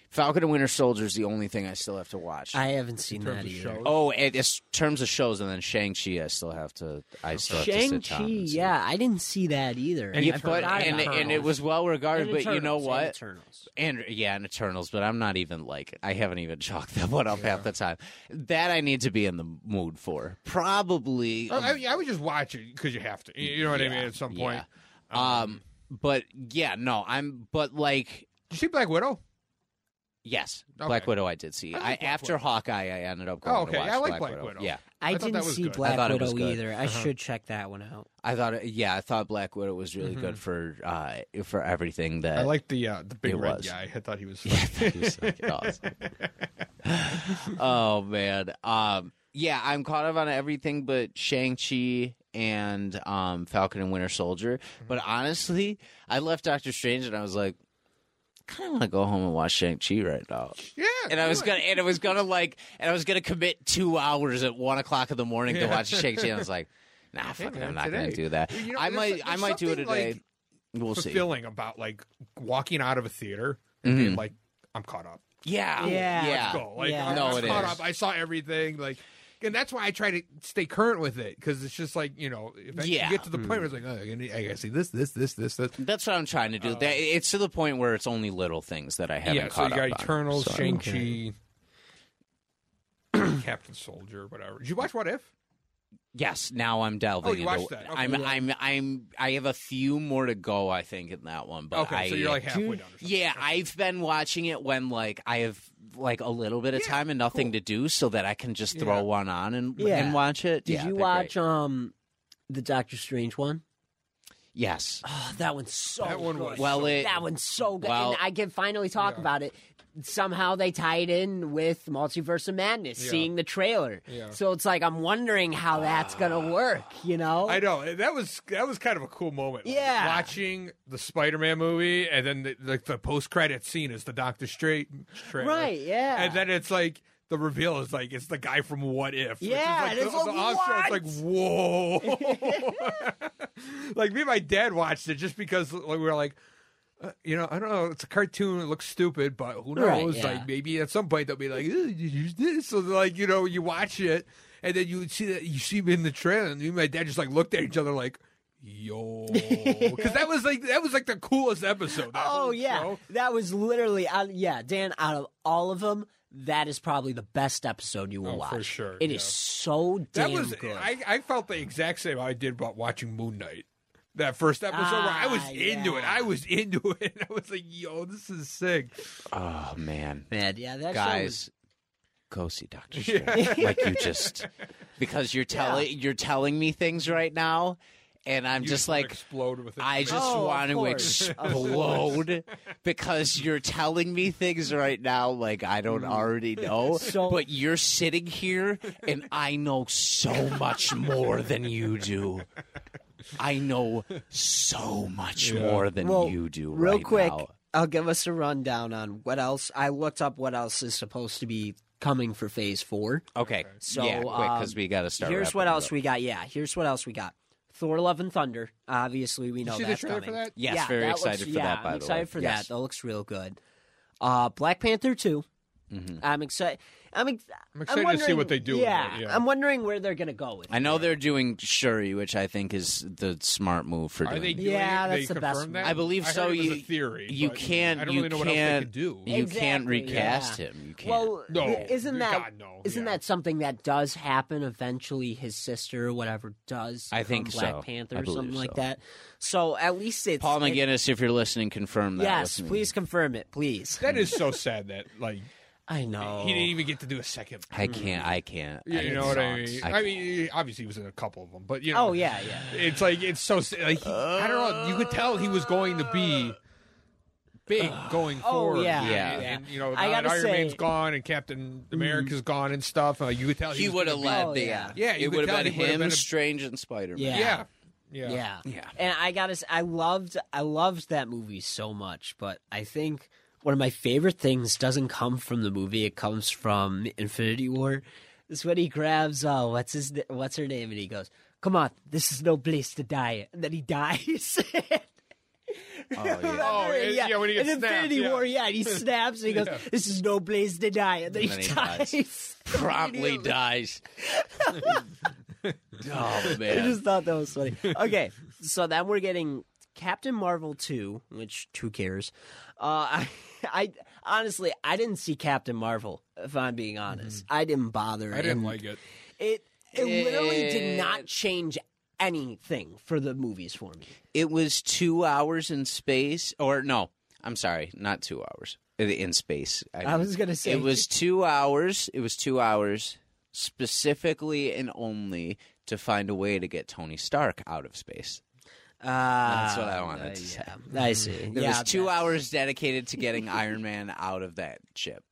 B: Falcon and Winter Soldier is the only thing I still have to watch.
E: I haven't seen that
D: terms of
E: either.
D: shows.
B: oh, and in terms of shows, and then Shang Chi, I still have to. I still have to
E: Shang
B: sit down
E: Chi,
B: and see.
E: yeah, I didn't see that either.
D: And
B: Yeah,
E: I
D: Eternals.
B: but
E: forgot
B: and,
E: about
B: and it
E: Eternals.
B: was well regarded.
E: And
B: But you know
E: Eternals, and
B: what?
E: Eternals.
B: And yeah, and Eternals, but I'm not even like I haven't even chalked that one up half the time. That I need to be in the mood for. Probably
D: I, I mean, I would just watch it because you have to. You- You know what I mean? At some point.
B: um, yeah. Um but yeah, no, I'm but like
D: Did you see Black Widow?
B: yes,
D: Okay.
B: Black Widow I did see. I,
D: I like Black
B: after Hawkeye I ended up going
D: Oh, okay.
B: to watch
D: Yeah, I like
B: Black,
D: Black
B: Widow.
D: Widow.
B: Yeah.
E: I,
D: I thought
E: didn't
D: that was
E: see
D: good.
E: Black
B: I thought it was good.
E: Widow
B: Uh-huh.
E: either. I should check that one out.
B: I thought it, yeah, I thought Black Widow was really good for uh for everything that
D: Mm-hmm. I like the uh, the big
B: it
D: red
B: was.
D: guy. I thought he was.
B: Yeah, that was fucking awesome. oh man. Um yeah, I'm caught up on everything but Shang-Chi and um Falcon and Winter Soldier.
D: Mm-hmm.
B: But honestly, I left Doctor Strange and I was like, kinda wanna go home and watch Shang-Chi right now.
D: Yeah.
B: And I was
D: good.
B: gonna and I was gonna like and I was gonna commit two hours at one o'clock in the morning to
D: Yeah.
B: watch Shang-Chi. And I was like, nah, fucking
D: man,
B: I'm not gonna
D: today.
B: do that.
D: You know,
B: I
D: there's-
B: might I
D: there's
B: might do it
D: something,
B: today.
D: like,
B: we'll see.
D: fulfilling about like walking out of a theater and being
B: Mhm.
D: like, I'm caught up.
B: Yeah.
E: Yeah.
B: Yeah.
D: Go. Like,
E: Yeah.
D: I'm,
B: No,
D: I'm
B: it
D: caught
B: is.
D: up. I saw everything. Like, and that's why I try to stay current with it because it's just like you know, if I
B: Yeah. Mm.
D: you get to the point where it's like, oh, I gotta- I gotta see this, this, this, this, this.
B: That's what I'm trying to do.
D: Um,
B: that, it's to the point where it's only little things that I haven't
D: yeah, so
B: caught
D: you got
B: up on.
D: Eternals,
B: So-
D: Shang Chi, Captain Soldier, whatever. Did you watch What If?
B: Yes, now I'm delving
D: Oh, you
B: into.
D: watched that. Okay.
B: I'm,
D: Yeah.
B: I'm, I'm, I have a few more to go. I think in that one, but
D: okay,
B: I,
D: so you're like halfway down. Or something.
B: yeah, I've been watching it when like I have like a little bit of
D: Yeah,
B: time and nothing
D: cool.
B: to do, so that I can just throw
D: Yeah.
B: one on and
E: Yeah.
B: and watch it.
E: Did
B: Yeah,
E: you
B: they're
E: watch
B: great.
E: um the Doctor Strange one?
B: Yes.
E: Oh, that one's so
D: That one
E: good.
D: was
B: Well, so it-
E: that one's so good.
B: well-
E: and I can finally talk
D: Yeah.
E: about it. Somehow they tied in with Multiverse of Madness,
D: Yeah.
E: seeing the trailer.
D: Yeah.
E: So it's like I'm wondering how that's gonna work. You know?
D: I know that was that was kind of a cool moment. Like,
E: Yeah.
D: watching the Spider-Man movie and then the, like the post-credit scene is the Doctor Straight trailer.
E: right? Yeah.
D: and then it's like the reveal is like it's the guy from What If. which is,
E: Yeah, and
D: like,
E: it's
D: the,
E: like,
D: the Oscar, it's like whoa. like me and my dad watched it just because like, we were like. Uh, you know, I don't know. It's a cartoon. It looks stupid, but who knows?
E: Right, yeah.
D: Like maybe at some point they'll be like, "Ew, you use "This." So like, you know, you watch it, and then you see that you see him in the trailer, and me and my dad just like looked at each other like, "Yo," because that was like that was like the coolest episode. that
E: oh
D: whole
E: yeah,
D: show.
E: that was literally. Uh, yeah, Dan. Out of all of them, that is probably the best episode you will
D: Oh,
E: watch.
D: for sure,
E: It is
D: yeah.
E: so damn
D: That was
E: good.
D: I, I felt the exact same I did about watching Moon Knight. That first episode where I was
E: Ah,
D: into it.
E: yeah.
D: I was into it. I was like, yo, this is sick.
B: Oh man,
E: Man, yeah, that show was-
B: guys, go see Doctor Strange. like you just because you're telling you're telling me things right now, and I'm
D: You
B: just
D: wanna
B: like
D: explode with it.
B: I just
E: Oh, of
B: want to
E: course. Of
B: explode because you're telling me things right now like I don't already know.
E: So-
B: but you're sitting here and I know so much more than you do. I know so much more than
E: Well,
B: you do
E: Real
B: right
E: quick,
B: now.
E: I'll give us a rundown on what else. I looked up what else is supposed to be coming for Phase Four.
B: Okay,
E: So,
B: yeah, quick because
E: um,
B: we got to start.
E: Here's
B: wrapping
E: what
B: it
E: else
B: up.
E: we got. Yeah, here's what else we got. Thor: Love and Thunder. Obviously, we know
D: see the
E: that's
D: trailer
E: coming.
D: for that?
B: Yes,
E: yeah,
B: very
E: that
B: excited
E: looks-
B: for
E: yeah,
B: that. By
E: I'm
B: the
E: excited
B: way,
E: for
B: yes.
E: that. That looks real good. Uh, Black Panther 2
B: Mm-hmm.
E: I'm excited. I'm, ex-
D: I'm excited to see
E: wondering-
D: what they do with
E: Yeah,
D: it, yeah.
E: I'm wondering where they're gonna go with.
B: I know they're doing Shuri, which I think is the smart move for
D: Are
B: doing.
D: they
B: it.
D: doing
E: Yeah,
D: it?
E: that's
D: they
E: the best
D: confirmed
E: one.
D: That?
B: I believe
D: heard
B: so.
D: It was
B: You-
D: a theory.
B: you
D: but
B: can't-
D: I don't
B: you
D: really know what else they
B: can't-
D: could do.
B: You can't
E: Exactly,
B: recast
E: yeah.
B: him. You can't.
E: Well,
D: No.
E: isn't that
D: God, no,
E: not
D: yeah.
E: that something that does happen eventually? His sister, or whatever, does
B: I
E: become
B: think
E: Black
B: so.
E: Panther
B: I
E: or
B: believe
E: something like
B: so.
E: that. So at least it's
B: Paul
E: it-
B: McGinnis, if you're listening, confirm that.
E: Yes,
B: with me.
E: please confirm it, please.
D: That is so sad that like
E: I know.
B: Oh.
D: he didn't even get to do a second.
B: I can't. I can't. I
D: Hmm. You
B: can't
D: know what I
B: songs.
D: mean?
B: I
D: I,
B: can't.
D: mean, obviously he was in a couple of them, but you know.
E: oh yeah, yeah.
D: It's like it's so s- like he, I don't know. You could tell he was going to be big going forward.
E: Oh, yeah,
D: and-
B: yeah.
D: And, you know,
E: I
D: now that
E: gotta
D: Iron
E: say-
D: Man's gone and Captain America's gone and stuff. Uh, you could tell
B: he
D: was
B: would have
D: gonna be-
B: led
E: Oh,
B: the
E: yeah.
D: Yeah, you
B: it
D: could
B: would
D: tell
B: have been
D: he would've
B: him,
D: been a-
B: Strange, and Spider Man.
E: Yeah.
D: Yeah, yeah,
E: Yeah.
B: Yeah.
E: And I gotta say, I loved, I loved that movie so much. But I think one of my favorite things doesn't come from the movie; it comes from Infinity War. Is when he grabs, oh, what's his, na- what's her name, and he goes, "Come on, this is no place to die," and then he dies.
B: Oh, yeah.
D: Oh, it- yeah, when he gets
E: in Infinity
D: snapped, yeah.
E: War, yeah, and he snaps and he goes, "This is no place to die," and then he,
B: And then he
E: dies.
B: dies. Promptly
E: Immediately.
B: dies. oh,
E: I
B: man.
E: just thought that was funny. Okay, so then we're getting Captain Marvel two, which who cares? Uh, I, I honestly, I didn't see Captain Marvel. If I'm being honest, I didn't bother.
D: I didn't
E: and
D: like it.
E: it. It literally
B: It-
E: did not change anything for the movies for me.
B: it was two hours in space, or no, I'm sorry, not two hours in- in space.
E: I was gonna say
B: it was two hours. It was two hours specifically and only to find a way to get Tony Stark out of space. That's what I wanted to say.
E: uh, Yeah, I see.
B: There
E: yeah,
B: was two hours dedicated to getting Iron Man out of that ship,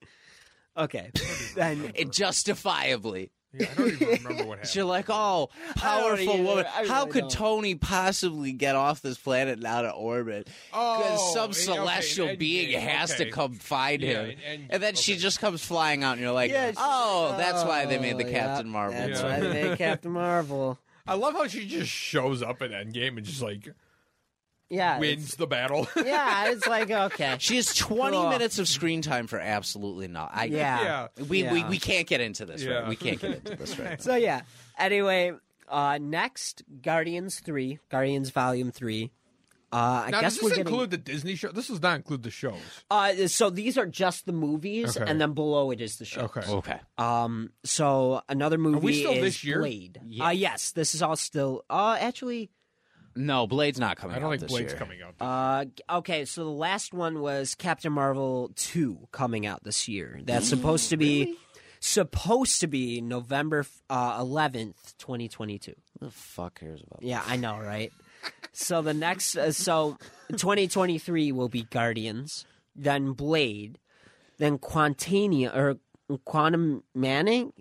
E: Okay, then
B: it justifiably.
D: Yeah, I don't even remember what happened.
B: You're like, oh, powerful
E: either.
B: woman.
E: I
B: How
E: really
B: could
E: don't.
B: Tony possibly get off this planet and out of orbit? Because
D: Oh,
B: some
E: eh,
D: okay,
B: celestial
D: okay,
B: being has
D: okay.
B: to come find
D: Yeah,
B: him.
D: and- and-
B: then she
D: okay.
B: just comes flying out, and you're like,
E: Yeah, she's
B: oh,
E: like,
B: that's why they made the
E: "Oh,
B: Captain
E: yeah,
B: Marvel.
E: That's
B: movie."
E: why they made Captain Marvel.
D: I love how she just shows up in Endgame and just like
E: Yeah,
D: wins the battle.
E: it's- yeah, it's like okay.
B: She has 20
E: Cool.
B: minutes of screen time for absolutely not. I,
E: Yeah.
D: Yeah.
B: We, we
E: Yeah.
B: we can't get into this right.
D: Yeah.
B: We can't get into this right.
E: So yeah. Anyway, uh next Guardians 3, Guardians Volume 3. Uh I
D: now,
E: guess
D: does
E: we're
D: this
E: getting
D: include the Disney show? This does not include the shows.
E: uh so these are just the movies
D: Okay.
E: and then below it is the show.
D: Okay.
B: Okay. Uh,
E: Um so another movie
D: still
E: is
D: this year?
E: Blade. Uh yes, this is all still uh actually
B: No, Blade's not coming
D: I don't
B: out
D: think
B: this
D: Blade's
B: year.
D: coming out.
E: uh okay, so the last one was Captain Marvel 2 coming out this year. That's supposed to be supposed to be November uh 11th, 2022.
B: The fuck cares about
E: Yeah, I know, right? so the next, uh, so 2023 will be Guardians, then Blade, then Quantania or Quantum Manning.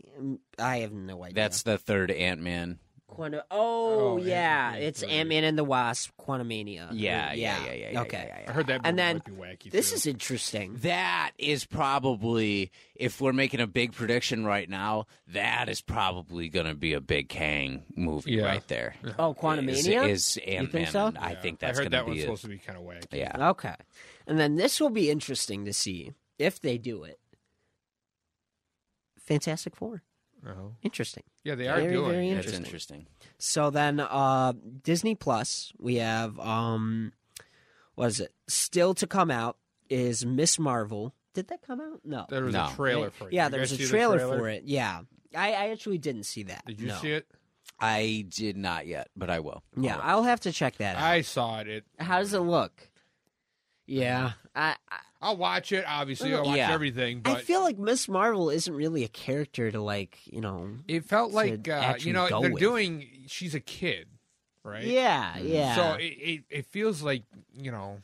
E: I have no idea.
B: That's the third Ant Man.
E: Quantum. Oh,
D: Oh,
E: yeah,
D: Ant-Man
E: it's
D: three.
E: Ant Man and the Wasp, Quantumania.
B: Yeah, yeah, yeah, yeah, yeah,
E: okay,
B: yeah,
D: I heard that.
E: and
D: movie
E: then
D: might be wacky
E: this
D: too.
E: is interesting.
B: That is probably, if we're making a big prediction right now, that is probably going to be a big Kang movie
D: Yeah.
B: right there.
E: Oh,
B: Is,
E: Quantumania.
B: is Ant Man.
E: so?
B: I think that's
D: I heard
B: going
D: that
B: to
D: one's
B: be.
D: supposed to be kind of wacky.
B: a, yeah.
E: Okay, and then this will be interesting to see if they do it. Fantastic Four.
D: Oh.
E: Interesting.
D: Yeah, they are
E: Very,
D: doing.
E: very
D: it.
B: That's
E: interesting.
B: interesting.
E: So then uh Disney Plus, we have um what is it? Still to come out is Miss Marvel. Did that come out? No.
D: There was
B: No.
D: a trailer for it.
E: yeah,
D: Did you
E: there was
D: guys
E: a
D: see the
E: trailer, for it. Yeah. I, I actually didn't see that.
D: Did you
E: No.
D: see it? Oh.
B: I did not yet, but I will.
E: Yeah, I'll have to check that out.
D: I saw it. it
E: How does it look? Yeah. I I,
D: I'll watch it. Obviously, I'll watch
B: Yeah.
D: everything. But
E: I feel like Miss Marvel isn't really a character to like, you know.
D: it felt like uh,
E: actually
D: you know
E: go
D: they're
E: with.
D: doing. She's a kid, right? Mm-hmm.
E: Yeah, yeah.
D: So it, it it feels like you know,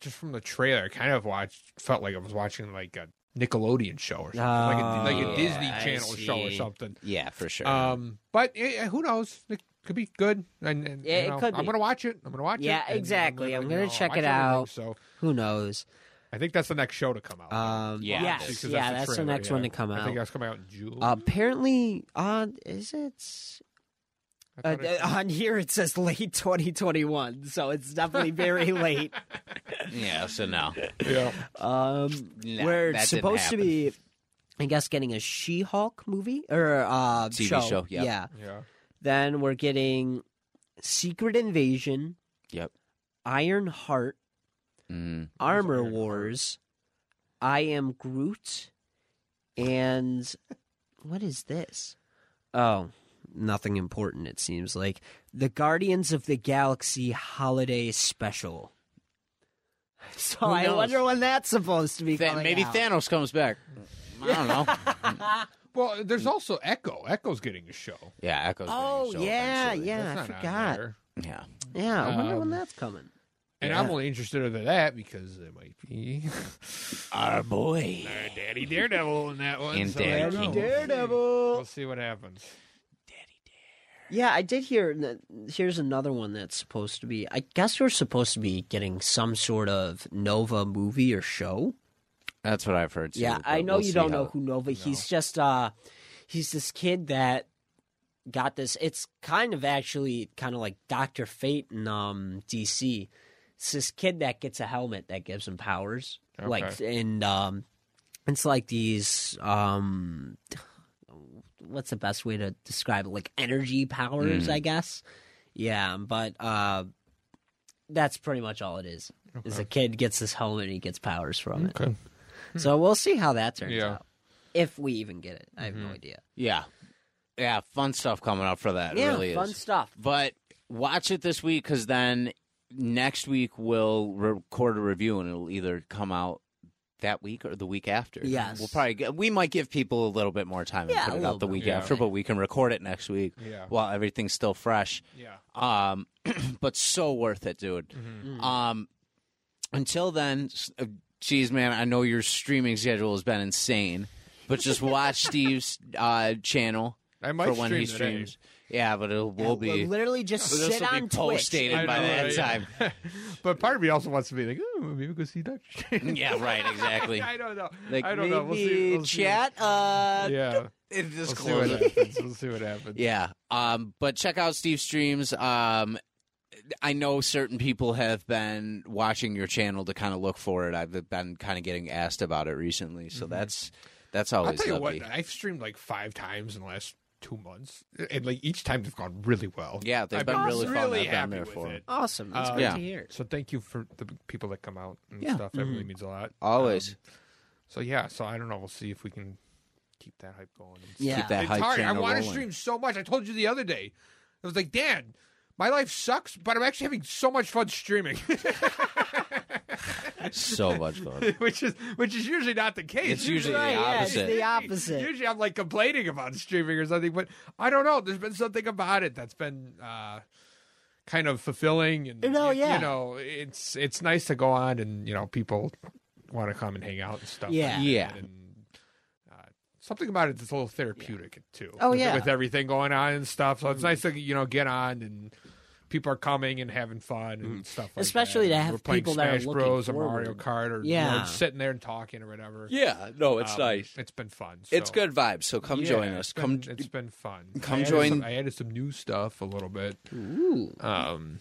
D: just from the trailer, I kind of watched felt like I was watching like a Nickelodeon show or something, like a, like a
B: Oh,
D: Disney
E: I
D: Channel show or
E: see.
D: something.
B: Yeah, for sure.
D: Um, but eh, who knows? It could be good. And, and,
E: Yeah,
D: you
E: it
D: know,
E: could
D: I'm
E: be.
D: gonna watch it. I'm gonna watch
E: Yeah,
D: it. and
E: exactly. I'm gonna
D: you know,
E: check
D: watch
E: it
D: everything.
E: out.
D: So
E: Who knows?
D: I think that's the next show to come out.
E: Um,
B: Yeah,
E: yes,
D: Because
E: yeah,
D: the
E: that's the,
D: trailer,
E: next
D: yeah.
E: one to come out.
D: I think that's coming out in June.
E: Apparently, uh, is it?
D: I
E: Uh,
D: thought it-
E: on here it says late 2021, so it's definitely very late.
B: yeah, so no.
D: yeah.
E: Um,
B: Nah,
E: we're
B: that didn't
E: supposed to
B: happen.
E: be, I guess, getting a She-Hulk movie or uh,
B: TV
E: show.
B: show, yep.
E: Yeah.
D: Yeah.
E: Then we're getting Secret Invasion,
B: Yep.
E: Iron Heart,
B: Mm.
E: Armor
D: Iron Heart?
E: Wars, I Am Groot, and what is this? Oh, nothing important, it seems like. The Guardians of the Galaxy Holiday Special. So
B: Who
E: I
B: knows?
E: wonder when that's supposed to be
B: Th-
E: coming
B: maybe
E: out.
B: Thanos comes back. I don't know.
D: Well, there's also Echo. Echo's getting a show.
B: yeah, Echo's. doing a
E: Oh,
B: show
E: yeah,
B: eventually.
E: yeah,
D: That's
E: I
D: not on
E: forgot.
D: there.
B: yeah.
E: Yeah, I wonder when
D: Um,
E: that's coming.
D: And I'm only interested in that because it might be
B: Our boy.
D: our Daddy Daredevil in that one.
B: And
D: I don't
B: Daddy
D: know.
E: Daredevil.
D: We'll see what happens.
E: Yeah, I did hear that. Here's another one that's supposed to be. I guess we're supposed to be getting some sort of Nova movie or show.
B: That's what I've heard. Too,
E: Yeah, I
B: but
E: know
B: we'll
E: you
B: see
E: don't
B: how-
E: know who Nova. He's just uh he's this kid that got this. It's kind of actually kind of like Doctor Fate in um DC. It's this kid that gets a helmet that gives him powers. Like
D: Okay.
E: and um it's like these um what's the best way to describe it? Like energy powers,
B: Mm.
E: I guess. Yeah, but uh that's pretty much all it is. Is a kid gets this helmet and he gets powers
B: Mm.
E: from it.
D: Okay.
E: So we'll see how that turns
D: Yeah.
E: out. If we even get it. I have
B: Mm-hmm.
E: no idea.
B: Yeah. Yeah, fun stuff coming up for that. it
E: yeah,
B: really
E: fun
B: is.
E: stuff.
B: But watch it this week because then next week we'll record a review and it'll either come out that week or the week after.
E: Yes.
B: we'll probably get, we might give people a little bit more time
E: Yeah,
B: and
E: a
B: put it
E: little
B: out the
E: bit.
B: week
D: Yeah.
B: after, but we can record it next week
D: Yeah.
B: while everything's still fresh.
D: Yeah.
B: Um, but so worth it, dude.
D: Mm-hmm. Mm.
B: Um, until then, s- uh, geez, man, I know your streaming schedule has been insane, but just watch Steve's uh, channel
D: I might
B: for when
D: stream
B: he
D: today.
B: streams. Yeah, but it will be.
E: literally just
B: This
E: sit
B: will be
E: on Twitch.
B: post-dated
D: I
B: by
D: know,
B: that
D: right?
B: time.
D: But part of me also wants to be like, oh, maybe go see that.
B: Yeah, right, exactly.
D: I don't know.
B: Like
D: I
B: maybe
D: don't know. We'll see. We'll see.
B: chat. Uh,
D: Yeah.
B: it just
D: We'll see what
B: close it.
D: happens. We'll see what happens.
B: Yeah. Um, but check out Steve's streams. Um, I know certain people have been watching your channel to kind of look for it. I've been kind of getting asked about it recently, so that's that's
D: Mm-hmm. I'll
B: always
D: tell you
B: lovely.
D: what. I've streamed like five times in the last two months, and like each time they've gone really well.
B: Yeah, they've
D: I've
B: been
D: been
B: really fun.
D: really
B: I've been
D: happy
B: there
D: with
B: for 'em.
D: it.
E: Awesome. That's
D: Uh,
E: good
B: yeah.
E: to hear.
D: So thank you for the people that come out and
B: Yeah. Mm-hmm.
D: stuff. That really means a lot.
B: Always
D: Um, so yeah. So I don't know. We'll see if we can keep that hype going.
E: Yeah.
B: keep that
D: it's
B: hype
D: hard. I
B: channel
D: want to
B: rolling.
D: stream so much. I told you the other day. I was like, Dan, my life sucks, but I'm actually having so much fun streaming,
B: so much fun.
D: which is which is usually not the case.
B: It's usually
E: Right,
B: the
E: yeah, it's
B: opposite.
E: the opposite.
D: Usually I'm like complaining about streaming or something, but I don't know. There's been something about it that's been uh, kind of fulfilling, and
E: No,
D: you,
E: yeah.
D: you know, it's it's nice to go on and you know people want to come and hang out and stuff. like
E: Yeah.
D: that,
B: Yeah.
D: and, uh, something about it that's a little therapeutic too.
E: Oh,
D: with,
E: yeah.
D: with everything going on and stuff. So it's
B: Mm-hmm.
D: nice to you know get on and. People are coming and having fun
B: Mm-hmm.
D: and stuff like
E: Especially
D: that.
E: to have
D: We're playing
E: people that are
D: Smash
E: looking
D: Bros or
E: forward.
D: Mario Kart or you
E: Yeah.
D: know, sitting there and talking or whatever.
B: Yeah, no,
D: Um, It's been fun.
B: It's
D: so-
B: good vibes. So come
D: Yeah,
B: join us.
D: it's
B: Come
D: been- it's been fun.
B: come
D: I added
B: join-
D: some- I added some new stuff a little bit.
E: Ooh.
D: Um,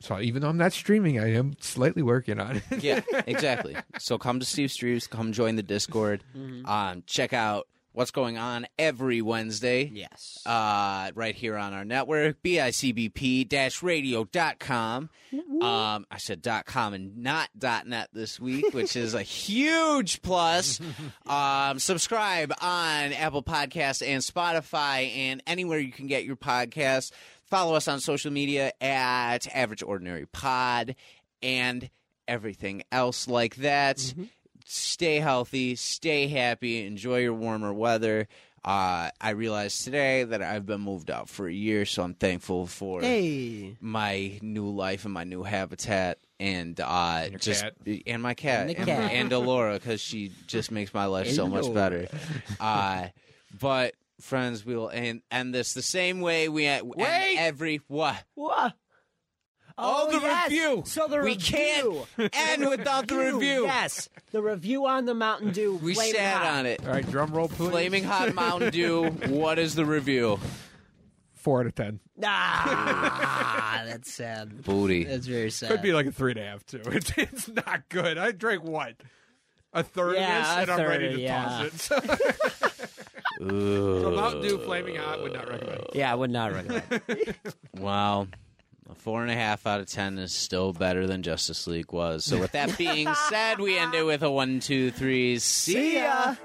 D: so even though I'm not streaming, I am slightly working on it.
B: yeah, exactly. So come to Steve Streves, come join the Discord.
D: Mm-hmm.
B: Um, check out what's going on every Wednesday.
E: Yes.
B: Uh, right here on our network, bicbp-radio.com. Um, I said dot .com and not dot .net this week, which is a huge plus. Um, subscribe on Apple Podcasts and Spotify and anywhere you can get your podcasts. Follow us on social media at Average Ordinary Pod and everything else like that. Stay healthy, stay happy, enjoy your warmer weather. Uh, I realized today that I've been moved out for a year, so I'm thankful for
E: hey.
B: my new life and my new habitat and uh
D: your
B: just
D: cat.
B: and my cat
E: And the
B: and,
E: cat.
B: and Delora because she just makes my life so much
E: Elora.
B: better uh but friends we will end, end this the same way we end
D: Wait!
B: every what
E: What?
B: Oh, the review.
E: So the
B: we
E: review.
B: can't end without the review
E: Yes. The review on the Mountain Dew.
B: we
E: Flaming
B: sat
E: Hot.
B: on it
D: All right, drum roll, please.
B: flaming hot mountain dew what is the review
D: Four out of ten.
E: Ah, that's sad.
B: booty
E: That's very sad.
D: Could be like a three and a half too. It's, it's not good. I drank what a third
E: Yeah, a
D: of this, and I'm ready
E: third,
D: to
E: yeah.
D: toss it. So, so Mountain Dew Flaming Hot would not recommend.
E: yeah, I would not recommend. it.
B: Wow. A four and a half out of ten is still better than Justice League was. So with that being said, we end it with a one, two, three. See, ya.